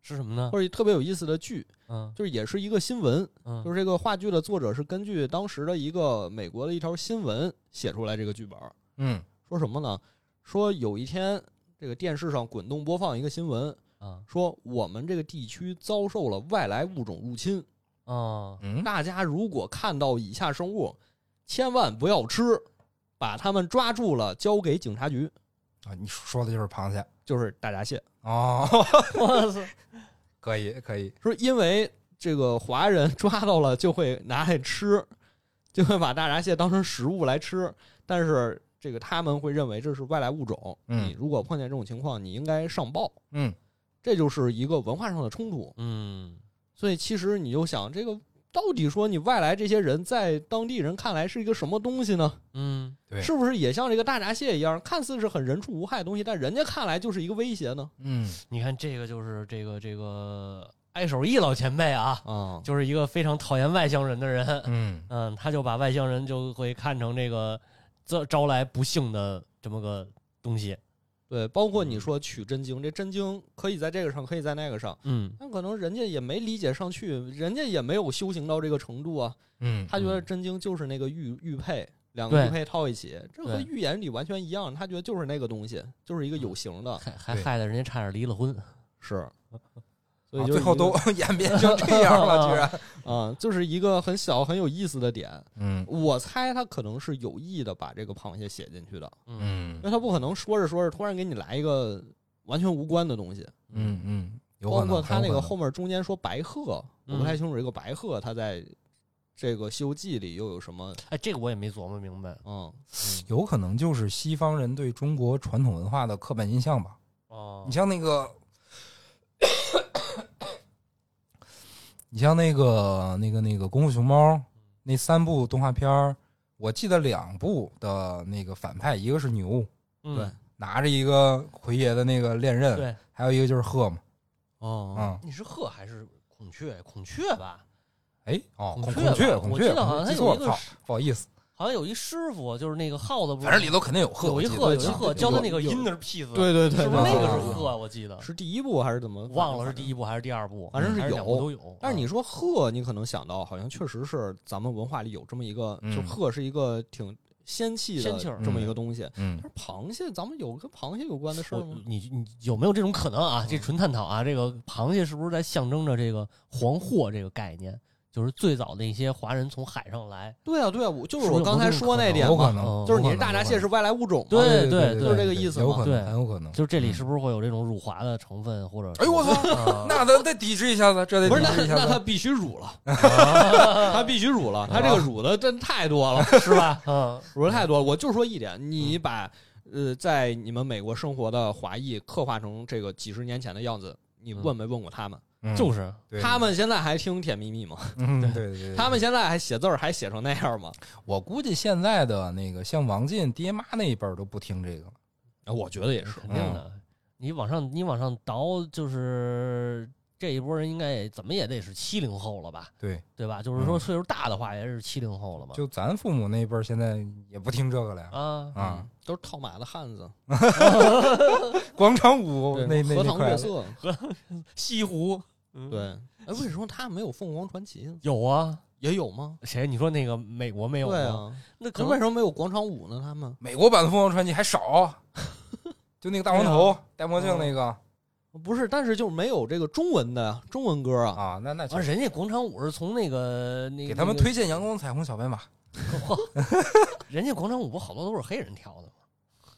Speaker 2: 是什么呢？
Speaker 3: 或者特别有意思的剧，
Speaker 2: 嗯
Speaker 3: 就是也是一个新闻，
Speaker 2: 嗯
Speaker 3: 就是这个话剧的作者是根据当时的一个美国的一条新闻写出来这个剧本，
Speaker 4: 嗯
Speaker 3: 说什么呢？说有一天这个电视上滚动播放一个新闻，
Speaker 2: 啊
Speaker 3: 说我们这个地区遭受了外来物种入侵，
Speaker 2: 啊
Speaker 4: 嗯，
Speaker 3: 大家如果看到以下生物，千万不要吃，把他们抓住了交给警察局。
Speaker 4: 啊，你说的就是螃蟹
Speaker 3: 就是大闸蟹，
Speaker 4: 哦，
Speaker 2: 我操！
Speaker 4: 可以可以，
Speaker 3: 说因为这个华人 抓到了就会拿来吃，就会把大闸蟹当成食物来吃，但是这个他们会认为这是外来物种，
Speaker 4: 嗯
Speaker 3: 你如果碰见这种情况，你应该上报，
Speaker 4: 嗯
Speaker 3: 这就是一个文化上的冲突。
Speaker 2: 嗯
Speaker 3: 所以其实你就想，这个到底说你外来这些人在当地人看来是一个什么东西呢？
Speaker 2: 嗯
Speaker 4: 对
Speaker 3: 是不是也像这个大闸蟹一样，看似是很人畜无害的东西，但人家看来就是一个威胁呢？
Speaker 4: 嗯，
Speaker 2: 你看这个就是这个这个爱手艺老前辈啊，
Speaker 3: 啊、
Speaker 2: 就是一个非常讨厌外乡人的人。
Speaker 4: 嗯
Speaker 2: 嗯，他就把外乡人就会看成这个招招来不幸的这么个东西。
Speaker 3: 对，包括
Speaker 4: 嗯
Speaker 3: 你说取真经，这真经可以在这个上，可以在那个上。
Speaker 2: 嗯
Speaker 3: 但可能人家也没理解上去，人家也没有修行到这个程度啊。
Speaker 4: 嗯，
Speaker 3: 他觉得真经就是那个玉玉佩，两个
Speaker 2: 对
Speaker 3: 玉佩套一起，这和
Speaker 2: 对
Speaker 3: 预言里完全一样。他觉得就是那个东西，就是一个有形 的，
Speaker 2: 还还
Speaker 4: 啊对
Speaker 2: 害得人家差点离了婚。
Speaker 3: 是。 所以
Speaker 4: 啊
Speaker 3: 就是
Speaker 4: 最后
Speaker 3: 一个
Speaker 4: 都演变成这样了，居然。
Speaker 3: 啊、就是一个很小很有意思的点。
Speaker 4: 嗯
Speaker 3: 我猜他可能是有意的把这个螃蟹写进去的，
Speaker 2: 嗯，
Speaker 4: 嗯
Speaker 3: 因为他不可能说着说着突然给你来一个完全无关的东西。
Speaker 4: 嗯嗯，有可
Speaker 3: 包
Speaker 4: 能
Speaker 3: 括他
Speaker 4: 很
Speaker 3: 那
Speaker 4: 有
Speaker 3: 个
Speaker 4: 可能
Speaker 3: 后面中间说白鹤，我不
Speaker 2: 嗯
Speaker 3: 太清楚这个白鹤他在这个《西游记》里又有什么
Speaker 2: 哎，这个我也没琢磨明白。
Speaker 3: 嗯
Speaker 4: 有可能就是西方人对中国传统文化的刻板印象吧。
Speaker 2: 哦
Speaker 4: 你，像那个，你像那个那个那个《功夫熊猫》那三部动画片儿，我记得两部的那个反派，一个是牛，
Speaker 2: 嗯
Speaker 4: 拿着一个奎爷的那个链刃，
Speaker 2: 对，
Speaker 4: 还有一个就是鹤嘛，
Speaker 3: 哦
Speaker 4: 嗯，
Speaker 2: 你是鹤还是孔雀？孔雀吧，
Speaker 4: 哎，哦，
Speaker 2: 孔
Speaker 4: 孔
Speaker 2: 雀
Speaker 4: 雀，
Speaker 2: 吧
Speaker 4: 孔
Speaker 2: 我
Speaker 4: 雀，
Speaker 2: 记得好像
Speaker 4: 孔雀嗯
Speaker 2: 它
Speaker 4: 记
Speaker 2: 有
Speaker 4: 错
Speaker 2: 一
Speaker 4: 了，
Speaker 2: 个
Speaker 4: 操
Speaker 2: 是
Speaker 4: 不好意思，
Speaker 2: 好像有一师傅，就是那个耗子，不是
Speaker 4: 反正里头肯定有鹤，
Speaker 2: 有一
Speaker 4: 我记
Speaker 2: 鹤，
Speaker 4: 得
Speaker 2: 有一鹤，教
Speaker 4: 有
Speaker 2: 他那个
Speaker 3: 有
Speaker 2: inner piece，，
Speaker 3: 对对对，
Speaker 2: 是不
Speaker 4: 对
Speaker 2: 是那个
Speaker 4: 对
Speaker 2: 是
Speaker 4: 对
Speaker 2: 鹤？我记得
Speaker 3: 是第一部还是怎么？
Speaker 2: 忘了是第一部还是第二部，嗯
Speaker 3: 反正是
Speaker 2: 还是
Speaker 3: 有
Speaker 2: 两部都有。
Speaker 3: 但是你
Speaker 2: 嗯
Speaker 3: 说鹤，你可能想到好像确实是咱们文化里有这么一个，
Speaker 4: 嗯
Speaker 3: 就是鹤是一个挺仙气的
Speaker 2: 仙气儿
Speaker 3: 这么一个东西。
Speaker 4: 嗯
Speaker 3: 但是螃蟹，咱们有跟螃蟹有关的事儿
Speaker 2: 我
Speaker 3: 吗？
Speaker 2: 你你有没有这种可能啊？这纯探讨啊，这个螃蟹是不是在象征着这个黄祸这个概念？就是最早那些华人从海上来，
Speaker 3: 对啊，对啊，我就是
Speaker 2: 是
Speaker 3: 我
Speaker 2: 有
Speaker 3: 刚
Speaker 2: 这
Speaker 3: 才
Speaker 2: 种
Speaker 3: 说
Speaker 2: 可
Speaker 3: 那
Speaker 2: 能
Speaker 3: 点
Speaker 4: 有可
Speaker 3: 嘛，
Speaker 4: 能
Speaker 2: 嗯
Speaker 3: 就是
Speaker 4: 有
Speaker 3: 你这
Speaker 4: 可能
Speaker 3: 大闸
Speaker 4: 有可
Speaker 3: 蟹是外来物种嘛。
Speaker 2: 对
Speaker 4: 对
Speaker 2: 对
Speaker 3: 就是这个意思
Speaker 4: 有
Speaker 3: 嘛
Speaker 4: 可
Speaker 2: 对
Speaker 4: 能，很有可 能。
Speaker 2: 就是这里是不是会有这种辱华的成分，或者
Speaker 4: 哎呦我操，
Speaker 2: 操，
Speaker 4: 那咱得抵制一下子，这得
Speaker 3: 不是，
Speaker 4: 抵
Speaker 3: 那
Speaker 4: 制一下
Speaker 3: 那他
Speaker 4: 子。
Speaker 3: 必须乳了，
Speaker 2: 嗯
Speaker 3: 他必须乳了，他这
Speaker 2: 啊
Speaker 3: 个乳的真太多了，
Speaker 2: 是吧？嗯，
Speaker 3: 乳的太多了。我就说一点，你把呃在你们美国生活的华裔刻画成这个几十年前的样子，你问没问过他们？
Speaker 4: 嗯
Speaker 2: 就是
Speaker 4: 对
Speaker 3: 他们现在还听《甜蜜蜜》吗？
Speaker 4: 嗯，对对对，
Speaker 3: 他们现在还写字儿还写成那样吗？
Speaker 4: 我估计现在的那个像王进爹妈那一辈儿都不听这个了。
Speaker 3: 啊我觉得也是，
Speaker 2: 肯定的。你往上，你往上倒，就是这一波人应该也怎么也得是七零后了吧，
Speaker 4: 对，
Speaker 2: 对吧？就是说
Speaker 4: 嗯
Speaker 2: 岁数大的话，也是七零后了嘛。
Speaker 4: 就咱父母那一辈儿现在也不听这个了呀。
Speaker 2: 啊，
Speaker 4: 啊，
Speaker 3: 嗯都是套马的汉子，
Speaker 4: 广场舞
Speaker 3: 对
Speaker 4: 那那
Speaker 3: 荷
Speaker 4: 那
Speaker 3: 塘
Speaker 4: 块
Speaker 3: 月
Speaker 4: 子，
Speaker 3: 色，
Speaker 2: 西湖，
Speaker 3: 对。哎，为什么他没有凤凰传奇呢？
Speaker 2: 有啊。
Speaker 3: 也有吗？
Speaker 2: 谁？你说那个美国没有吗？
Speaker 3: 对啊，
Speaker 2: 那可
Speaker 3: 可
Speaker 2: 能
Speaker 3: 为什么没有广场舞呢？他们
Speaker 4: 美国版的《凤凰传奇》还 少，就那个大光头、戴墨镜那个
Speaker 3: 不是，但是就是没有这个中文的呀中文歌啊。
Speaker 4: 啊，那那
Speaker 2: 啊，人家广场舞是从那个那
Speaker 4: 给他们
Speaker 2: 那个
Speaker 4: 推荐《阳光彩虹小白马》
Speaker 2: 人家广场舞不好多都是黑人跳的吗？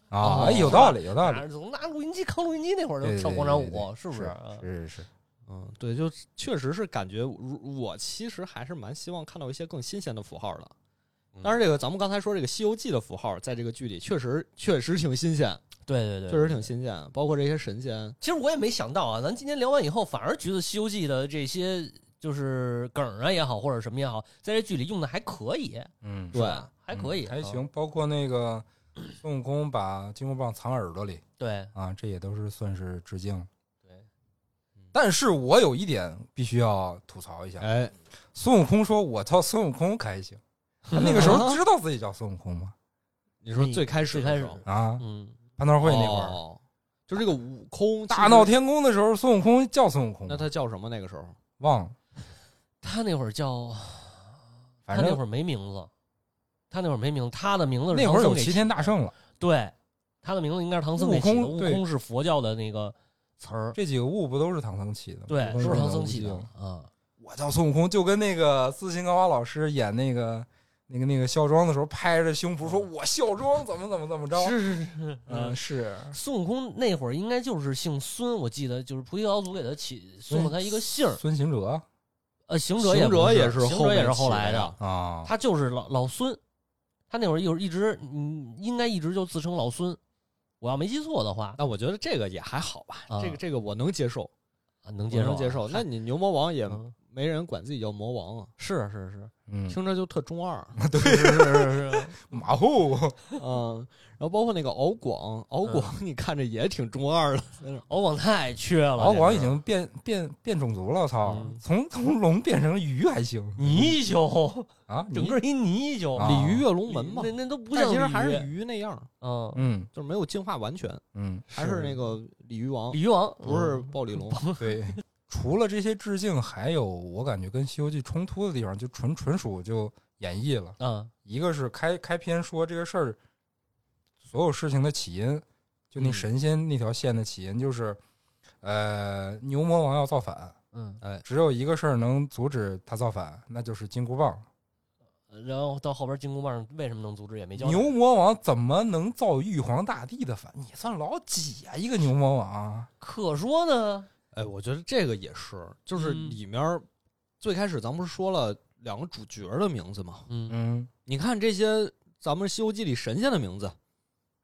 Speaker 4: 啊，
Speaker 3: 哦
Speaker 4: 哎，有道理，有道理
Speaker 2: 哪，儿从拿录音机扛录音机那会儿
Speaker 4: 对
Speaker 2: 就
Speaker 4: 对
Speaker 2: 跳
Speaker 4: 对
Speaker 2: 广场
Speaker 4: 对对
Speaker 2: 舞，是不
Speaker 4: 是
Speaker 2: 啊
Speaker 4: 是是是，
Speaker 3: 嗯，对，就确实是感觉，如我其实还是蛮希望看到一些更新鲜的符号的。当然，这个咱们刚才说这个《西游记》的符号，在这个剧里确实确实挺新鲜，
Speaker 2: 对对对，
Speaker 3: 确实挺新鲜，包括这些神仙。
Speaker 2: 其实我也没想到啊，咱今天聊完以后，反而觉得《西游记》的这些就是梗儿啊也好，或者什么也好，在这剧里用的还可以，
Speaker 4: 嗯，
Speaker 3: 对
Speaker 2: 是吧还可以，
Speaker 4: 嗯还
Speaker 2: 啊
Speaker 4: 行，包括那个孙悟空把金箍棒藏耳朵里
Speaker 2: 对
Speaker 4: 啊，这也都是算是致敬。
Speaker 2: 对，
Speaker 4: 但是我有一点必须要吐槽一下，
Speaker 3: 哎，
Speaker 4: 孙悟空说：“我叫孙悟空 开心。”他那个时候知道自己叫孙悟空吗？
Speaker 3: 你说最开
Speaker 2: 最
Speaker 3: 始的
Speaker 2: 开
Speaker 3: 时
Speaker 2: 始
Speaker 3: 候，
Speaker 4: 啊，
Speaker 2: 嗯，
Speaker 4: 蟠桃会那会儿，
Speaker 3: 哦就这个悟空
Speaker 4: 大闹，天宫的时候，孙悟空叫孙悟空，
Speaker 3: 那他叫什么？那个时候
Speaker 4: 忘了，
Speaker 2: 他那会儿叫
Speaker 4: 反
Speaker 2: 他那
Speaker 4: 正
Speaker 2: 会儿没名字，他那会儿没名字，他的名字是
Speaker 4: 那会
Speaker 2: 唐
Speaker 4: 儿
Speaker 2: 僧
Speaker 4: 有
Speaker 2: 给
Speaker 4: 齐
Speaker 2: 起
Speaker 4: 天大圣了。
Speaker 2: 对，他的名字应该是唐僧给
Speaker 4: 悟
Speaker 2: 起
Speaker 4: 空
Speaker 2: 的，悟
Speaker 4: 对
Speaker 2: 空是佛教的那个词儿，
Speaker 4: 这几个物不都是唐僧起的吗？
Speaker 2: 对
Speaker 4: 悟，空
Speaker 2: 是
Speaker 4: 是
Speaker 2: 唐
Speaker 4: 哪
Speaker 2: 僧
Speaker 4: 悟
Speaker 2: 起的
Speaker 4: 净
Speaker 2: 啊，
Speaker 4: 我叫孙悟空，就跟那个斯琴高娃老师演那个那个那个孝庄的时候，拍着胸脯说：“我孝庄怎么怎么怎么着。”
Speaker 2: 是是是，
Speaker 4: 嗯，是
Speaker 2: 孙悟空那会儿应该就是姓孙，我记得就是菩提老祖给他起送了他一个姓儿，
Speaker 4: 孙行者
Speaker 2: 呃，行者也
Speaker 3: 行者
Speaker 2: 不
Speaker 3: 也
Speaker 2: 是
Speaker 3: 是
Speaker 2: 行
Speaker 3: 后
Speaker 2: 者也
Speaker 3: 面
Speaker 2: 是
Speaker 3: 起
Speaker 2: 后
Speaker 3: 的
Speaker 2: 来
Speaker 3: 呀
Speaker 2: 的，
Speaker 4: 啊，
Speaker 2: 他就是老老孙，他那会儿有一直嗯，应该一直就自称老孙，我要没记错的话
Speaker 3: 那我觉得这个也还好吧，
Speaker 2: 啊
Speaker 3: 这个这个我能接受，
Speaker 2: 啊，能
Speaker 3: 我
Speaker 2: 接受
Speaker 3: 能
Speaker 2: 啊
Speaker 3: 接受。那你牛魔王也
Speaker 2: 嗯
Speaker 3: 没人管自己叫魔王啊，
Speaker 2: 是是是
Speaker 4: 嗯，
Speaker 3: 听着就特中二。
Speaker 2: 对是是是是，
Speaker 4: 马后
Speaker 3: 嗯，然后包括那个敖广，敖广你看着也挺中二的，
Speaker 2: 敖广嗯哦太缺了，
Speaker 4: 敖广
Speaker 2: 简
Speaker 4: 已
Speaker 2: 直
Speaker 4: 经变变变种族了，我操
Speaker 2: 嗯！
Speaker 4: 从从龙变成鱼 还行
Speaker 2: 泥鳅，
Speaker 4: 啊，你
Speaker 2: 整个一泥鳅，
Speaker 4: 啊
Speaker 3: 鲤鱼跃龙门嘛
Speaker 2: 那，那都不
Speaker 3: 但
Speaker 2: 像
Speaker 3: 其实
Speaker 2: 鲤
Speaker 3: 还
Speaker 2: 鱼
Speaker 3: 是鱼那样，
Speaker 2: 嗯，
Speaker 4: 嗯
Speaker 3: 就是没有进化完全，
Speaker 4: 嗯，
Speaker 3: 还是那个鲤鱼王嗯
Speaker 2: 鲤，鱼王嗯
Speaker 3: 不是暴鲤龙。
Speaker 4: 对。除了这些致敬，还有我感觉跟《西游记》冲突的地方，就纯纯属就演绎了。
Speaker 2: 嗯
Speaker 4: 一个是开开篇说这个事儿，所有事情的起因，就那
Speaker 3: 嗯
Speaker 4: 神仙那条线的起因就是，呃，牛魔王要造反，呃
Speaker 2: 嗯，
Speaker 4: 只有一个事儿能阻止他造反，那就是金箍棒。
Speaker 2: 然后到后边金箍棒为什么能阻止也没交代。
Speaker 4: 牛魔王怎么能造玉皇大帝的反？你算老几啊？一个牛魔王，
Speaker 2: 可说呢，
Speaker 3: 哎，我觉得这个也是，就是
Speaker 2: 嗯
Speaker 3: 里面儿最开始咱们不是说了两个主角的名字吗？
Speaker 2: 嗯
Speaker 4: 嗯，
Speaker 3: 你看这些咱们《西游记》里神仙的名字，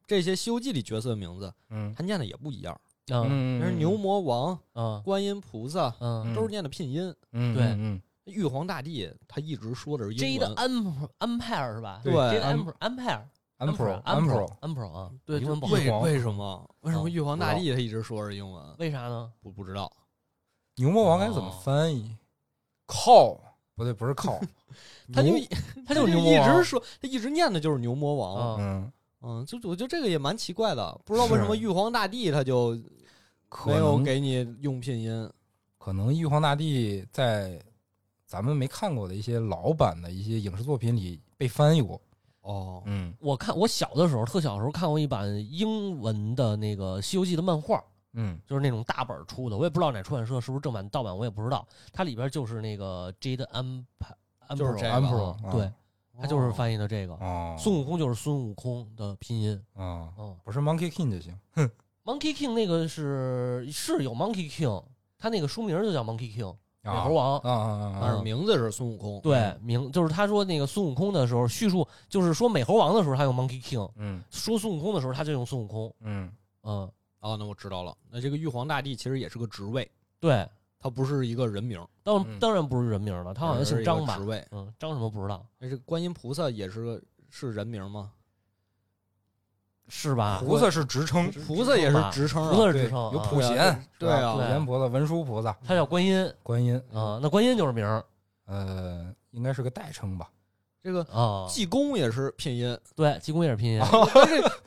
Speaker 3: 这些《西游记》里角色的名字，
Speaker 4: 嗯
Speaker 3: 他念的也不一样。
Speaker 2: 嗯
Speaker 4: 嗯，
Speaker 3: 那是牛魔王、
Speaker 2: 嗯
Speaker 3: 观音菩萨，
Speaker 2: 嗯，
Speaker 3: 都是念的拼音。
Speaker 4: 嗯，嗯，
Speaker 2: 对
Speaker 4: 嗯
Speaker 3: 玉皇大帝他一直说的是英
Speaker 2: J 的
Speaker 3: 文，
Speaker 2: 安安派尔是吧？
Speaker 3: 对
Speaker 2: ，J 的
Speaker 4: 安
Speaker 2: 安安派尔
Speaker 4: 安普罗，
Speaker 2: 安
Speaker 4: 安普
Speaker 2: 普
Speaker 4: 罗，
Speaker 2: 安普啊，
Speaker 3: 对，
Speaker 2: 英
Speaker 3: 就
Speaker 2: 文不好
Speaker 4: 为。
Speaker 3: 为
Speaker 4: 好
Speaker 3: 为什么？为什么
Speaker 2: 啊
Speaker 3: 玉皇大
Speaker 4: 不
Speaker 3: 帝他一直说是英文？
Speaker 2: 为啥呢？
Speaker 3: 不不知道。
Speaker 4: 牛魔王该怎么翻译？靠，不对，不是 靠，
Speaker 3: 他就
Speaker 4: 牛
Speaker 3: 一
Speaker 2: 他
Speaker 3: 他
Speaker 2: 就是牛魔
Speaker 3: 一直
Speaker 2: 王
Speaker 3: 说，他一直念的就是牛魔王。
Speaker 2: 啊，
Speaker 4: 嗯，
Speaker 3: 嗯，就我觉得这个也蛮奇怪的，不知道为什么
Speaker 4: 是
Speaker 3: 玉皇大帝他就
Speaker 4: 可
Speaker 3: 没有
Speaker 4: 能
Speaker 3: 给你用拼音。
Speaker 4: 可能玉皇大帝在咱们没看过的一些老版的一些影视作品里被翻译过。
Speaker 3: 哦，
Speaker 4: 嗯
Speaker 2: 我看我小的时候，特小的时候看过一版英文的那个《西游记》的漫画，
Speaker 4: 嗯
Speaker 2: 就是那种大本儿出的，我也不知道哪出版社是不是正版盗版，我也不知道。它里边就是那个 Jade Emperor，
Speaker 3: 就是这个
Speaker 2: 啊
Speaker 4: Emperor，啊
Speaker 2: 对，它就是翻译的这个。
Speaker 4: 哦，
Speaker 2: 孙悟空就是孙悟空的拼音，
Speaker 4: 啊，
Speaker 2: 嗯
Speaker 4: 不是 Monkey King 就行。
Speaker 2: ，Monkey King 那个是是有 Monkey King，他那个书名就叫 Monkey King，
Speaker 4: 啊
Speaker 2: 美猴王
Speaker 4: 啊啊啊
Speaker 3: 但
Speaker 4: 啊！
Speaker 3: 是名字是孙悟空。
Speaker 2: 哦
Speaker 3: 嗯
Speaker 2: 对，名就是他说那个孙悟空的时候，叙述就是说美猴王的时候，他用 Monkey King；
Speaker 4: 嗯
Speaker 2: 说孙悟空的时候，他就用孙悟空。
Speaker 4: 嗯
Speaker 2: 嗯，
Speaker 3: 哦，那我知道了。那这个玉皇大帝其实也是个职位，
Speaker 2: 对，
Speaker 3: 他不是一个人名，
Speaker 2: 当
Speaker 4: 嗯
Speaker 2: 当然不是人名了，他好像
Speaker 3: 而是
Speaker 2: 姓
Speaker 3: 一个
Speaker 2: 张吧
Speaker 3: 职？位，
Speaker 2: 嗯，张什么不知道，
Speaker 3: 那这观音菩萨也是个是人名吗？
Speaker 2: 是吧？
Speaker 4: 菩萨是职称，
Speaker 3: 菩萨也是职称
Speaker 2: 嗯菩萨
Speaker 3: 啊。
Speaker 2: 是
Speaker 4: 对，
Speaker 2: 职称，
Speaker 4: 有
Speaker 2: 啊
Speaker 4: 普
Speaker 3: 对
Speaker 4: 贤
Speaker 3: 啊，对啊
Speaker 4: 是吧普
Speaker 2: 对
Speaker 4: 贤菩萨、文殊菩萨、
Speaker 2: 他叫观音
Speaker 4: 观音，
Speaker 2: 啊，那观音就是名儿
Speaker 4: 呃，应该是个代称吧？
Speaker 3: 这个
Speaker 2: 啊。
Speaker 3: 济公也是拼音，
Speaker 2: 对，济公也是拼音，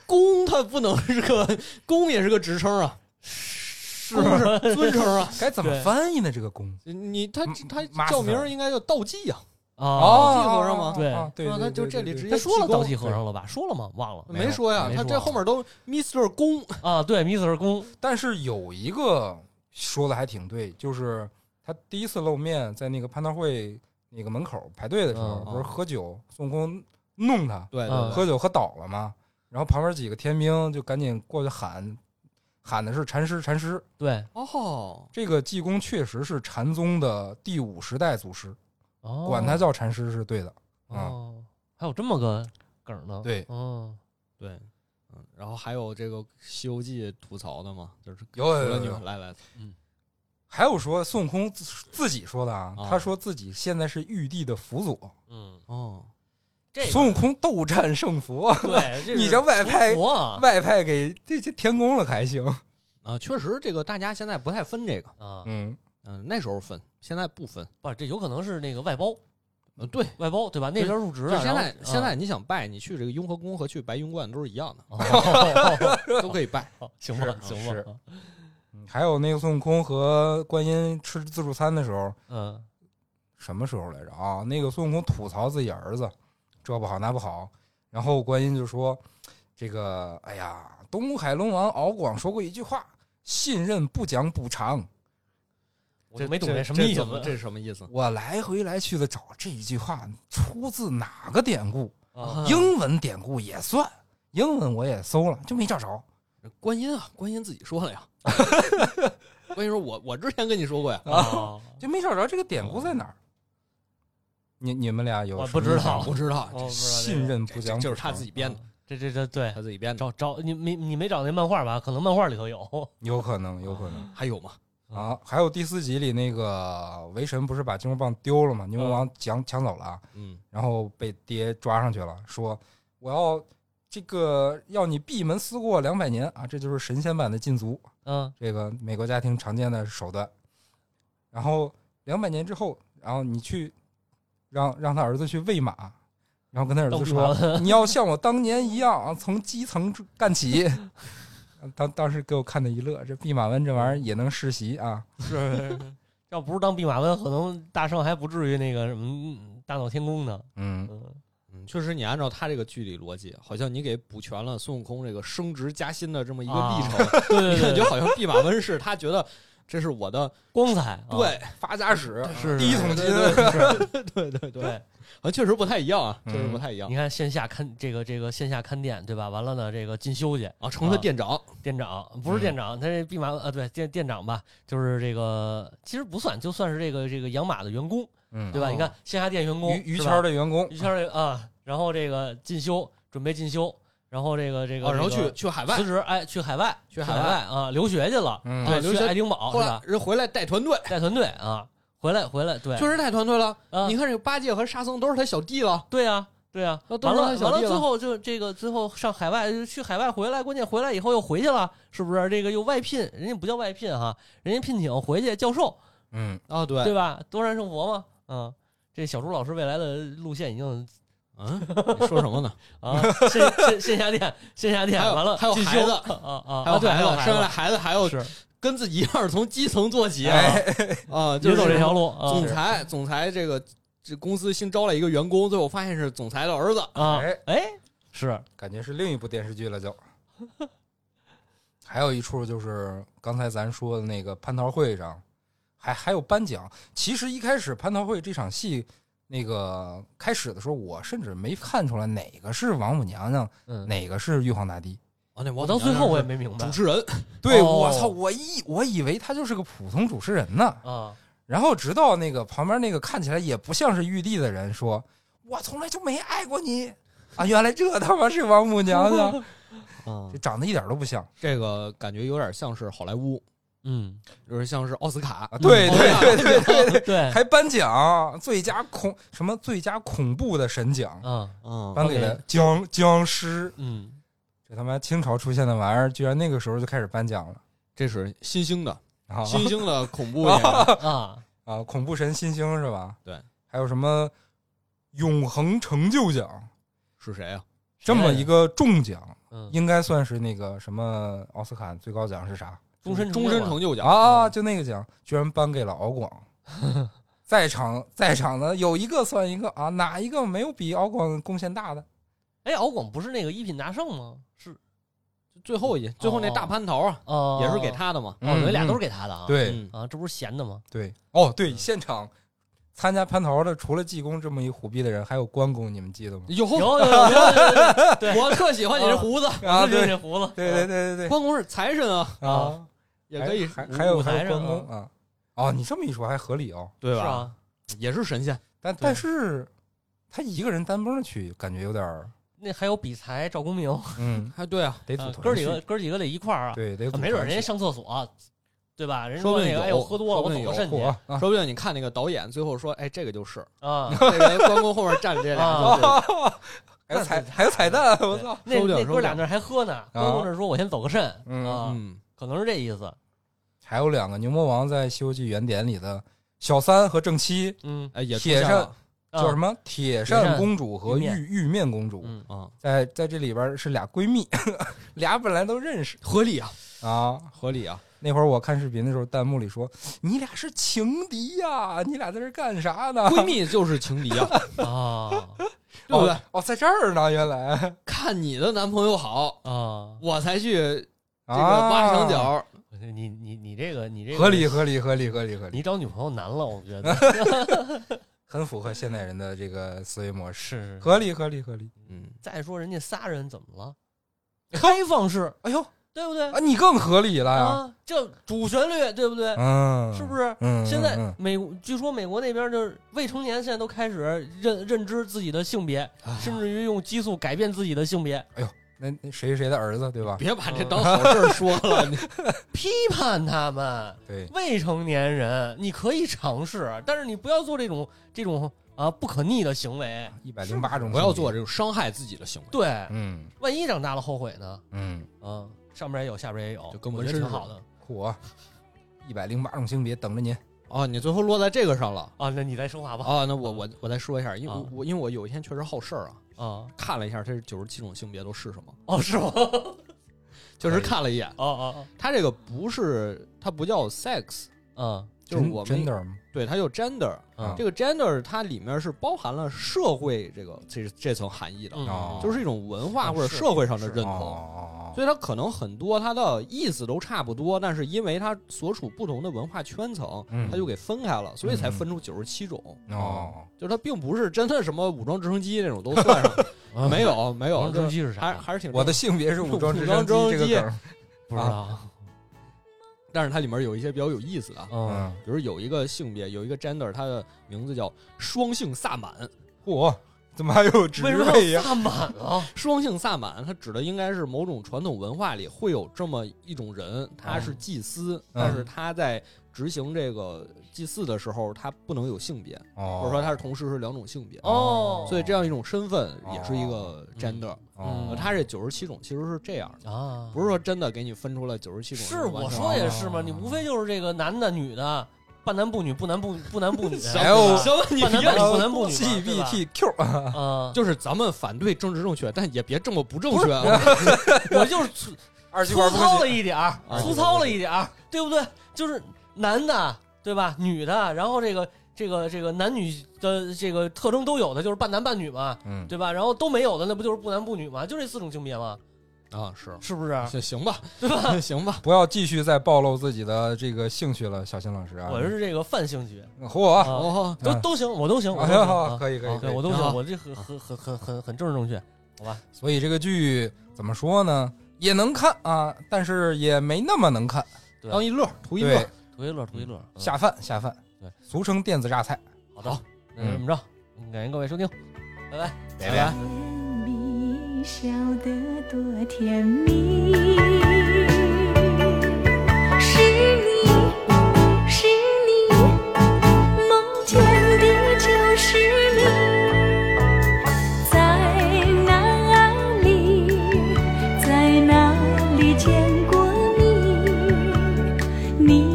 Speaker 3: 公他不能是个公也是个职称啊，
Speaker 2: 是
Speaker 3: 公是尊称啊。
Speaker 4: 该怎么
Speaker 2: 对
Speaker 4: 翻译呢？这个宫
Speaker 3: 你他
Speaker 4: 嗯
Speaker 3: 他
Speaker 4: 马
Speaker 3: 叫
Speaker 4: 死
Speaker 3: 名
Speaker 4: 他
Speaker 3: 儿应该叫道济呀，
Speaker 4: 哦
Speaker 2: 啊？
Speaker 3: 济和尚吗
Speaker 4: 对对，
Speaker 3: 哦那他
Speaker 4: 对
Speaker 3: 就
Speaker 4: 对
Speaker 3: 这里
Speaker 4: 对
Speaker 3: 直接
Speaker 2: 他说了
Speaker 3: 济公
Speaker 2: 道济和尚了吧？说了吗？忘了
Speaker 4: 没有
Speaker 3: 没说呀，
Speaker 2: 没
Speaker 3: 他
Speaker 2: 说
Speaker 3: 这后面都 Mister 公
Speaker 2: 啊？对，米子是公，
Speaker 4: 但是有一个说的还挺对，就是他第一次露面在那个蟠桃会那个门口排队的时候，
Speaker 2: 嗯
Speaker 4: 不是喝酒，孙悟空弄他，
Speaker 3: 对
Speaker 2: 嗯
Speaker 3: 对
Speaker 4: 喝
Speaker 3: 对，
Speaker 4: 酒喝倒了吗？然后旁边几个天兵就赶紧过去喊，喊的是禅师，禅师。
Speaker 2: 对，
Speaker 3: 哦，
Speaker 4: 这个济公确实是禅宗的第五十代祖师，
Speaker 2: 哦
Speaker 4: 管他叫禅师是对的。啊
Speaker 2: 哦，还有这么个梗儿呢？
Speaker 4: 对
Speaker 2: 嗯，
Speaker 3: 对，嗯，然后还有这个《西游记》吐槽的嘛，就是
Speaker 4: 有
Speaker 3: 除
Speaker 4: 有
Speaker 3: 了
Speaker 4: 有
Speaker 3: 你
Speaker 4: 有
Speaker 3: 们，来来，
Speaker 4: 还有说孙悟空自自己说的啊，
Speaker 2: 哦
Speaker 3: 啊
Speaker 4: 他说自己现在是玉帝的辅佐，
Speaker 2: 嗯，
Speaker 3: 哦，
Speaker 2: 这
Speaker 4: 孙悟空斗战胜佛。
Speaker 2: 对，这
Speaker 4: 你这外派
Speaker 2: 佛啊
Speaker 4: 外派给这这天宫了还行。
Speaker 3: 啊，确实这个大家现在不太分这个，
Speaker 2: 啊，
Speaker 4: 嗯，
Speaker 3: 嗯，那时候分，现在不分，
Speaker 2: 不是，这有可能是那个外包，
Speaker 3: 呃，对，
Speaker 2: 外包对吧？那 边入职
Speaker 3: 就
Speaker 2: 了，
Speaker 3: 是现
Speaker 2: 然后
Speaker 3: 在现在你想拜，你去这个雍和宫和去白云观都是一样的，
Speaker 2: 啊
Speaker 3: 都可以拜，
Speaker 2: 哦行吧，
Speaker 4: 是
Speaker 2: 行
Speaker 4: 是
Speaker 2: 吧，
Speaker 4: 还有那个孙悟空和观音吃自助餐的时候，
Speaker 2: 嗯，
Speaker 4: 什么时候来着啊？那个孙悟空吐槽自己儿子，这不好那不好，然后观音就说：“这个，哎呀，东海龙王敖广说过一句话，信任不讲补偿。
Speaker 2: 我就没懂
Speaker 3: 这
Speaker 2: 什么意
Speaker 3: 怎么这
Speaker 2: 思
Speaker 3: 是什么意思？
Speaker 4: 我来回来去的找这一句话出自哪个典故，
Speaker 3: 嗯
Speaker 2: 啊，
Speaker 4: 英文典故也算，英文我也搜了，就没找着。
Speaker 3: 观音啊，观音自己说了 呀。观音说我我之前跟你说过呀，
Speaker 2: 啊，
Speaker 4: 就没找着这个典故在哪儿。你你们俩有
Speaker 2: 我
Speaker 4: 什
Speaker 2: 不
Speaker 4: 么
Speaker 2: 知
Speaker 4: 印象
Speaker 2: 道
Speaker 4: 吗
Speaker 3: 哦不知道，啊
Speaker 2: 哦
Speaker 4: 信任不讲
Speaker 3: 这就
Speaker 4: 补偿，
Speaker 3: 是他自己编的，
Speaker 2: 这这这对
Speaker 3: 他。自己编的。
Speaker 2: 找找你没你没找那漫画吧？可能漫画里头有。
Speaker 4: 有可能，有可能
Speaker 3: 还有吗？
Speaker 4: 啊。还有第四集里那个韦神不是把金箍棒丢了吗？牛魔王抢抢走了，
Speaker 3: 嗯，
Speaker 4: 然后被爹抓上去了，说我要这个要你闭门思过两百年啊！这就是神仙版的禁足，
Speaker 2: 嗯，
Speaker 4: 这个美国家庭常见的手段。然后两百年之后，然后你去让让他儿子去喂马，然后跟他儿子说：“你要像我当年一样啊，从基层干起。” 当当时给我看的一乐，这弼马温这玩意儿也能世袭啊！
Speaker 2: 是，要不是当弼马温，可能大圣还不至于那个什么嗯大闹天宫呢。
Speaker 4: 嗯，
Speaker 2: 嗯，
Speaker 3: 嗯，确实，你按照他这个剧里逻辑，好像你给补全了孙悟空这个升职加薪的这么一个历程，
Speaker 2: 对对
Speaker 3: 你感
Speaker 2: 对
Speaker 3: 觉
Speaker 2: 对，
Speaker 3: 好像弼马温是他觉得这是我的
Speaker 2: 光彩啊
Speaker 3: 对
Speaker 4: 发家史
Speaker 2: 是
Speaker 4: 第一桶 金，
Speaker 3: 对对对对，
Speaker 2: 对。
Speaker 3: 好像确实不太一样啊，
Speaker 4: 嗯
Speaker 3: 确实不太一样
Speaker 2: 你看线下看这个这个线下看店对吧？完了呢，这个进修去，
Speaker 3: 啊，成了店长，
Speaker 2: 店长不是
Speaker 3: 嗯
Speaker 2: 店长，他这弼马啊，对店店长吧，就是这个其实不算，就算是这个这个养马的员工
Speaker 4: 嗯
Speaker 2: 对吧？
Speaker 3: 哦
Speaker 2: 你看线下店员工
Speaker 4: 于于
Speaker 2: 是吧
Speaker 4: 谦儿的员工
Speaker 2: 于，谦儿这啊，然后这个进修准备进修，然后这个这个
Speaker 3: 啊，然后
Speaker 2: 这个
Speaker 3: 去去海外
Speaker 2: 辞，职，哎，去海外
Speaker 3: 去海
Speaker 2: 海
Speaker 3: 外
Speaker 2: 啊留学去了，
Speaker 4: 嗯
Speaker 2: 对，
Speaker 3: 啊留
Speaker 2: 去
Speaker 3: 学
Speaker 2: 爱丁堡是
Speaker 3: 后来
Speaker 2: 吧？
Speaker 3: 人回来带团队，
Speaker 2: 带团队啊，回来回来对，
Speaker 3: 确实带团队了。
Speaker 2: 啊
Speaker 3: 你看这八戒和沙僧都是他小弟了，
Speaker 2: 对啊，对啊，
Speaker 3: 那
Speaker 2: 完
Speaker 3: 都是他
Speaker 2: 了
Speaker 3: 小
Speaker 2: 完了，
Speaker 3: 弟
Speaker 2: 最
Speaker 3: 了
Speaker 2: 后就这个最后上海外就去海外回来，关键回来以后又回去了，是不是？这个又外聘，人家不叫外聘哈，人家聘请回去教授，
Speaker 4: 嗯，
Speaker 3: 啊，对
Speaker 2: 对吧？多山圣佛嘛，嗯，这小朱老师未来的路线已经
Speaker 3: 嗯，你说什 么呢？
Speaker 2: 啊，线线线下店，线下店
Speaker 3: 还有
Speaker 2: 完了，
Speaker 3: 还有
Speaker 2: 进修
Speaker 3: 孩子
Speaker 2: 啊啊，
Speaker 3: 还有
Speaker 2: 啊对，
Speaker 3: 孩
Speaker 2: 还有
Speaker 3: 子，生下来
Speaker 2: 孩
Speaker 3: 孩子还要
Speaker 2: 子是
Speaker 3: 跟自己一样从基层做起啊，
Speaker 4: 哎，
Speaker 3: 啊就
Speaker 2: 也
Speaker 3: 是
Speaker 2: 走这条路啊
Speaker 3: 总裁，总裁这个这公司新招来一个员工，最后发现是总裁的儿子。
Speaker 2: 啊
Speaker 4: 哎，
Speaker 2: 哎，是
Speaker 4: 感觉是另一部电视剧了就。还有一处就是刚才咱说的那个蟠桃会上，还还有颁奖。其实一开始蟠桃会这场戏，那个开始的时候，我甚至没看出来哪个是王母娘娘，
Speaker 2: 嗯，
Speaker 4: 哪个是玉皇大帝。
Speaker 3: 啊，那
Speaker 2: 我
Speaker 3: 我
Speaker 2: 到最后我也没明白
Speaker 3: 主持人
Speaker 4: 对，
Speaker 2: 哦
Speaker 4: 我操，我以我以为他就是个普通主持人呢。
Speaker 2: 啊，
Speaker 4: 然后直到那个旁边那个看起来也不像是玉帝的人说：“我从来就没爱过你啊！”原来这他妈是王母娘 娘，
Speaker 3: 啊
Speaker 4: 这，长得一点都不像
Speaker 3: 这个感觉有点像是好莱坞，
Speaker 2: 嗯，
Speaker 3: 就是像是奥斯卡
Speaker 4: 啊！对
Speaker 3: 嗯
Speaker 4: 对对对对对，
Speaker 2: 对，
Speaker 4: 还颁奖最佳恐什么最佳恐怖的神奖，
Speaker 2: 啊，
Speaker 3: 嗯
Speaker 4: 颁给了僵僵尸。
Speaker 2: 嗯，
Speaker 4: 这他妈清朝出现的玩意儿，居然那个时候就开始颁奖了
Speaker 3: 这是新兴的
Speaker 4: 啊
Speaker 3: 新兴的恐怖演员，
Speaker 2: 啊，
Speaker 4: 啊！恐怖神新星是吧？
Speaker 3: 对，
Speaker 4: 还有什么永恒成就奖
Speaker 3: 是谁啊？
Speaker 4: 这么一个重奖。
Speaker 2: 嗯，
Speaker 4: 应该算是那个什么奥斯卡最高奖是啥
Speaker 2: 终身
Speaker 3: 终身成就奖
Speaker 4: 啊？就那个奖，居然颁给了敖广。在场在场的有一个算一个啊，哪一个没有比敖广贡献大的？
Speaker 2: 哎，敖广不是那个一品大圣吗？是
Speaker 3: 最后一最后那大蟠桃啊，
Speaker 2: 啊，
Speaker 3: 也是给他的嘛。
Speaker 2: 哦，
Speaker 4: 嗯
Speaker 2: 你们俩
Speaker 4: 嗯
Speaker 2: 都是给他的啊？
Speaker 4: 对、
Speaker 3: 嗯
Speaker 2: 啊，这不是闲的吗？
Speaker 4: 对哦对，
Speaker 2: 嗯
Speaker 4: 现场参加蟠桃的除了济公这么一虎逼的人，还有关公，你们记得吗？
Speaker 3: 有
Speaker 2: 有有有有有， 对
Speaker 3: 我特喜欢你这胡 子，
Speaker 4: 啊，
Speaker 2: 对
Speaker 4: 对
Speaker 2: 这胡 子，
Speaker 4: 对对对对
Speaker 3: 关公是财神啊，
Speaker 4: 对
Speaker 2: 啊，
Speaker 3: 也可以
Speaker 4: 还还还有
Speaker 2: 舞台
Speaker 4: 还有关
Speaker 2: 上嗯
Speaker 4: 公啊哦，你这么一说还合理哦，
Speaker 3: 对
Speaker 2: 是
Speaker 3: 吧？
Speaker 2: 啊，
Speaker 3: 也是神仙，
Speaker 4: 但但是他一个人单蹦的去，感觉有点儿
Speaker 2: 那还有比才赵公明，
Speaker 4: 嗯，
Speaker 3: 哎，对啊，
Speaker 4: 得组
Speaker 2: 啊
Speaker 4: 团
Speaker 2: 哥几
Speaker 4: 去
Speaker 2: 个哥几个得一块儿啊，
Speaker 4: 对得组
Speaker 2: 没准
Speaker 4: 团
Speaker 2: 人家
Speaker 4: 去
Speaker 2: 上厕所，对吧？人家
Speaker 3: 说不
Speaker 2: 说
Speaker 3: 定
Speaker 2: 那个，哎
Speaker 3: 有
Speaker 2: 呦，喝多了，
Speaker 3: 说不
Speaker 2: 我
Speaker 3: 定
Speaker 2: 走
Speaker 3: 有
Speaker 2: 个肾去
Speaker 4: 嚯啊！
Speaker 3: 说不定你看那个导演最后说，哎，这个就是
Speaker 2: 啊。
Speaker 3: 这个关公后面站着这俩，就是
Speaker 4: 还有彩 还有彩蛋，我操！
Speaker 2: 那嗯
Speaker 3: 收不了
Speaker 2: 那
Speaker 3: 收
Speaker 2: 哥
Speaker 3: 不
Speaker 2: 俩
Speaker 3: 了
Speaker 2: 那儿还喝呢，关公这说我先走个肾
Speaker 4: 啊嗯
Speaker 2: 啊，
Speaker 3: 嗯，
Speaker 2: 可能是这意思。
Speaker 4: 还有两个牛魔王在《西游记原点》里的小三和正七，
Speaker 2: 嗯，
Speaker 3: 哎，也出
Speaker 4: 铁
Speaker 3: 现
Speaker 4: 扇
Speaker 3: 了
Speaker 4: 叫什
Speaker 2: 么？
Speaker 4: 么铁扇公主和
Speaker 2: 嗯铁扇
Speaker 4: 玉玉面公主，
Speaker 2: 嗯，
Speaker 3: 啊，
Speaker 4: 在在这里边是俩闺蜜， 俩本来都认识
Speaker 3: 合理啊，
Speaker 4: 啊。
Speaker 3: 合理 啊，
Speaker 4: 那会儿我看视频的时候，弹幕里说你俩是情敌呀、你俩在这干啥呢？
Speaker 3: 闺蜜就是情敌啊，
Speaker 2: 啊
Speaker 3: 对不对
Speaker 4: 哦？？哦，在这儿呢，原来
Speaker 3: 看你的男朋友好，
Speaker 2: 啊，
Speaker 3: 我才去这个
Speaker 4: 啊
Speaker 3: 挖墙，脚，
Speaker 2: 你你你这个你这个
Speaker 4: 合理，合理合理合理合理，啊
Speaker 2: 你找女朋友难了，我觉得
Speaker 4: 很符合现代人的这个思维模式，
Speaker 2: 是
Speaker 4: 合理合理合理。
Speaker 3: 嗯，
Speaker 2: 再说人家仨人怎么了？开放式，
Speaker 4: 哎呦
Speaker 2: 对不对？
Speaker 4: 啊，你更合理了呀！
Speaker 2: 啊，这主旋律对不
Speaker 3: 啊
Speaker 2: 对？
Speaker 4: 嗯，
Speaker 2: 是不是？
Speaker 4: 嗯，
Speaker 2: 现
Speaker 4: 嗯
Speaker 2: 在
Speaker 4: 嗯
Speaker 2: 美，据说美国那边就是未成年现在都开始认认知自己的性别，
Speaker 4: 啊
Speaker 2: 甚至于用激素改变自己的性别，
Speaker 4: 嗯那那谁谁的儿子对吧？
Speaker 3: 别把这当好事儿说了，你
Speaker 2: 批判他们
Speaker 4: 对，
Speaker 2: 未成年人，你可以尝试，但是你不要做这种这种啊不可逆的行为。
Speaker 4: 一百零八种，
Speaker 3: 不要做这。种伤害自己的行为，
Speaker 2: 对，
Speaker 4: 嗯
Speaker 2: 万一长大了后悔呢？
Speaker 4: 嗯，
Speaker 2: 啊，上边也有，下边也有，
Speaker 3: 就跟
Speaker 2: 我
Speaker 3: 纹
Speaker 2: 觉得
Speaker 3: 身
Speaker 2: 挺
Speaker 3: 似的
Speaker 2: 好的
Speaker 4: 酷啊！一百零八种性别等着您。
Speaker 3: 啊，你最后落在这个上了。
Speaker 2: 啊。那你再升华吧
Speaker 3: 啊，那我我我再说一下，因为
Speaker 2: 啊
Speaker 3: 我我因为我有一天确实好事儿啊，
Speaker 2: 啊！
Speaker 3: 看了一下这九十七种性别都是什么，
Speaker 2: 哦，是吗？
Speaker 3: 确实看了一眼，
Speaker 2: 哦哦
Speaker 3: 它这个不是它不叫 sex，
Speaker 2: 哦，啊，
Speaker 3: 就是我
Speaker 4: 真
Speaker 3: 们
Speaker 4: 的吗？啊
Speaker 3: 对它有 gender，
Speaker 2: 嗯
Speaker 3: 这个 gender 它里面是包含了社会这
Speaker 4: 嗯
Speaker 3: 个这这层含义的，
Speaker 2: 嗯
Speaker 4: 哦
Speaker 3: 就是一种文化
Speaker 2: 啊
Speaker 3: 或者
Speaker 2: 是
Speaker 3: 社会上的认
Speaker 4: 哦
Speaker 3: 同。
Speaker 4: 哦哦
Speaker 3: 所以它可能很多它的意思都差不多，但是因为它所处不同的文化圈层，
Speaker 4: 嗯
Speaker 3: 它就给分开了，所以才分出九十七种。
Speaker 4: 哦哦，
Speaker 3: 就是它并不是真的什么武装直升机那种都算上， 没有没有，
Speaker 2: 王中基是
Speaker 3: 就是还
Speaker 2: 啥？
Speaker 3: 还是挺
Speaker 4: 我的性别是武装直
Speaker 3: 武装直
Speaker 4: 机这
Speaker 3: 升
Speaker 4: 个
Speaker 3: 机
Speaker 4: 梗儿，
Speaker 2: 不知道。
Speaker 3: 啊但是它里面有一些比较有意思的啊，
Speaker 2: 嗯，
Speaker 4: 嗯，
Speaker 3: 比如有一个性别有一个 gender，它的名字叫双性萨满，
Speaker 4: 嚯，啊怎么还有职
Speaker 2: 为什么
Speaker 4: 位
Speaker 2: 要
Speaker 4: 呀？
Speaker 2: 萨满 啊？
Speaker 3: 双性萨满，它指的应该是某种传统文化里会有这么一种人，他是祭司，但是他在执行这个祭祀的时候，他不能有性别，
Speaker 4: 哦，
Speaker 3: 或者说他是同时是两种性别，
Speaker 2: 哦
Speaker 3: 所以这样一种身份也是一个
Speaker 2: 哦
Speaker 3: gender。呃
Speaker 4: 哦
Speaker 2: 嗯
Speaker 3: 他这九十七种其实是这样的，
Speaker 2: 啊，
Speaker 3: 不是说真的给你分出了九十七种啊
Speaker 2: 是
Speaker 3: 人完
Speaker 2: 我
Speaker 3: 成。
Speaker 2: 说也是嘛，你无非就是这个男的、女的，半男不女，不男不不男 不女，啊
Speaker 4: 哎呦
Speaker 3: 行了，你
Speaker 2: 半男
Speaker 3: 别
Speaker 2: 半女，不男不女嘛对吧
Speaker 4: GBTQ
Speaker 2: 啊，
Speaker 3: 就是咱们反对政治正确，但也别这么不正确啊。
Speaker 2: 我就是粗
Speaker 4: 二极
Speaker 2: 粗
Speaker 4: 管不
Speaker 2: 糙
Speaker 4: 和
Speaker 2: 了
Speaker 4: 谐，
Speaker 2: 一点儿，
Speaker 3: 啊
Speaker 2: 粗糙了一点儿，对不对？就是男的，对吧？女的，然后这个这个这个男女的这个特征都有的，就是半男半女嘛，
Speaker 4: 嗯，
Speaker 2: 对吧？然后都没有的，那不就是不男不女嘛？就这四种性别嘛，
Speaker 3: 啊，是
Speaker 2: 是不是？
Speaker 3: 行行吧， 对吧？行吧，
Speaker 4: 不要继续再暴露自己的这个兴趣了，小新老师啊，
Speaker 2: 我是这个泛性学，
Speaker 4: 嚯，
Speaker 2: 啊
Speaker 3: 哦，
Speaker 2: 都
Speaker 4: 嗯
Speaker 2: 都行，我都行，我
Speaker 4: 哎
Speaker 2: 都行
Speaker 4: 呦
Speaker 2: 啊
Speaker 4: 可以可以
Speaker 2: 啊
Speaker 4: 可
Speaker 2: 对
Speaker 4: 以
Speaker 2: 我都
Speaker 3: 啊
Speaker 2: 行，我这很很很很很很政治正确，好吧？
Speaker 4: 所以这个剧怎么说呢？也能看啊，但是也没那么能看，
Speaker 2: 对
Speaker 3: 当一乐，图一乐
Speaker 4: 对，，
Speaker 2: 图一乐，图一乐，嗯
Speaker 4: 下饭下饭，
Speaker 2: 对，
Speaker 4: 俗称电子榨菜，
Speaker 2: 好的
Speaker 3: 好，
Speaker 2: 那就这么着，感谢各位收听，拜拜。
Speaker 4: 拜
Speaker 3: 拜拜
Speaker 5: 你笑得多甜蜜，是你，是你，梦见的就是你，在哪里，在哪里见过你？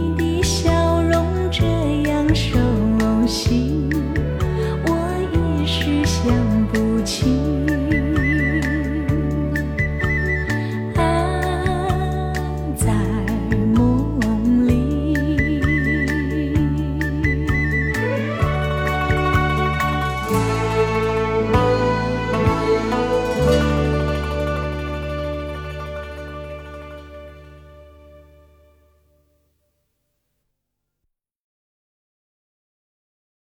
Speaker 5: 你的笑容这样熟悉。我一时想不起，啊